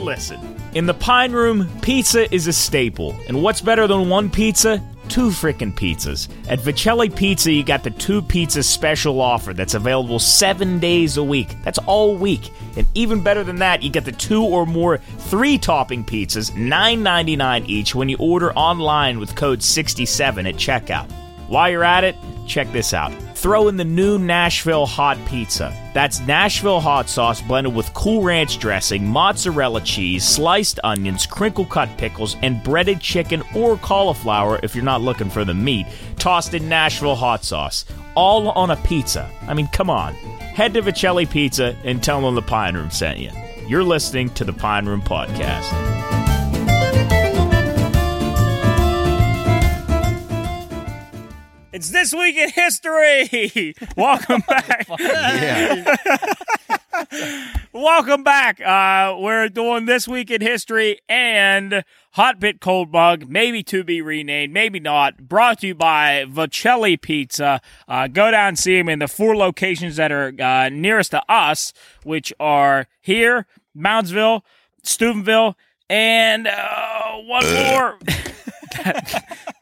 Listen, in the Pine Room, pizza is a staple. And what's better than one pizza? Two frickin' pizzas. At Vicelli Pizza, you got the two pizza special offer that's available seven days a week. That's all week. And even better than that, you get the two or more three topping pizzas, $9.99 each, when you order online with code 67 at checkout. While you're at it, check this out. Throw in the new Nashville Hot Pizza. That's Nashville hot sauce blended with cool ranch dressing, mozzarella cheese, sliced onions, crinkle cut pickles, and breaded chicken or cauliflower if you're not looking for the meat, tossed in Nashville hot sauce. All on a pizza. I mean, come on. Head to Vicelli Pizza and tell them the Pine Room sent you. You're listening to the Pine Room Podcast.
It's this week in history. Welcome back. Welcome back. Uh, we're doing this week in history and hot bit cold mug, maybe to be renamed, maybe not. Brought to you by Vicelli Pizza. Uh, go down and see them in the four locations that are uh, nearest to us, which are here, Moundsville, Steubenville, and uh, one more.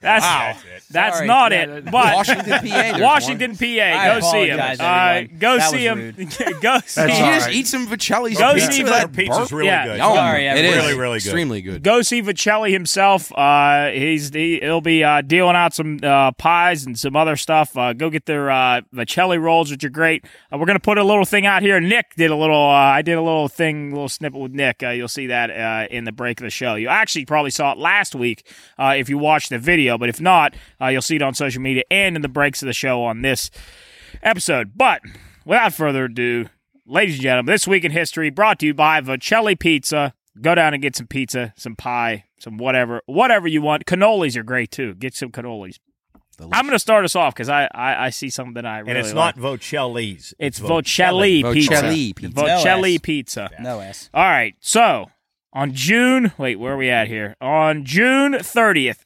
that's that's
Sorry.
not
Yeah,
it. But
Washington, PA. there's
Washington,
one.
PA.
I
go see him.
apologize,
Uh,
everyone.
go
That
see
was
him. go see
Did you
him.
just eat some Vicelli's
Go
pizza?
see
Pizza, their
that
pizza's
burnt?
really
Yeah.
good.
Yum.
Sorry,
it is
Really, really good.
Extremely good.
Go see Vicelli himself. Uh, he's he, he'll be uh, dealing out some uh, pies and some other stuff. Uh, go get their uh, Vicelli rolls, which are great. Uh, we're gonna put a little thing out here. Nick did a little. Uh, I did a little thing, little snippet with Nick. Uh, you'll see that uh, in the break of the show. You actually probably saw it last week uh, if you watched the video, but if not, uh, you'll see it on social media and in the breaks of the show on this episode. But without further ado, ladies and gentlemen, this week in history brought to you by Vicelli Pizza. Go down and get some pizza, some pie, some whatever, whatever you want. Cannolis are great too. Get some cannolis. I'm going to start us off because I, I I see something that I really
And it's not
like.
Vocelli's.
It's Vocelli,
Vocelli
pizza.
pizza.
No
Vocelli
S.
pizza.
No S.
All right. So on June, wait, where are we at here? On June 30th,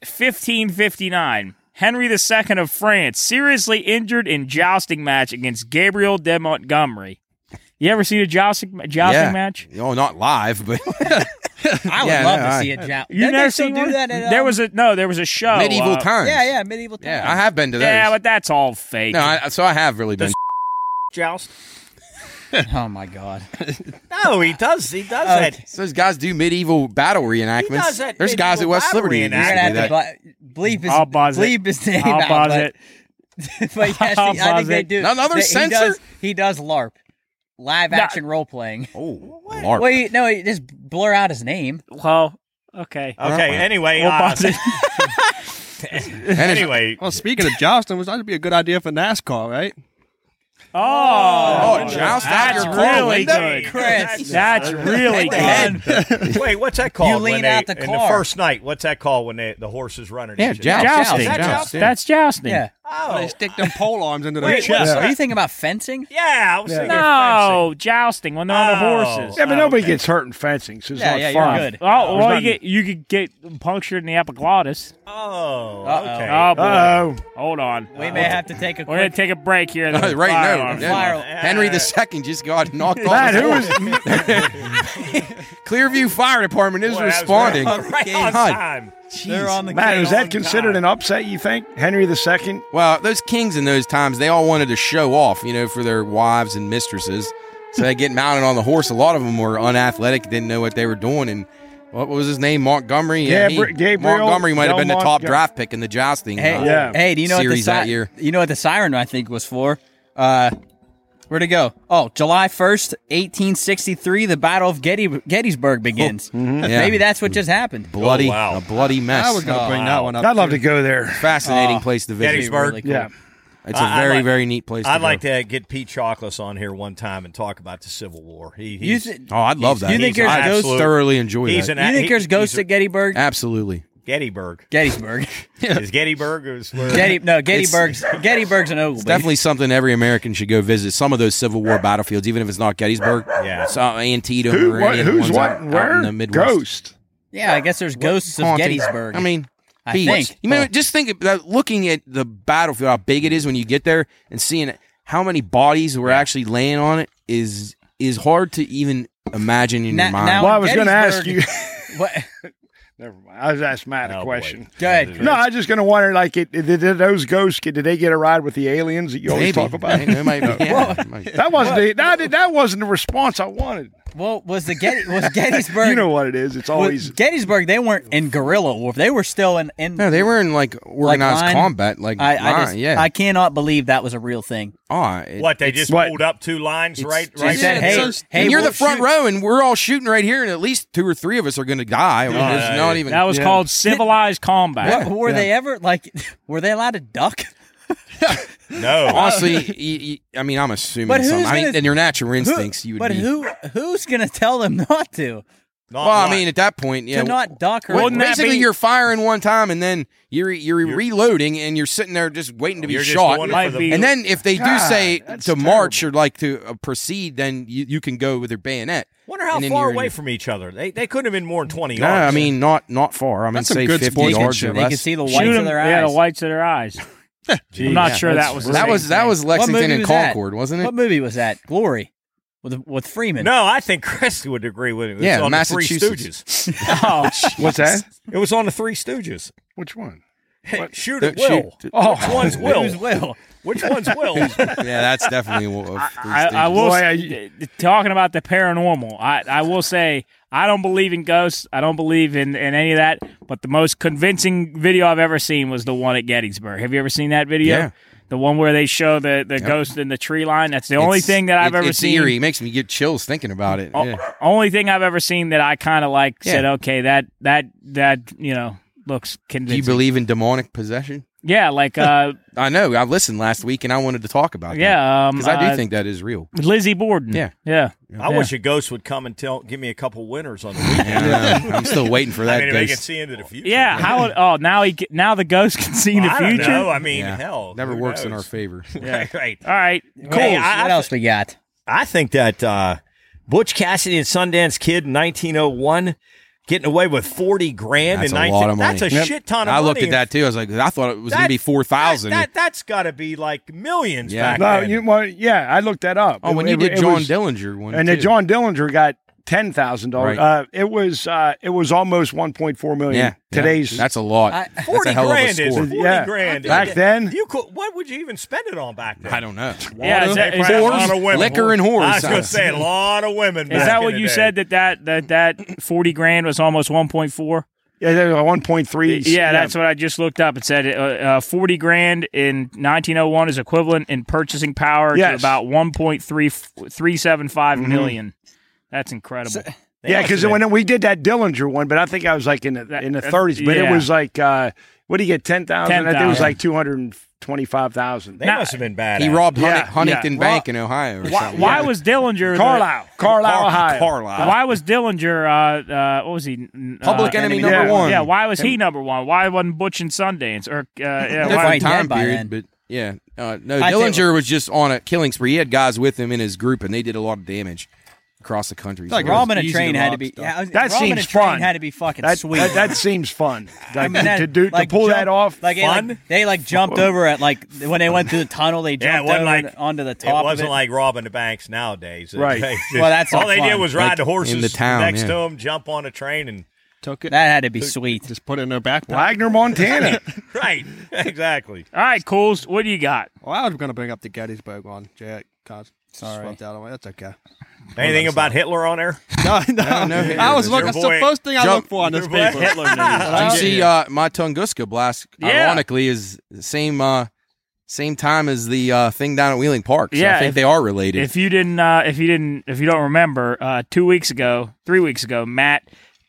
1559, Henry II of France seriously injured in jousting match against Gabriel de Montgomery. You ever seen a jousting jousting
Yeah.
match?
Oh, not live, but
I would
Yeah,
love
no,
to
I-
see a joust.
You
Didn't they
never
still
seen
do
one?
that? At,
there
um,
was a no, there was a show.
medieval
uh,
times.
yeah, yeah, medieval times.
Yeah, I have been to those.
Yeah, but that's all fake.
no, I, so I have really been.
Joust.
Oh my god.
No, he does. He does that.
So those guys do medieval battle
He does
reenactments.
that
There's guys at
medieval
West
battle
Liberty that used
You're
to
gonna
do
have
that.
to bu- bleep his
I'll buzz it.
bleep his name
I'll
out.
buzz
but,
it.
but yes,
I'll
I
buzz
think they
it.
do.
Another
they, He
censor?
does, he does LARP, live
No.
action role playing.
Oh, LARP.
Wait, no, he just blur out his name.
well, okay.
Oh
Okay. Anyway,
We'll
uh,
pause it.
And it's-
anyway.
Well, speaking of jousting, was that would be a good idea for NASCAR, right?
Oh,
Oh, joust out
that's
your car
really
window?
good.
Chris.
That's really good.
Wait, what's that called? when
lean
they-
out the
in the
car.
first night. What's that called when they, the horse is running?
Yeah,
and shit?
joust.
Jousting.
Jousting.
That's jousting.
That's jousting.
Yeah.
They
Oh,
stick them pole arms into their
Wait,
chest.
Are you thinking about fencing?
yeah. I was thinking
No, jousting when they're on the
Oh.
horses.
Yeah, but nobody gets hurt in fencing, so it's
Yeah,
not
yeah, you're
fun.
good.
Oh, well, you
nothing.
get you could get punctured in the epiglottis.
fencing. Oh,
Uh-oh.
okay.
Oh boy,
Uh-oh.
hold on.
We may have to take a
We're gonna
quick.
take a break here. in the
right now,
firearms.
Fire-
yeah. Henry II just got knocked off.
Matt,
his
who
horse.
was
Clearview Fire Department is
Boy, that was
responding.
Right, right on
God.
time.
They're on the
Matt?
game.
Is that considered an upset? You think Henry II?
Well, those kings in those times, they all wanted to show off, you know, for their wives and mistresses. So they get mounted on the horse. A lot of them were unathletic, didn't know what they were doing, and What was his name? Montgomery.
Gabri- Gabriel
Montgomery might have been the
Delmont
top
Ga-
draft pick in the jousting.
Hey,
uh,
Yeah.
hey, do you know what the
series
si-
that year.
You know what the siren I think was for? Uh, where'd it go? Oh, July first, eighteen sixty three, the Battle of Getty- Gettysburg begins.
Oh, mm-hmm.
Yeah.
Maybe that's what just happened.
Bloody,
Oh, wow.
a bloody mess.
I was gonna
Oh,
bring that one up.
I'd love to go there.
Fascinating place to visit.
Gettysburg.
Really cool.
Yeah.
It's a
I- I
very,
like-
very neat place.
I'd
to
like
go.
to get Pete Chocolates on here one time and talk about the Civil War. He,
You
he's,
th-
Oh, I'd love that.
You think there's
I
ghosts-
thoroughly enjoy
he's
that.
an.
you think
he-
there's ghosts
he's a-
at Gettysburg?
Absolutely.
Gettysburg?
Gettysburg.
Is Gettysburg is where
Getty, no, Gettysburg's Gettysburg's an ogle. baby.
Definitely something every American should go visit. Some of those Civil War battlefields, even if it's not Gettysburg.
Yeah.
So, uh, Antietam
Who,
or
what,
any of the
who's
ones
what?
out,
where?
out in the Midwest.
Ghost.
Yeah, I guess there's ghosts of
haunting.
Gettysburg.
I mean,
I
Pete,
think.
You mean, just think about looking at the battlefield, how big it is when you get there, and seeing how many bodies were actually laying on it is is hard to even imagine in
Na-
your mind.
now-
Well, I was going to ask you.
Oh, Gettysburg- what?
Never mind. I was asking Matt
Oh,
a
boy.
question.
Go ahead.
No, I was just going to wonder, like, it, did, did those ghosts get? Did they get a ride with the aliens that you always
Maybe.
talk about?
It might be- yeah, it might-
That wasn't the, that, that wasn't the response I wanted.
Well, was the Getty, was Gettysburg?
You know what it is? It's
was
always
Gettysburg. They weren't in guerrilla war. They were still in. in
No, they were in like organized
line?
combat, like
I, I
line,
just,
yeah.
I cannot believe that was a real thing.
Aw, it-
what they just
what-
pulled up two lines right
it's-
They
right
said,
there.
"Hey,
it's-
hey,
and you're
we'll
the front
shoot."
row, and we're all shooting right here, and at least two or three of us are going to die. I mean,
Yeah,
it's
yeah,
not
yeah.
even.
That was
Yeah.
called civilized combat.
What, were they ever like? Were they allowed to duck?
no.
honestly. you, you, I mean, I'm assuming.
But
something.
who's
I mean,
gonna-
in your natural
Who-
instincts, you would.
but
be,
who who's gonna tell them not to
Not
Well, I
one.
mean, at that point, yeah.
to not duck or
Well,
Wouldn't that
basically,
be-
you're firing one time, and then you're you're, reloading, and you're sitting there just waiting to be
You're just
shot.
doing it
Might
for the-
be-
And then if they do
God,
say to
that's
march or like to uh, proceed, then you, you can go with your bayonet.
wonder how
And then
far
you're in
away
your-
from each other. They they couldn't have been more than twenty
No, I
yards.
mean not not far. I mean,
That's some
say
good
fifty
sports
yards
shit.
or
they can
less.
see the
Shoot
whites of
'em-
their
Yeah, the
eyes.
whites of their eyes. I'm not sure that was the
That
same
was that
thing.
was
movie
Lexington and
was that?
Concord, wasn't it?
What movie was that? Glory with with Freeman.
no, I think Chris would agree with me. It was
Yeah,
on the Three
Massachusetts.
Stooges.
Oh,
what's that?
It was on the Three Stooges.
Which one?
Shoot
The-
at will.
shoot-
Which
Oh.
one's
It was
will?
Will.
Which one's will?
yeah, that's definitely. What,
I, I will
Boy,
s-
I-
d- d- talking about the paranormal. I, I will say I don't believe in ghosts. I don't believe in, in any of that. But the most convincing video I've ever seen was the one at Gettysburg. Have you ever seen that video?
Yeah.
The one where they show the, the ghost in the tree line. That's the only
It's-
thing that I've
it-
ever
it's
seen. Oh,
Eerie. It makes me get chills thinking about it.
O-
Yeah.
Only thing I've ever seen that I kind of like
Yeah.
said, okay, that that that you know looks
Do
convincing.
you believe in demonic possession?
yeah, like uh,
I know. I listened last week, and I wanted to talk about that
yeah, um,
because I do
uh,
think that is real.
Lizzie Borden.
Yeah.
yeah.
I wish a ghost would come and tell, give me a couple winners on the weekend.
Yeah, I know. I'm still waiting for
I
that
mean, if they can
ghost.
see into the future.
Yeah, how would, oh now he ca- now the ghost can see in the
I don't
future.
know. I mean,
Yeah.
hell,
Never
who
works in our
knows?
favor.
right, right.
All right,
What
Hey,
else-
I-
what else we got?
I think that uh, Butch Cassidy and Sundance Kid in 1901 getting away with 40 grand
That's
in
a
19
lot of money.
That's a shit ton of
I
money.
looked at that too. I was like, I thought it was going to
That-
be four thousand.
That, that, has got to be like millions
Yeah.
back
No,
then.
you, well, yeah, I looked that up.
Oh, when
It-
you
it-
did
it
John
was-
Dillinger one,
and
too.
then John Dillinger got ten thousand
Right.
dollars. Uh, it was uh, it was almost one point four million.
yeah,
today's
yeah. that's a lot.
I-
that's
40
a hell
grand
of a
is
score.
40
Yeah.
grand.
Back
You-
then?
you could, what would you even spend it on back then?
I don't know.
Yeah, is that, is that-
Probably a lot of women.
liquor and whores.
I was going to say a lot of women.
is that what you said that, that that that forty grand was almost one point four?
yeah, one point three.
Yeah, that's what I just looked up. It said uh, uh, forty grand in nineteen oh one is equivalent in purchasing power to
Yes.
about one point three three seven five million. That's incredible.
yeah, because when we did that Dillinger one, but I think I was like in the, in the
That-
thirties. But
yeah.
it was like uh, what do you get ten thousand? I think it
10,000.
was like two hundred and twenty five thousand.
They
Nah.
must have been bad.
He robbed Hunting-
Yeah,
Huntington
yeah.
Bank in Ohio. Or
why
something.
why was Dillinger the-
Carlisle, Carlisle,
Car-
Ohio.
Carlisle.
why was Dillinger? Uh, uh, what was he? n-
Public
uh,
enemy
number
yeah,
one.
Yeah. Why was he number one? Why wasn't Butch and Sundance or uh, yeah,
They're
why-
fighting
Different time
dead by
period,
then.
but yeah, uh, no.
I think-
Dillinger was just on a killing spree. He had guys with him in his group, and they did a lot of damage across the country.
like
So-
Rob-
Robbing a
easy
train
to
had
rob
to be.
stuff.
yeah, I was-
That
robbing
seems
a train
fun.
Had to be fucking
That,
sweet.
that, that seems fun. Like,
that-
to do
like
to pull that
jump-
off.
Like, it,
Fun?
like they like jumped over at like when they went through the tunnel, they
Yeah, it
jumped
wasn't
over
like
and onto the
It
top.
wasn't
of it.
like robbing the banks nowadays.
Right.
They-
Well, that's
all
not
they did
fun.
was ride
Like,
the horses
in the town,
next
yeah.
to them, jump on a train, and
Took it.
that had to be sweet.
Just put it in her backpack.
Wagner, Montana.
right, exactly.
All right, Cools, what do you got?
Oh, Well, I was going to bring up the Gettysburg one, Jay. God,
Sorry.
swept that away. That's okay.
Anything about Hitler on there?
No, no,
no, Hitler
I was
is
looking.
your
That's the
boy.
first thing I
Jump.
look for on this
Your boy
paper.
Hitler news.
Did you see uh, my Tunguska blast?
Yeah.
Ironically, is the same uh, same time as the uh, thing down at Wheeling Park. So
Yeah,
I think
if-
they are related.
If you didn't, uh, if you didn't, if you don't remember, uh, two weeks ago, three weeks ago, Matt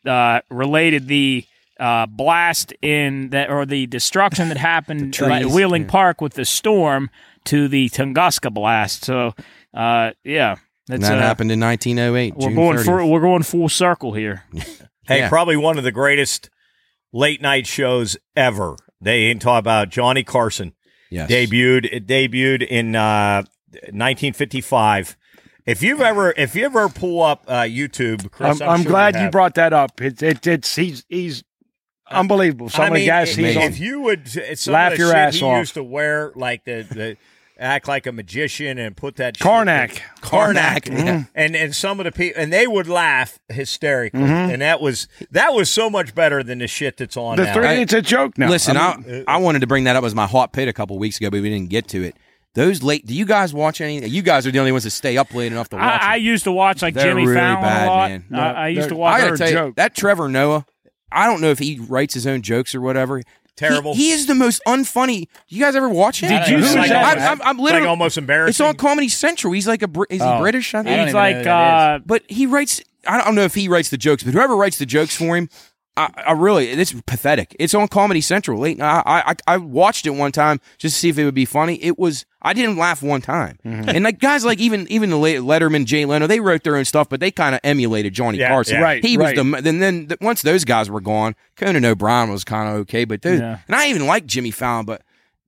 uh, related the uh, blast in that or the destruction that happened at
trees,
Wheeling Park with the storm to the Tunguska blast. So, uh, yeah,
and
that's
that
uh,
happened in 1908.
We're
June
going
30th.
full, we're going full circle here.
Hey,
Yeah.
probably one of the greatest late night shows ever. They ain't talk about Johnny Carson.
Yes.
debuted it debuted in uh, 1955. If you've ever if you ever pull up uh, YouTube, Chris,
I'm,
I'm,
I'm
sure
glad you
have.
brought that up. It, it, it's he's he's unbelievable. Some
I
of the
mean,
guys he's
if,
on.
if you would some
Laugh
of the
your
shit
ass
he
off.
used to wear like the, the act like a magician and put that shit-
Karnak.
Karnak,
Karnak, yeah.
and and some of the people and they would laugh hysterically, and that was that was so much better than the shit that's on
Mm-hmm. The
now.
three, it's a joke now.
Listen, I, I wanted to bring that up as my hot pit a couple weeks ago, but we didn't get to it. Those late, do you guys watch any? You guys are the only ones that stay up late enough to watch.
I, I
it.
used to watch like
They're
Jimmy
really
Fallon
bad,
a lot.
man.
I, I used
they're-
to
I
watch.
gotta
a
tell you,
joke.
that Trevor Noah, I don't know if he writes his own jokes or whatever.
Terrible.
He, he is the most unfunny. You guys ever watch him?
Did you
It's
see
like,
that?
almost-
I'm- I'm- I'm
it's like
literally-
almost embarrassing.
It's on Comedy Central. He's like a Brit- is he
Oh.
British? I
I don't
think.
He's
even know who
like
that
uh,
But he writes. I don't know if he writes the jokes, but whoever writes the jokes for him, I, I really it's pathetic. It's on Comedy Central late. night. I, I I watched it one time just to see if it would be funny. It was. I didn't laugh one time.
Mm-hmm.
And like guys like even even the late Letterman, Jay Leno, they wrote their own stuff, but they kind of emulated Johnny
Yeah,
Carson.
yeah.
Right,
He was
right.
the. mo- Then then th- once those guys were gone, Conan O'Brien was kind of okay, but those,
Yeah.
and I even like Jimmy Fallon, but.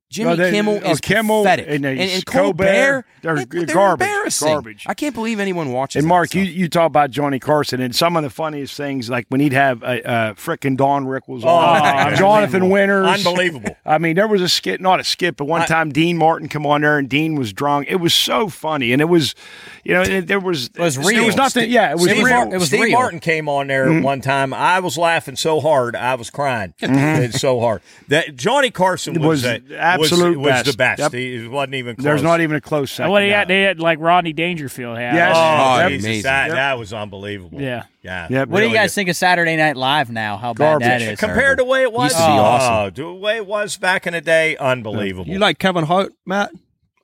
Jimmy
Well, they-
Kimmel
oh,
is
Kimmel
pathetic,
and,
and,
uh,
and,
Colbert,
Colbert,
they're
they-
g- garbage,
embarrassing.
garbage.
I can't believe anyone watches.
And
that
Mark,
stuff.
you, you talk about Johnny Carson and some of the funniest things, like when he'd have uh, uh, frickin' Don Rickles on, uh,
Oh,
Jonathan Winters.
Unbelievable.
I mean, there was a skit, not a skit, but one time Dean Martin come on there and Dean was drunk. It was so funny, and it was, you know, it, there was it
was
There
real.
was nothing. Yeah, it was
Steve
real. Mm-hmm.
Martin- it was
Steve
real.
Martin came on there one time. I was laughing so hard, I was crying It's so hard. That Johnny Carson was,
Was
a-
absolute
was, was the best.
best. Yep.
He wasn't even close.
There's not even a close second.
what he had, they had like Rodney Dangerfield had.
Yes.
Oh,
Oh,
Yep.
Jesus,
Amazing.
that, that was
Oh.
unbelievable.
Yeah.
yeah.
Yeah,
What do you
really.
guys think of Saturday Night Live now? How bad that
Garbage.
is.
Compared to the way it was,
Used to be awesome.
oh, to the way it was back in the day, unbelievable.
You like Kevin Hart, Matt? Hmm.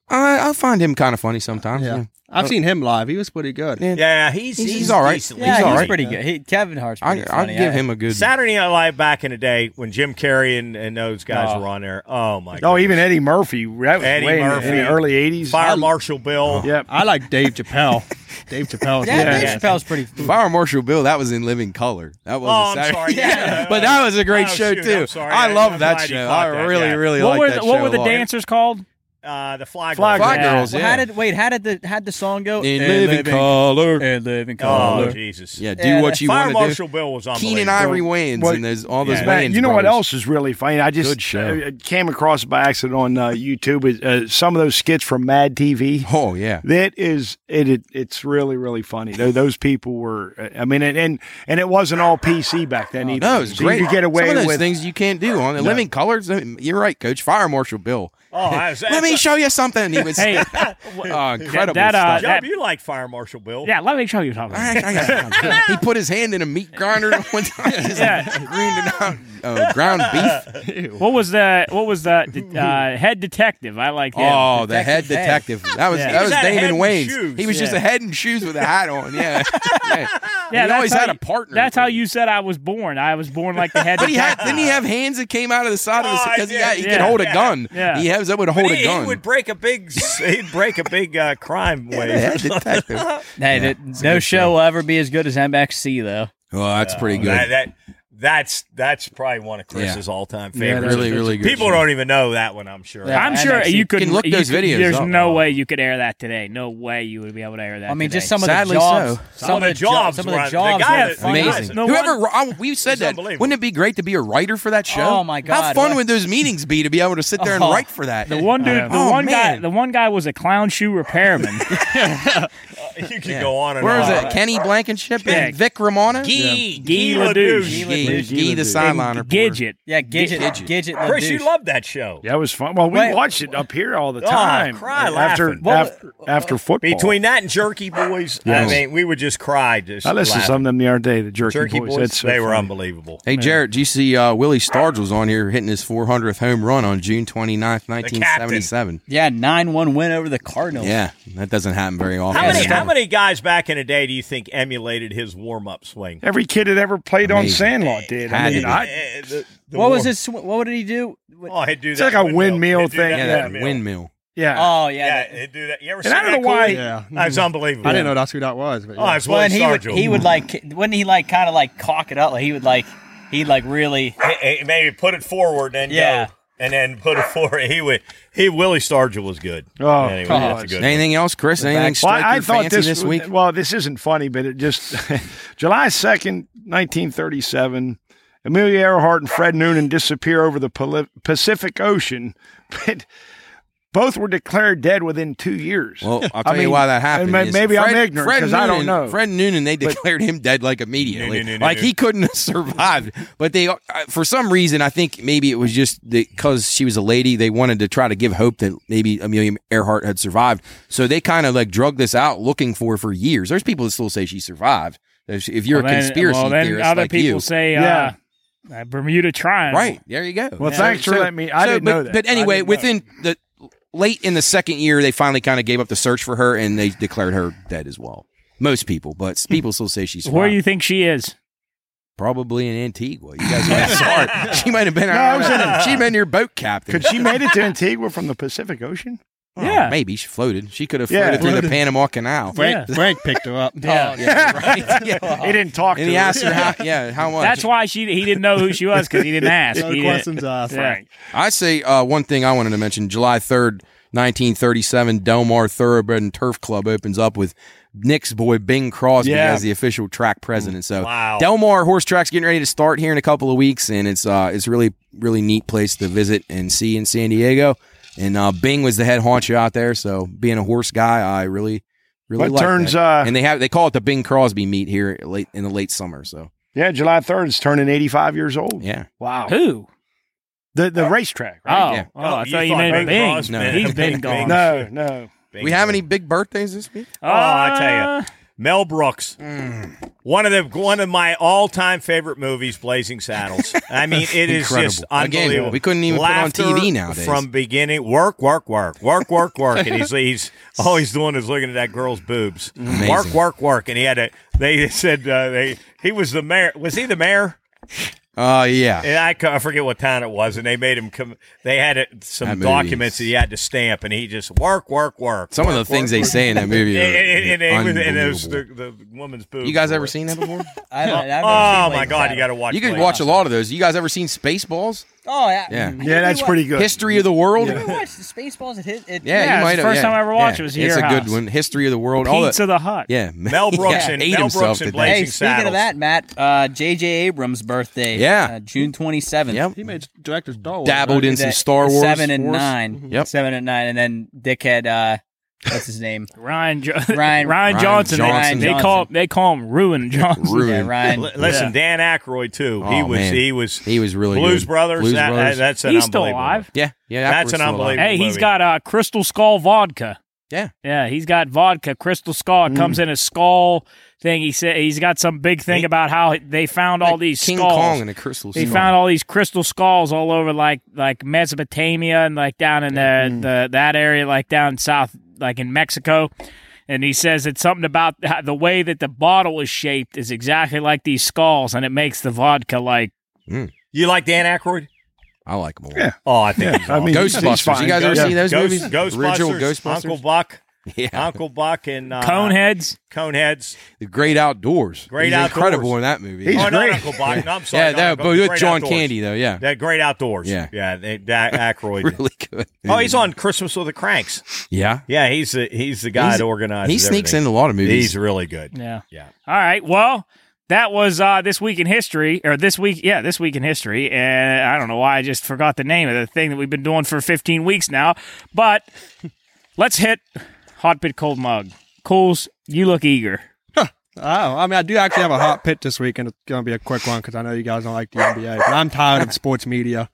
I, I find him kind of funny sometimes. Yeah.
I've seen him live. He was pretty good.
yeah, he's
He's- he's all right.
decently
Yeah, he's,
all
funny.
right.
pretty good. He, Kevin Hart's
I,
pretty
I'd
funny.
give him a good.
Saturday Night Live back in the day when Jim Carrey and, and those guys were on there. Oh my!
Oh,
goodness.
even Eddie Murphy. That was
Eddie
way in the-
Murphy.
in the early '80s.
Fire Marshal Bill.
Yep.
I like Dave Chappelle. Dave Chappelle. is
Yeah,
my
Dave
guy.
Chappelle's pretty.
Fire Marshal Bill, that was in Living Color. That was.
Oh, I'm sorry. Yeah.
but that was a great
Oh,
show
shoot,
too.
I'm sorry.
I
I'm
love that
glad you
show.
caught
I
that,
really,
yeah.
really
what
like
were
that
the,
show.
what were
a
the
lot.
dancers called?
Uh, the Fly,
Fly
Girls.
Fly
Yeah.
Girls,
Well,
yeah.
how did wait? How did the how did the song go?
in Living Color.
in living
Oh
color.
Jesus!
Yeah, do
Yeah,
what you
Fire
want to
Marshal
do.
Bill was on.
Keenan Ivory Wayans
Well,
and those all those
yeah.
Man,
Wayans
you know what
brothers.
else is really funny? I just
Good show.
uh, came across by accident on uh, YouTube. Is, uh, some of those skits from Mad TV.
Oh yeah.
That is it, it. It's really really funny. Tho- Those people were. uh, I mean, and and, and it wasn't all PC back then either.
No, it's
So
great.
You could get away
Some of those
with
things you can't do on the Living Colors. You're right, Coach. Fire Marshal Bill.
Oh, I was,
Let me show you something. He was
Hey,
oh, incredible
that, uh,
Job,
stuff.
that-
you like Fire Marshal Bill?
yeah, let me show you what I'm talking about.
he put his hand in a meat grinder one time. Just
Yeah.
like greened it out. Oh, ground beef.
What was the what was the uh, head detective? I like him.
oh, the head
Detective
detective. That was
Yeah.
that
He
was
just had a head
Damon
and
Wayans.
shoes.
He was just
Yeah.
a head and shoes with a hat on. Yeah, yeah.
yeah,
he
that's
always
how
had
you-
a partner.
That's how you said I was born. I was born like the head
But he had,
detective.
didn't he have hands that came out of the side of his
Oh,
because he,
yeah,
had- he could
yeah,
hold a
yeah,
gun.
yeah.
He was able to hold
he,
a gun.
he would break a big. He'd break a big uh, crime
The
wave.
head detective. oh,
Hey, that- no show will ever be as good as MXC though.
that's pretty good.
That, that that's that's probably one of Chris's
Yeah.
all-time
yeah,
favorites.
really, really good.
People
show.
don't even know that one. I'm sure.
Yeah.
I'm sure
Actually,
you could
look those videos
There's
up.
no way you could air that today. No way you would be able to air that.
I mean,
today.
just some of
Sadly
the jobs.
so.
Some,
Some of the
jo-
jobs
Some
were-
of the
the
jobs.
guy
were
that-
funny.
Amazing.
No
Whoever I, we um, said
It's
that.
unbelievable.
Wouldn't it be great to be a writer for that show?
Oh, my
How
God,
fun
what-
would those meetings be to be able to sit there and
Oh,
write for that?
The one dude, the
Oh,
one guy,
man.
the one guy was a clown shoe repairman.
You could
Yeah.
go on and
Where
on.
is it? Kenny Blankenship
Yeah.
and Vic Romano?
Uh, Gee,
Guy
Gee LaDouche.
LaDouche.
Gee
Gee, Gee the sideliner.
Gidget.
Yeah, Gidget.
Gidget.
Gidget.
Chris,
LaDouche.
you love that show.
That was fun. Well, we
Wait.
watched it up here all the time.
Oh, cry
after
laughing.
Well,
after, after football.
Between that and Jerky Boys, I
Yes.
mean, we would just cry. Just
I listened to
laughing.
some of them the other day. The Jerky,
Jerky
Boys.
Boys,
That's so
they were
funny.
unbelievable.
Hey, Jarrett, do you see uh, Willie Starge was on here hitting his 400th home run on June 29th, 1977?
Yeah, nine one win over the Cardinals.
Yeah, that doesn't happen very often.
How many,
Yeah.
how many guys back in the day do you think emulated his warm up swing?
Every kid that ever played on
Amazing.
Sandlot did. I
Had
mean,
to.
I,
Eh, the- the
What was
warm-
his? sw- What did he do? What-
Oh, he'd do
It's
that
like a windmill
He'd do that
thing,
Yeah, that windmill.
yeah.
Oh yeah.
Yeah,
that-
he'd do that. You ever
I
seen
don't know
that
why-
Cooley?
Yeah. Mm-hmm.
That's unbelievable.
I didn't know that's who that was, but
Oh,
yeah.
it's
well,
Willie
and he would,
Stargell.
he would like wouldn't he like kind of like cock it up? Like he would like he'd like really.
Eh, eh, maybe put it forward and
Yeah.
go, and then put it forward. He would. He Willie Stargell was good.
Oh,
anyway,
God.
that's a good. one.
Anything else, Chris? Anything
Well,
strike
I
your
thought
fancy
this,
this, week?
Well, this isn't funny, but it just July second, nineteen thirty-seven. Amelia Earhart and Fred Noonan disappear over the Pali- Pacific Ocean, but both were declared dead within two years.
Well, I'll tell
mean,
you why that happened.
and may-
is
maybe I'm
Fred-
ignorant
Fred
'cause I don't
Noonan-
know.
Fred Noonan, they declared him dead like immediately.
No, no, no, no,
like
no.
he couldn't have survived. But they, uh, for some reason, I think maybe it was just because she was a lady, they wanted to try to give hope that maybe Amelia Earhart had survived. So they kind of like drug this out, looking for her for years. There's people that still say she survived. If if you're
Well,
a
then-
conspiracy
well, then
theorist
other
like
people
you,
say,
Yeah.
uh, uh, Bermuda Triangle.
Right. There you go.
Well, thanks for letting me- I didn't
but,
know that.
But
I
anyway,
didn't know.
within the late in the second year, they finally kind of gave up the search for her and they declared her dead as well. Most people, but people still say she's
Where
fine.
do you think she is?
probably in Antigua. You guys might have sorry. She might have been
I
our
was in-
she'd been your boat captain.
Could she made it to Antigua from the Pacific Ocean?
Oh,
Yeah.
Maybe she floated. She could have
Yeah.
floated through the Panama Canal.
Frank,
Yeah.
Frank picked her up.
Oh, Yeah.
right? Yeah.
He didn't talk
Oh, And
to
he
her.
asked her how yeah, how much.
That's why she he didn't know who she was because he didn't ask.
No
He didn't-
questions asked.
Yeah.
I say uh, one thing I wanted to mention: July third, nineteen thirty-seven, Delmar Thoroughbred and Turf Club opens up with Nick's boy Bing Crosby
Yeah.
as the official track president. So
Wow.
Delmar Horse Track's getting ready to start here in a couple of weeks, and it's uh, it's really really neat place to visit and see in San Diego. And uh, Bing was the head honcho out there, so being a horse guy, I really really
But
like
turns,
that.
uh,
and they have they call it the Bing Crosby meet here late in the late summer. So
Yeah, July third is turning eighty-five years old.
yeah,
Wow.
Who?
The the racetrack,
Oh,
right?
Yeah.
oh, I
you
thought you
thought
meant
Bing
Bing.
Crosby.
No.
He's been
Bing,
gone.
No, no.
we have any big birthdays this week?
Oh,
I tell
Uh.
you. Mel Brooks, one of the one of my all time favorite movies, Blazing Saddles. I mean, it is just
Incredible. Again,
unbelievable.
we couldn't even put on
Laughter
TV nowadays.
From beginning, work, work, work, work, work, work, and he's he's all he's doing is looking at that girl's boobs. Work, work, work, and he had a. They said uh, they he was the mayor. Was he the mayor?
Uh, yeah.
And I, ca- I forget what town it was, and they made him come. They had it, some
That movie
documents
is-
that he had to stamp, and he just work, work, work.
Some of the things they say in that movie. Are
And, and, and, and, it was- and it was
unbelievable.
the, the woman's boobs.
you guys
were-
ever seen that before?
I don't, I've never
Oh
seen
my
Blazing
god, you
Saddles.
got to watch.
you could
Blazing
watch a
Saddles.
lot of those. You guys ever seen Spaceballs?
Oh yeah.
Yeah.
Mm.
Yeah, that's pretty good.
History of the World.
Have you
Uh, Yeah,
watched the Spaceballs at his? At,
Yeah, it's
you
the
might have.
first
yeah.
time I ever watched
Yeah.
it was
It's
your
a
house.
good one. History of the World. All
Pizza
the,
the Hut.
yeah,
Mel Brooks
yeah,
and-
ate
Mel
himself
Brooks and
to death.
Blazing
Hey, speaking
Saddles.
of that, Matt, uh, J.J. Abrams' birthday.
Yeah.
uh, June twenty seventh.
Yep.
He made director's doll.
Dabbled in some
That-
Star Wars.
Seven and
Wars. Mm-hmm.
nine.
Yep.
Seven and nine, and then Dickhead. Uh, what's his name?
Ryan, jo-
Ryan-
Ryan
Ryan
Johnson. they-
Johnson.
They, call they call him Ruin Johnson.
Ruined.
Yeah, Ryan.
L- listen, Dan Aykroyd too. he
Oh,
was
man.
he was
He was really
Blues
good.
Brothers.
Blues
that,
Brothers.
that- that's an
He's still
unbelievable-
alive.
Yeah, yeah. that
That's
was
an
still alive.
unbelievable-
Hey, he's
movie.
got uh, Crystal Skull vodka.
Yeah.
Yeah, he's got vodka, Crystal Skull. It comes in a skull thing. He said he's got some big thing about how they found all these
King
skulls.
Kong and the Crystal.
They
Skull.
found all these crystal skulls all over, like like Mesopotamia and like down in the, the that area, like down south, like in Mexico. And he says it's something about how- the way that the bottle is shaped is exactly like these skulls, and it makes the vodka like
You like Dan Aykroyd?
I like them a lot.
Yeah.
Oh, I think he's
I mean, he's- he's
Ghostbusters. You
fine.
guys ever
Yeah.
seen those
Ghost,
movies?
Ghostbusters,
Original Ghostbusters.
Uncle Buck,
Yeah.
Uncle Buck, and uh,
coneheads.
Coneheads.
The Great Outdoors.
Great
He's Incredible
Outdoors.
in that movie.
He's
oh, not
great.
Uncle Buck. No, I'm sorry.
yeah,
not
that,
Uncle-
but with
Great
John
Outdoors.
Candy though. Yeah,
That great outdoors.
Yeah.
yeah. that- That Aykroyd.
really good.
Oh, he's on Christmas with the Cranks.
Yeah,
Yeah, he's the he's the guy
He's-
that organizes.
he sneaks
everything.
in a lot of movies.
He's really good.
Yeah.
Yeah.
All right. Well, that was uh, this week in history, or this week, yeah, this week in history, and I don't know why I just forgot the name of the thing that we've been doing for 15 weeks now. But let's hit hot pit cold mug. Coles, you look eager.
Oh, I mean, I do actually have a hot pit this week, and it's going to be a quick one because I know you guys don't like the NBA. But I'm tired of sports media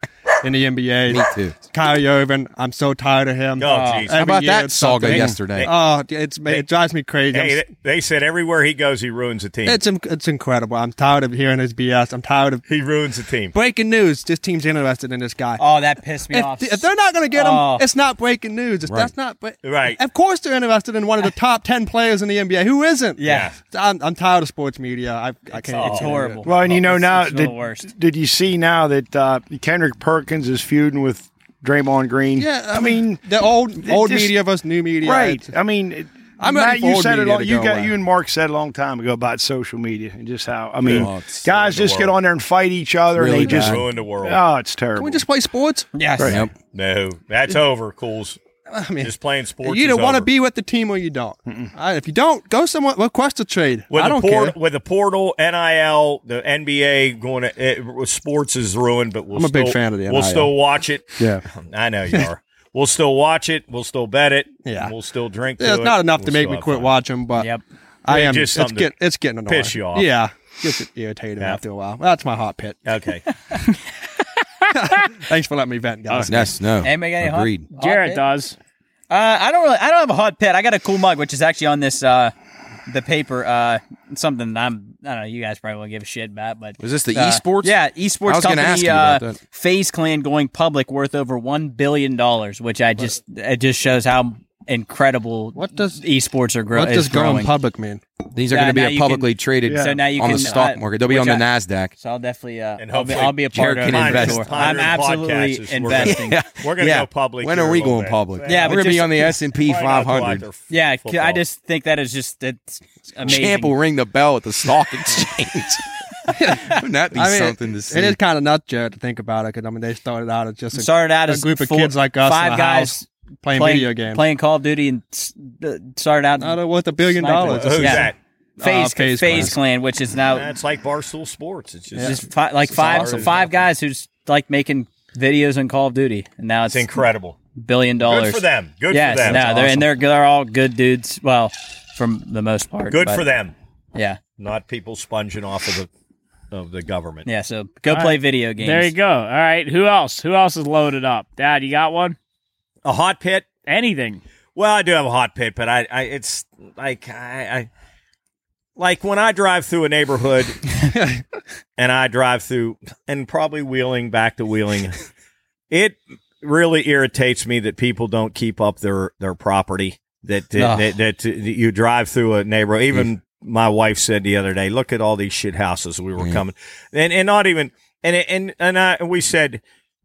in the NBA.
Me too.
Kyrie Irving, I'm so tired of him.
Oh, jeez.
every
How
How about
year
that
it's
saga
something.
yesterday?
Oh, it's it drives me crazy. I'm
Hey,
s-
they, they said everywhere he goes, he ruins a team.
it's it's incredible. I'm tired of hearing his BS. I'm tired of
He ruins a team.
breaking news. This team's interested in this guy.
Oh, that pissed me
if,
off.
if they're not going to get him,
Oh.
it's not breaking news. It's, That's not bre-
Right.
Of course, they're interested in one of the top ten players in the NBA. Who isn't?
Yeah.
I'm, I'm tired of sports media. I, I can't.
it's
I can't do
horrible.
it.
Well, and you know
it's,
now,
it's
did,
the worst.
did you see now that uh, Kendrick Perkins is feuding with Draymond Green?
Yeah,
I mean,
the old
it
old
just-
media versus new media.
right?
It's-
I mean, it,
I'm
Matt,
ready for
you
old
said it.
media
All,
to
you
go
got
away.
you and Mark said a long time ago about social media and just how I mean,
Oh, it's
guys
the
just get
world.
on there and fight each other
Really
and they
uh,
just
bad.
ruined the world.
oh, it's terrible.
Can we just play sports?
yes.
Yep.
No, that's over, Cools.
I mean,
Just playing sports.
you
is
either want to
over.
be with the team or you don't. Uh, if you don't, go somewhere. Request a trade.
with
I
the
don't
port-
care.
with the portal, NIL, the NBA going to it, sports is ruined, but we'll
I'm a
still,
big fan of the
We'll
NIL.
still watch it.
Yeah.
I know you are. We'll still watch it. We'll still bet it.
Yeah.
We'll still drink. to
It's
it.
not enough to
We'll
make
still
me
have
quit
fun.
watching, but
Yep.
I
Yeah,
am.
just
it's,
something
get,
to
it's getting annoying.
piss you off.
Yeah, gets irritated
Yeah.
after a while. That's my hot pit.
Okay.
Thanks for letting me vent, guys.
Yes. No.
Anybody got any hot-
Agreed.
hot
Jared
pit?
does.
Uh, I don't really. I don't have a hot pit. I got a cool mug, which is actually on this uh, the paper. Uh, something that I'm. I don't know. You guys probably won't give a shit about. But
Was this the
uh,
esports?
Yeah, esports
I was gonna
company.
ask you
uh,
about that.
Phase Clan going public, worth over one billion dollars, which I just it just shows how incredible
What does- E
esports are grow-
What does
is
going
growing.
public mean?
These are
Yeah,
going to
now
be
you
a publicly traded
So now you
on
can
the stock
uh,
market. They'll be on
which
the
I-
NASDAQ.
So I'll definitely. Uh,
And
I'll, be,
hopefully
I'll be a part
Jared
of
can
it. I'm
invest.
sure. I'm
Hundred podcasts
absolutely
is- we're gonna-
investing.
We're gonna go public.
When
here
are
a
we
little
going
bit.
public?
Yeah,
we're
but
going to be
just-
on the S and P
Why not go out
500.
there f-
Yeah, I
football?
just think that is just it's amazing.
Champ will ring the bell at the stock exchange. Wouldn't that be
I mean,
something to
it-
see?
It is kind of nut Jared, to think about it because I mean they started out as just a,
started out
a
as
group of
four-
kids like us, in
five
a
guys
house playing, video games.
playing Call of Duty, and s- uh, started out
Not worth a billion
Sniper.
dollars.
Who's
Yeah. Oh.
that?
Phase
uh, Phase
Phase
Clan.
Clan, which is now
That's like barstool sports. It's just,
just fi- like five
awesome.
five guys who's like making videos on Call of Duty, and now it's
it's incredible.
billion dollars
Good for them. Good
yes,
for them.
no, they're and they're they're all good dudes. Well, from the most part,
Good
but
for them.
Yeah,
Not people sponging off of the of the government.
yeah. So go play video games.
There you go. All right. Who else? Who else is loaded up? Dad, you got one?
A hot pit.
Anything?
Well, I do have a hot pit, but I, I it's like I, I like when I drive through a neighborhood and I drive through and probably wheeling back to wheeling. It really irritates me that people don't keep up their their property. That that,
Ugh.
that, that you drive through a neighborhood. Even my wife said the other day, "Look at all these shit houses we were
Yeah.
coming," and and not even and and and I, we said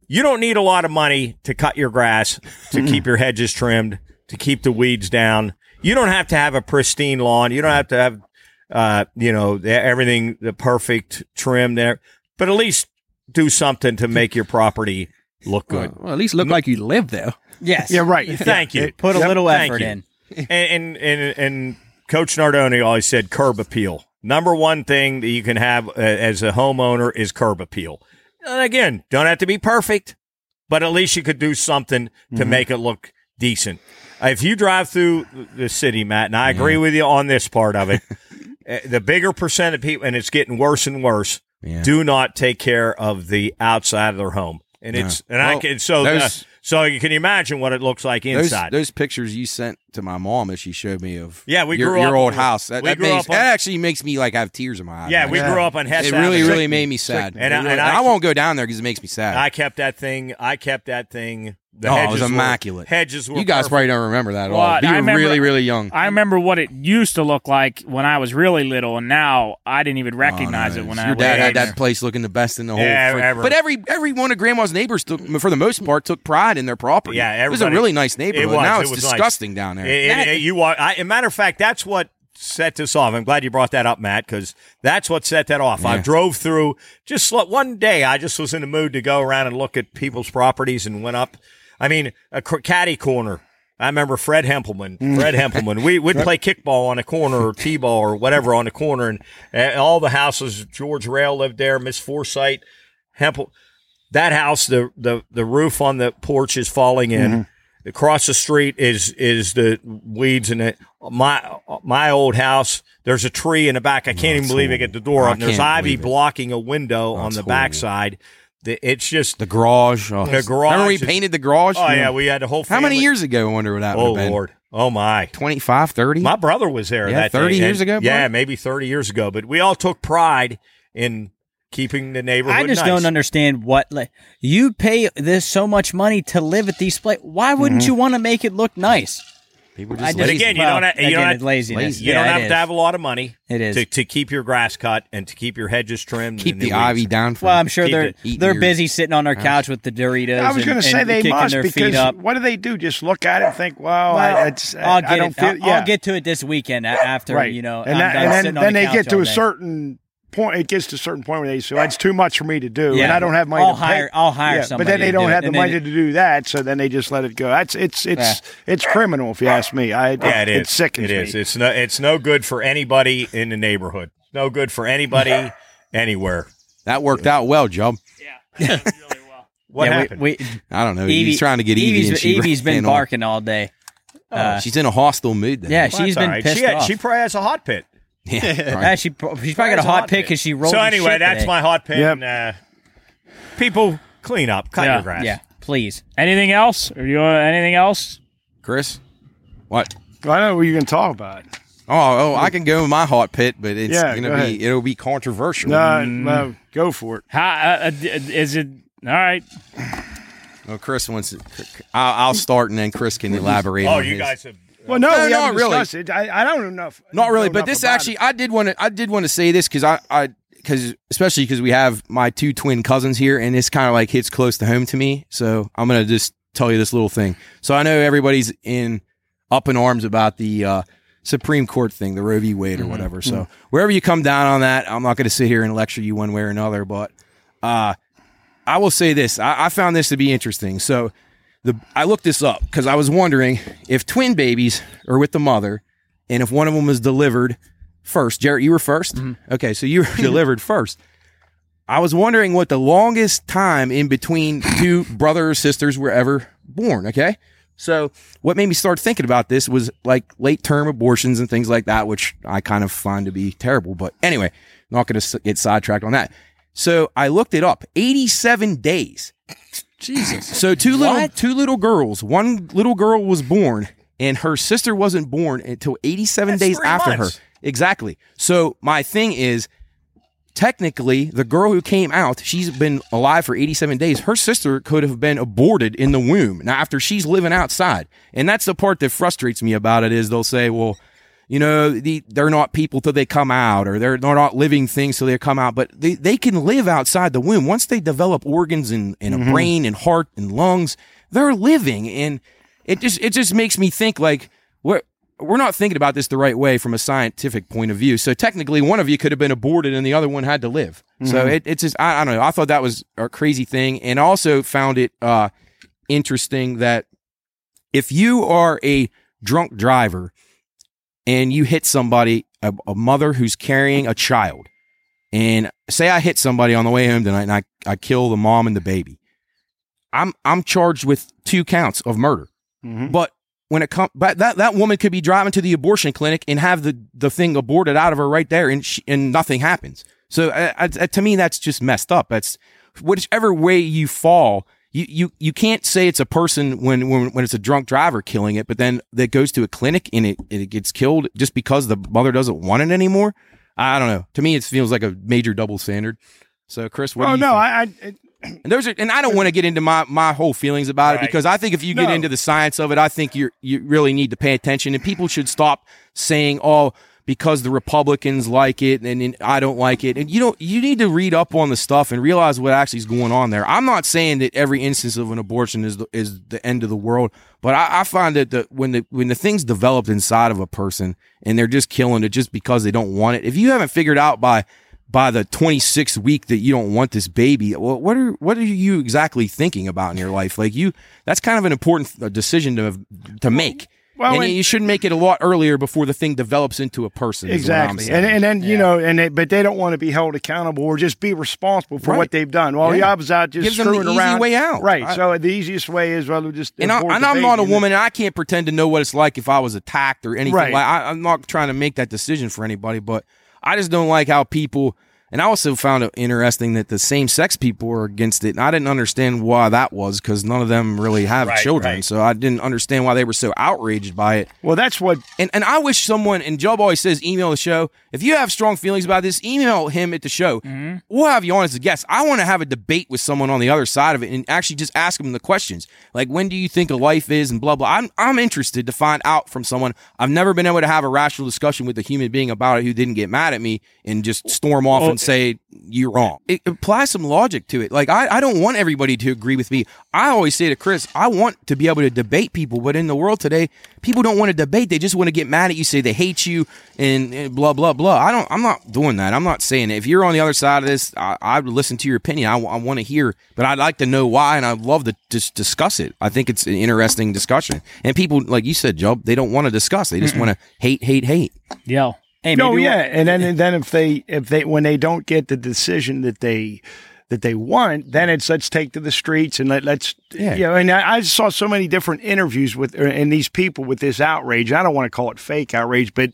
you don't need a lot of money to cut your grass, to keep your hedges trimmed, to keep the weeds down. You don't have to have a pristine lawn. You don't have to have, uh, you know, the- everything the perfect trim there. But at least do something to make your property look good.
Well, at least look like you live there.
Yes.
yeah, right.
Thank you.
Put a
Yep,
little
thank
effort
you.
in.
And and, and and Coach Nardone always said curb appeal. Number one thing that you can have uh, as a homeowner is curb appeal. And again, don't have to be perfect, but at least you could do something to
Mm-hmm.
make it look decent. Uh, If you drive through the city, Matt, and I
Mm-hmm.
agree with you on this part of it, uh, the bigger percent of people, and it's getting worse and worse,
Yeah.
do not take care of the outside of their home. And it's and I
Well,
can so uh,
those-
so you can imagine what it looks like
those,
inside.
those pictures you sent to my mom as she showed me of
Yeah, we
your,
grew
your
up-
old house that,
we
that
grew
makes-
up on-
that actually makes me like have tears in my eyes.
Yeah,
Like,
we grew up on Hess
it really
Avenue.
really made me sad.
And I-
It really-
and I-
I won't go down there because it makes me sad.
I kept that thing. I kept that thing. The
oh, it
hedges
was immaculate.
Were, hedges were.
you guys
perfect.
probably don't remember that at
Well,
all. You
I
were
remember-
really really young.
I remember what it used to look like when I was really little, and now I didn't even recognize it when I
your
was
dad had
there.
that place looking the best in the whole.
Yeah,
frick-
ever.
But every every one of Grandma's neighbors, took, for the most part, took pride in their property.
Yeah,
it was a
everybody-
really nice neighborhood.
was,
now
it
it's
was nice.
disgusting down there.
It- it- it- you are. I, a matter of fact, that's what set this off. I'm glad you brought that up, Matt, because that's what set that off. I
Yeah.
drove through just sl- one day. I just was in the mood to go around and look at people's properties and went up. I mean, a cr- caddy corner. I remember Fred
Mm.
Hempelman. Fred Hempelman. We would play kickball on a corner or t-ball or whatever on the corner, and, and all the houses. George Rail lived there. Miss Forsyth,
Mm-hmm.
Hempel. That house, the the the roof on the porch is falling in Across the street is is the weeds and it. My my old house. There's a tree in the back. I can't even believe it at the door.
I
open. There's
can't
ivy
believe it.
blocking a window on
it's
the
horrible.
backside. The- It's just
The garage. Oh,
The garage
Remember we
is-
painted the garage?
oh yeah. We had a whole.
How many
family-
years ago? I wonder what that would
Oh
have been.
lord. Oh my.
25, 30?
My brother was there.
Yeah,
that
30
day,
years
and-
ago,
Yeah,
probably?
maybe thirty years ago. But we all took pride in keeping the neighborhood.
I just
nice.
don't understand what like, you pay this so much money to live at these places. Why wouldn't
Mm-hmm.
you want to make it look nice?
People
I
just
But
just-
again, you
well,
don't have- you
again,
don't have-
it's laziness.
You
Yeah,
don't
it
have
is.
to have a lot of money.
It is.
to, to keep your grass cut and to keep your hedges trimmed.
keep
and
the
your
ivy
weeds.
down. For
Well, I'm sure
Keep
they're
it-
eat
they're
your-
busy sitting on their couch with the Doritos.
I was
going to
say they
kicking
must
their feet
because
up.
what do they do? Just look at it and think, "Wow, I, it's, I,
I'll get
I don't
it.
feel."
I'll,
yeah,
I'll get to it this weekend a- after
right.
you know.
and,
I'm
that-
done
and
sitting
then,
on
then
the
they
couch
get
all
to a
day.
certain point. It gets to a certain point where they say, well, "It's too much for me to do," and
Yeah.
I don't have money.
I'll
to
hire-
Pay.
I'll hire
But then
somebody
they
to
don't
do it,
have the
and then
money
it-
to do that, so then they just let it go. That's it's it's it's criminal if you ask me. I
Yeah, it is.
It sickens
It is.
me.
It's no. It's no good for anybody in the neighborhood. No good for anybody anywhere.
That worked out well, Job.
What
yeah,
happened?
we,
I don't know.
we,
He's Oh, trying to get Evie.
Evie's,
and she
Evie's
ran
been
on.
barking all day. uh,
Oh, She's in a hostile mood. Then.
Yeah,
Well,
she's
that's
been
all right.
pissed
she, had-
off.
she probably has a hot pit.
yeah.
Yeah,
right.
she pro- she's probably got a hot pick because she rolled.
So
her
anyway,
shit
that's
today.
my hot pit.
Yep.
And, uh, people clean up, cut
Yeah.
your grass.
Yeah, please.
Anything else? Or do you want anything else?
Chris. What?
I don't know what you can talk about.
Oh, oh, I can go in my hot pit, but it's
Yeah,
gonna
go
be
ahead.
it'll be controversial.
No,
Mm.
no, go for it.
How, uh, uh, d- is it all right?
Well, Chris wants. To, I'll, I'll start, and then Chris can elaborate.
Oh,
on
you
his.
guys have.
Well, no,
No,
we
not
haven't
really.
discussed it. I, I don't know enough.
Not really,
know
but
enough
this
about it.
actually, I did want to, I did want to say this because I, I, because especially because we have my two twin cousins here, and this kind of like hits close to home to me. So I'm gonna just tell you this little thing. So I know everybody's in up in arms about the uh, Supreme Court thing, the Roe v. Wade or whatever. So wherever you come down on that, I'm not gonna sit here and lecture you one way or another, but uh, I will say this: I, I found this to be interesting. So the I looked this up because I was wondering if twin babies are with the mother, and if one of them was delivered first. Jarrett, you were 1st Okay, so you were delivered first. I was wondering what the longest time in between two brother or sisters were ever born. Okay. So what made me start thinking about this was like late term abortions and things like that, which I kind of find to be terrible. But anyway, not going to get sidetracked on that. So I looked it up. 87 days. Jesus. So two little two little girls. One little girl was born, and her sister wasn't born until 87
That's
days
three
after
months.
her. Exactly. So my thing is, technically, the girl who came out, she's been alive for 87 days. Her sister could have been aborted in the womb. Now, after she's living outside, and that's the part that frustrates me about it is they'll say, well. You know, the, they're not people till they come out, or they're, they're not living things till they come out, but they, they can live outside the womb. Once they develop organs and, and a brain and heart and lungs, they're living. And it just, it just makes me think like, what, we're not thinking about this the right way from a scientific point of view. So technically, one of you could have been aborted and the other one had to live. So it, it's just I, I don't know. I thought that was a crazy thing, and I also found it uh, interesting that if you are a drunk driver and you hit somebody, a, a mother who's carrying a child, and say I hit somebody on the way home tonight, and I I kill the mom and the baby, I'm I'm charged with two counts of murder. But when it comes, but that, that woman could be driving to the abortion clinic and have the, the thing aborted out of her right there, and she, and nothing happens. So uh, uh, to me, that's just messed up. That's whichever way you fall, you you, you can't say it's a person when, when when it's a drunk driver killing it, but then that goes to a clinic and it and it gets killed just because the mother doesn't want it anymore. I don't know. To me, it feels like a major double standard. So, Chris, what
Well,
do you
Oh, no,
think?
I, I it,
And those are, and I don't want to get into my, my whole feelings about it because I think if you get
No.
into the science of it, I think you you really need to pay attention and people should stop saying, "Oh, because the Republicans like it and, and I don't like it." And you don't you need to read up on the stuff and realize what actually is going on there. I'm not saying that every instance of an abortion is the, is the end of the world, but I, I find that the, when the when the things developed inside of a person and they're just killing it just because they don't want it. If you haven't figured out by by the 26th week that you don't want this baby well, what are what are you exactly thinking about in your life like you that's kind of an important uh, decision to have, to make
Well,
and,
and-
you should make it a lot earlier before the thing develops into a person. is what I'm
Exactly, and
saying.
and then you know, and they, but they don't want to be held accountable or just be responsible for
Right.
what they've done. Well,
Yeah.
I was out just
Gives them the
screwing
easy
around.
way out.
right?
I-
so the easiest way is well, just
and, I,
abort
and
the
I'm not a
baby.
woman, and I can't pretend to know what it's like if I was attacked or anything.
Right.
Like I, I'm not trying to make that decision for anybody, but I just don't like how people. And I also found it interesting that the same sex people are against it, and I didn't understand why that was because none of them really have
Right,
children,
right.
so I didn't understand why they were so outraged by it.
Well, that's what
And and I wish someone and Job always says email the show. If you have strong feelings about this, email him at the show. We'll have you on as a guest. I want to have a debate with someone on the other side of it and actually just ask them the questions. Like when do you think a life is and blah blah. I'm I'm interested to find out from someone. I've never been able to have a rational discussion with a human being about it who didn't get mad at me and just storm off and say you're wrong. It, apply some logic to it. Like I, I don't want everybody to agree with me. I always say to Chris, I want to be able to debate people, but in the world today, people don't want to debate. They just want to get mad at you, say they hate you, and, and blah blah blah. I don't. I'm not doing that. I'm not saying it. If you're on the other side of this, I, I would listen to your opinion. I, want to hear, but I'd like to know why, and I'd love to just discuss it. I think it's an interesting discussion, and people, like you said, Job, they don't want to discuss. They just want to hate, hate, hate.
Yo.
Hey,
No,
maybe
yeah, and then and then if they if they when they don't get the decision that they that they want, then it's let's take to the streets and let let's yeah.
Yeah.
You know, and I, I saw so many different interviews with er, and these people with this outrage. I don't want to call it fake outrage, but.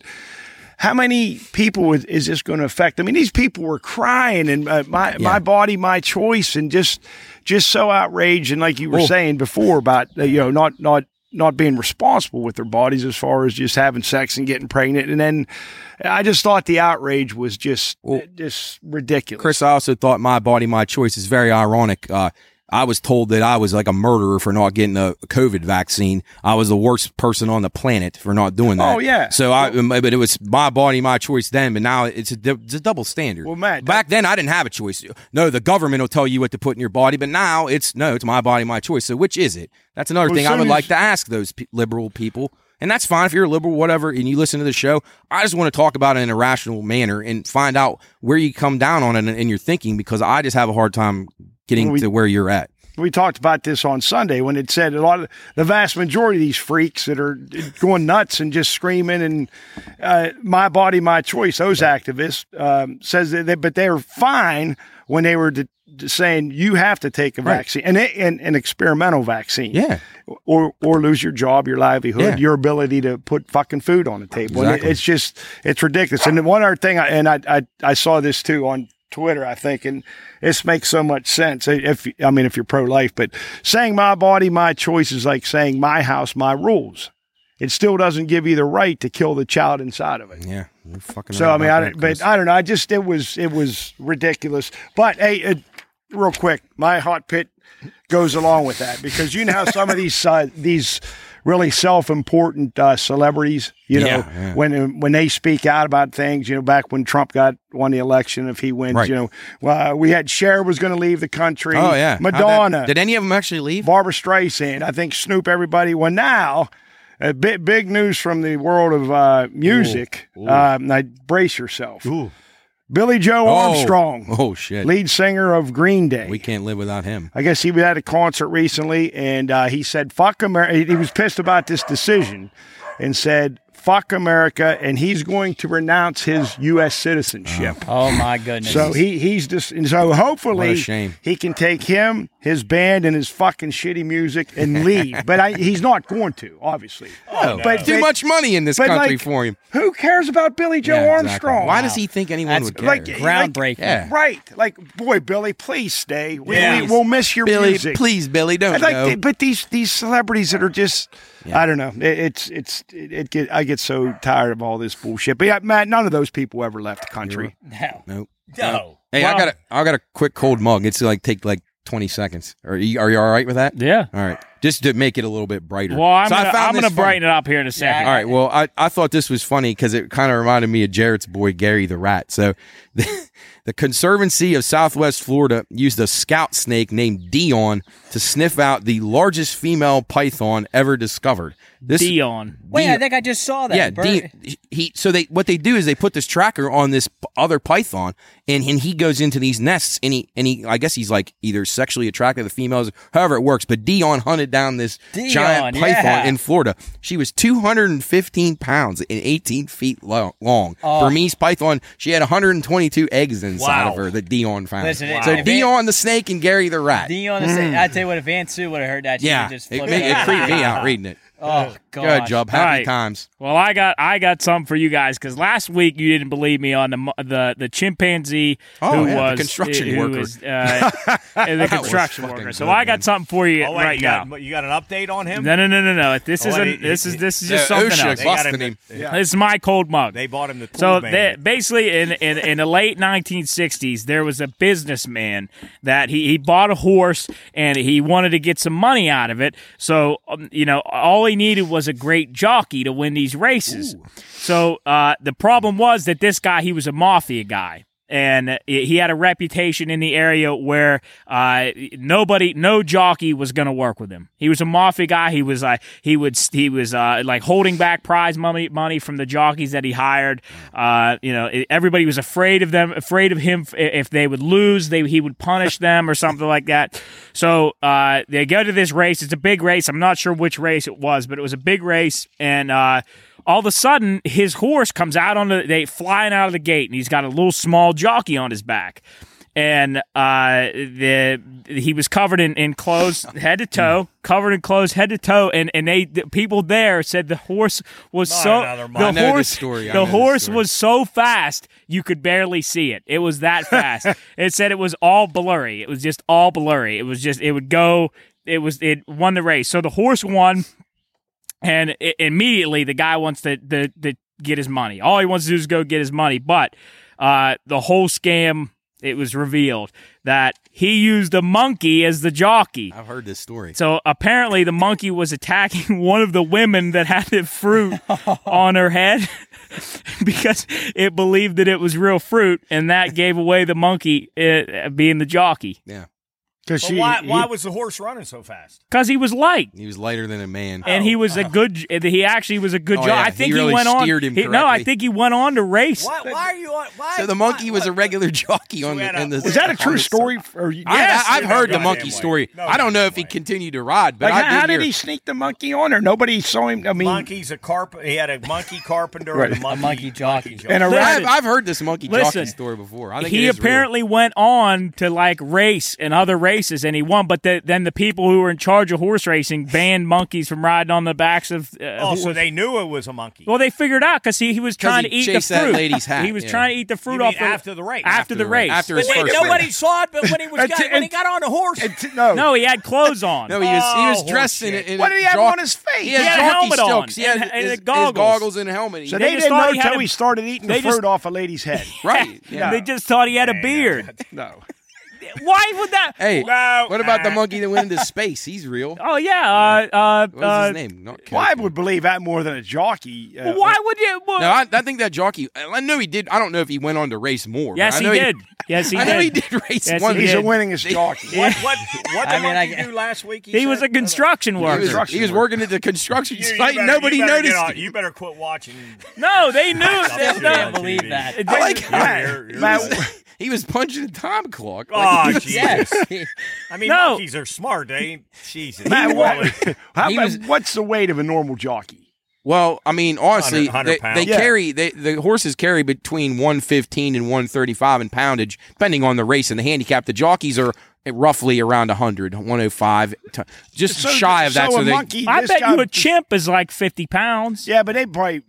How many people is, is this going to affect? I mean, these people were crying and uh, my my body, my choice, and just just so outraged and like you were saying before about uh, you know not not not being responsible with their bodies as far as just having sex and getting pregnant, and then I just thought the outrage was just just ridiculous.
Chris, I also thought my body, my choice is very ironic. Uh, I was told that I was like a murderer for not getting a COVID vaccine. I was the worst person on the planet for not doing that.
Oh, yeah.
So I, but it was my body, my choice then. But now it's a, du- it's a double standard.
Well, Matt,
back then I didn't have a choice. No, the government will tell you what to put in your body, but now it's no, it's my body, my choice. So which is it? That's another
Well,
thing I
soon
would
as-
like to ask those pe- liberal people. And that's fine if you're a liberal, whatever, and you listen to the show. I just want to talk about it in a rational manner and find out where you come down on it in your thinking because I just have a hard time getting to where you're at.
we talked about this on Sunday when it said a lot of the vast majority of these freaks that are going nuts and just screaming and uh, my body, my choice. Those activists um, says that, they, but they're fine when they were d d- saying you have to take a vaccine and, it, and an experimental vaccine,
Yeah.
or or lose your job, your livelihood,
Yeah.
your ability to put fucking food on the table. And it-
Exactly.
it's just it's ridiculous. And the one other thing, I, and I, I I saw this too on Twitter, I think, and this makes so much sense. If I mean, if you're pro life, but saying my body, my choice is like saying my house, my rules. It still doesn't give you the right to kill the child inside of it.
Yeah. You're fucking
So
right
I mean,
about
I
that,
don't, but
Chris.
I don't know. I just it was it was ridiculous. But hey, uh, real quick, my hot pit goes along with that because you know how some of these uh, these really self-important uh, celebrities, you know,
Yeah, yeah.
when when they speak out about things, you know, back when Trump got won the election, if he wins,
Right.
you know, well, we had Cher was going to leave the country.
Oh, yeah. How'd that-
Madonna,
did any of them actually leave?
Barbara Streisand. I think Snoop, everybody. Well, now, a bit, big news from the world of uh, music. Um, now, brace yourself. Billy Joe Armstrong,
Oh, oh, shit.
lead singer of Green Day.
We can't live without him.
I guess he was at a concert recently and uh, he said, fuck America. He was pissed about this decision and said, fuck America. And he's going to renounce his U.S. citizenship.
Ah.
Oh my goodness.
So he he's just and so
What
hopefully
a shame.
he can take him, his band, and his fucking shitty music and leave. but I, he's not going to, obviously. Oh, but
Too
but-
much money in this
but,
country
like,
for him.
Who cares about Billy Joe
Yeah, exactly.
Armstrong?
Why does he think anyone
That's
would care?
like
Groundbreaking.
Yeah.
Right, like boy, Billy, please stay. We,
Yeah.
we, will miss your
Billy,
music.
please, Billy, don't
I'd like
go.
to- but these these celebrities that are just I don't know. It, it's it's it, it get I get so tired of all this bullshit. But yeah, Matt, none of those people ever left the country.
no.
Nope.
No.
Hey, I got a, I got a quick cold mug. It's like take like twenty seconds. Are you are you all right with that?
Yeah.
All right, just to make it a little bit brighter.
Well, I'm
So I
gonna,
found
I'm
this
gonna
funny.
brighten it up here in a second.
All right. Well, I, I thought this was funny because it kind of reminded me of Jarrett's boy Gary the Rat. So, the, the Conservancy of Southwest Florida used a scout snake named Dion to sniff out the largest female python ever discovered. This
Dion.
Wait, I think I just saw that.
yeah,
Bert-
Dion, he so they what they do is they put this tracker on this p- other python and, and he goes into these nests and he and he I guess he's like either sexually attracted to females however it works but Dion hunted down this giant
Dion, yeah.
python in Florida she was 215 pounds and 18 feet lo- long
Oh.
Burmese python she had 122 eggs inside
Wow.
of her that Dion found
Listen, it-
so
if it-
Dion the snake and Gary the rat
Dion, the same, I tell you what, if Aunt Sue would have heard that, she
yeah
would just
it,
flipped
ma- it
out.
creeped me out reading it
Oh
good
god,
job
All
happy
right.
times
Well, I got I got something for you guys because last week you didn't believe me on the mo- the the chimpanzee
Oh,
who
yeah, the
was
construction
who
worker.
was, uh, the
was
construction
fucking
worker. so
good,
I got
man.
something for you
Oh, wait,
right
you
now.
got, you got an update on him?
No, no, no, no, no. This
Oh,
isn't.
it-
this is this is
Yeah,
just something
OSHA
else.
They got
busted
him.
him.
This is my cold mug.
They bought him the tool
So
man.
that basically, in, in in the late 1960s, there was a businessman that he, he bought a horse and he wanted to get some money out of it. So um, you know, all he needed was a great jockey to win these races. So uh, the problem was that this guy he was a mafia guy. And uh, he had a reputation in the area where uh, nobody, no jockey was going to work with him. He was a mafia guy. He was like he would he was uh, like holding back prize money money from the jockeys that he hired. Uh, you know, it- everybody was afraid of them, afraid of him f- if they would lose. They he would punish them or something like that. So uh, they go to this race. It's a big race. I'm not sure which race it was, but it was a big race and. Uh, all of a sudden, his horse comes out on the they flying out of the gate, and he's got a little small jockey on his back and uh, the he was covered in, in clothes head to toe, covered in clothes head to toe, and and they the people there said the horse was
another
so
mile.
I know
the
this
horse
story. I know
the
this
horse
story.
was so fast you could barely see it. It was that fast. it said it was all blurry. It was just all blurry. It was just it would go. It was it won the race. So the horse won. And i immediately the guy wants to, to, to get his money. All he wants to do is go get his money. But uh, the whole scam, it was revealed that he used a monkey as the jockey.
I've heard this story
So apparently the monkey was attacking one of the women that had the fruit on her head because it believed that it was real fruit. And that gave away the monkey uh, being the jockey
Because
But why, why was the horse running so fast?
because he was light.
he was lighter than a man
and he was a good. He actually was a good
Oh,
job.
yeah.
I
He
think he,
really
went on.
steered him
he- no, I
correctly.
think he went on to race.
Why, why are you on? Why,
So the monkey
why-
was a regular jockey on
we had
the.
a-
In the
Is that a
on
true
the-
story? Or,
I,
Yes.
I, have
no
heard the
goddamn
monkey
way.
story.
No
I don't know if he
goddamn way.
continued to ride, but
Like,
I
how, how
did
did
hear.
he sneak the monkey on her? Nobody saw him. I mean,
Monkey's a carp. He had a monkey carpenter and a
Right.
monkey,
monkey jockey.
and a
I've,
rabbit.
I've heard this monkey
Listen.
jockey story before. I think
He
it is real.
apparently went on to like race and other races, and he won. But the, then the people who were in charge of horse racing banned monkeys from riding on the backs of. Uh,
Oh,
horse-
so they knew it was a monkey.
well, they figured out because he, he was trying
he
to eat the
chased that
fruit.
lady's hat,
He was
yeah.
trying to eat the fruit
mean
off the,
after the race?
After,
After
the
the
race.
race. After his
But they-
first
nobody-
race.
saw it, but when he was
Until- got- when he
got on the horse,
no,
No, he had clothes on.
No, he was he was
Oh,
dressed in, a-
horseshit.
in.
What
a
did he have
jock-
on his face?
He had,
He had a
jockey
helmet
stilts.
on
He had
and- and
his,
the
his
goggles.
goggles and a helmet.
so
He-
they,
just
didn't
thought
know
he had
until
a-
he started eating the
they just-
fruit off a lady's head.
right. Yeah.
They just thought he had a beard.
No.
Why would that?
Hey,
No.
what about the monkey that went into space? He's real.
Oh yeah. Uh, uh,
What was
uh,
his name? Not
Well, I
Caterpillar.
would believe that more than a jockey. Uh,
Why would you? Well,
No, I, I think that jockey. I know he did. I don't know if he went on to race more. but
yes,
I
he
know
did. Yes, he
I
did.
know he did race
Yes, he
one.
did.
He's the winningest jockey.
what what what did
I mean,
monkey
I-
do last week?
He was a
said?
construction
He was-
worker.
He was working at the construction
You- you
site.
better-
Nobody
you better get
noticed.
on-
it.
You better quit watching.
No, they knew. they,
shit
no,
can't
on
believe
TV.
that.
they-
like
You're-
how
you're- you're-
Matt,
he was punching the time clock.
Oh,
Like, he was-
Jesus. I mean,
No.
monkeys are smart. They ain't Jesus.
Matt, what, how
He
about-
was-
what's the weight of a normal jockey?
Well, I mean, honestly,
100
they,
pounds.
they
Yeah.
carry they, the horses carry between one fifteen and one thirty five in poundage, depending on the race and the handicap. The jockeys are roughly around 100, 105, t- just
So-
shy of that.
So,
So,
a
they,
monkey.
I
this
bet
guy-
you a chimp is like fifty pounds.
Yeah, but they probably.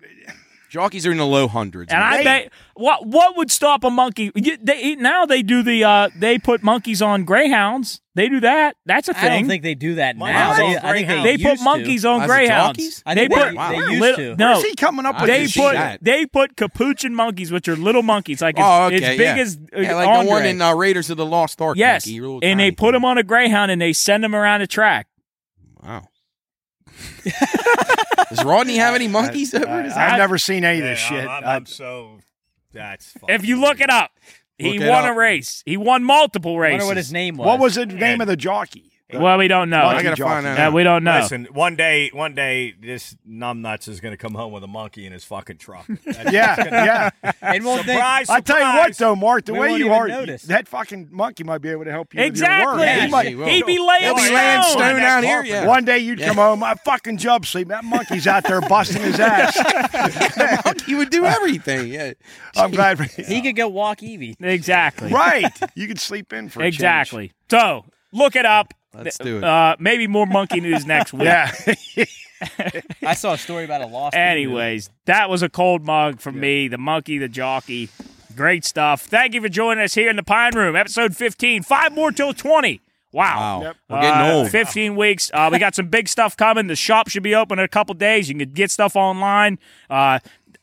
jockeys are in the low hundreds.
And I
They-
bet what what would stop a monkey? You- They now they do the uh, they put monkeys on greyhounds. They do that. That's a
I
thing.
don't think they do that
Monkeys
now.
on
They, I think
Greyhound.
they,
they put
used
monkeys
to.
on
As a
greyhounds.
jockeys?
I
They
think they,
put
they,
wow.
used
lit-
to.
no.
Where's he coming up
I
with
They
this?
see
put
that.
they put capuchin monkeys, which are little monkeys, like
oh,
as,
okay,
as big
yeah.
as uh,
yeah, like the one
Andre.
in uh, Raiders of the Lost Ark.
yes,
monkey, real
and they
tiny
put
thing.
them on a greyhound and they send them around the track.
Wow. Does Rodney have any monkeys over
I,
his
have
I-
never seen any of
Yeah,
this shit. Uh,
I'm, I'm,
I-
I'm so. That's.
If you look it up, he
Look it
won
up.
a race. He won multiple
I
races.
wonder what his name was.
what was the name of the jockey?
Well, we don't know.
I gotta find out.
Yeah, we don't know.
Listen, one day, one day, this numbnuts is going to come home with a monkey in his fucking truck. That's-
Yeah, yeah.
And won't they-
surprise,
I tell you what,
surprise.
though, Mark, the
We
way
won't
you
even
are,
notice.
that fucking monkey might be able to help you. With
exactly.
your work. He might-
she will.
He'd be laying
He'll be
stone.
laying stone
That
out here.
carpet.
Yeah.
One day you'd come home, my fucking job sleep. That monkey's out there busting his ass.
he would do everything. Yeah.
I'm glad. For,
He could go walk Evie.
Exactly.
right, you could sleep in for a change.
Exactly. So look it up.
Let's do it.
Uh, maybe more monkey news next week.
Yeah,
I saw a story about a lost.
Anyways, that was a cold mug from me, the monkey, the jockey. Great stuff. Thank you for joining us here in the Pine Room, episode 15. Five more till 20. Wow.
Wow. We're getting
Uh,
old.
15 weeks. Uh, we got some big stuff coming. The shop should be open in a couple days. You can get stuff online. Uh,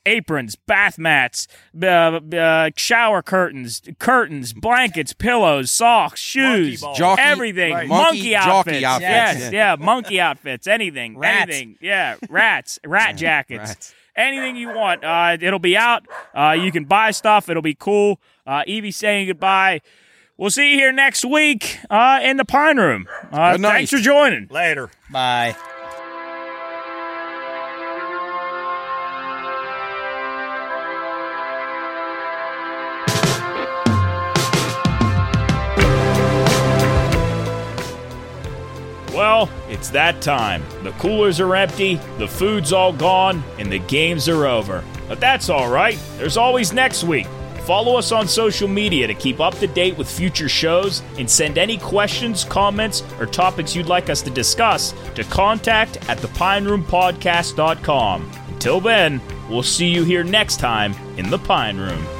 aprons, bath mats, uh, uh, shower curtains, curtains, blankets, pillows, socks, shoes,
balls.
Jockey-
everything.
right.
Monkey,
Monkey-
outfits.
jockey
Yes,
outfits,
yeah. monkey outfits. Anything.
Rats.
Anything. Yeah, rats, rat jackets.
rats.
Anything you want. Uh, it'll be out. Uh, you can buy stuff. It'll be cool. Uh, Evie saying goodbye. We'll see you here next week uh, in the Pine Room. Uh,
Good night.
thanks for joining.
Later.
Bye.
Well, it's that time. The coolers are empty, the food's all gone, and the games are over. But that's all right. There's always next week. Follow us on social media to keep up to date with future shows and send any questions, comments, or topics you'd like us to discuss to contact at thepineroompodcast.com. Until then, we'll see you here next time in the Pine Room.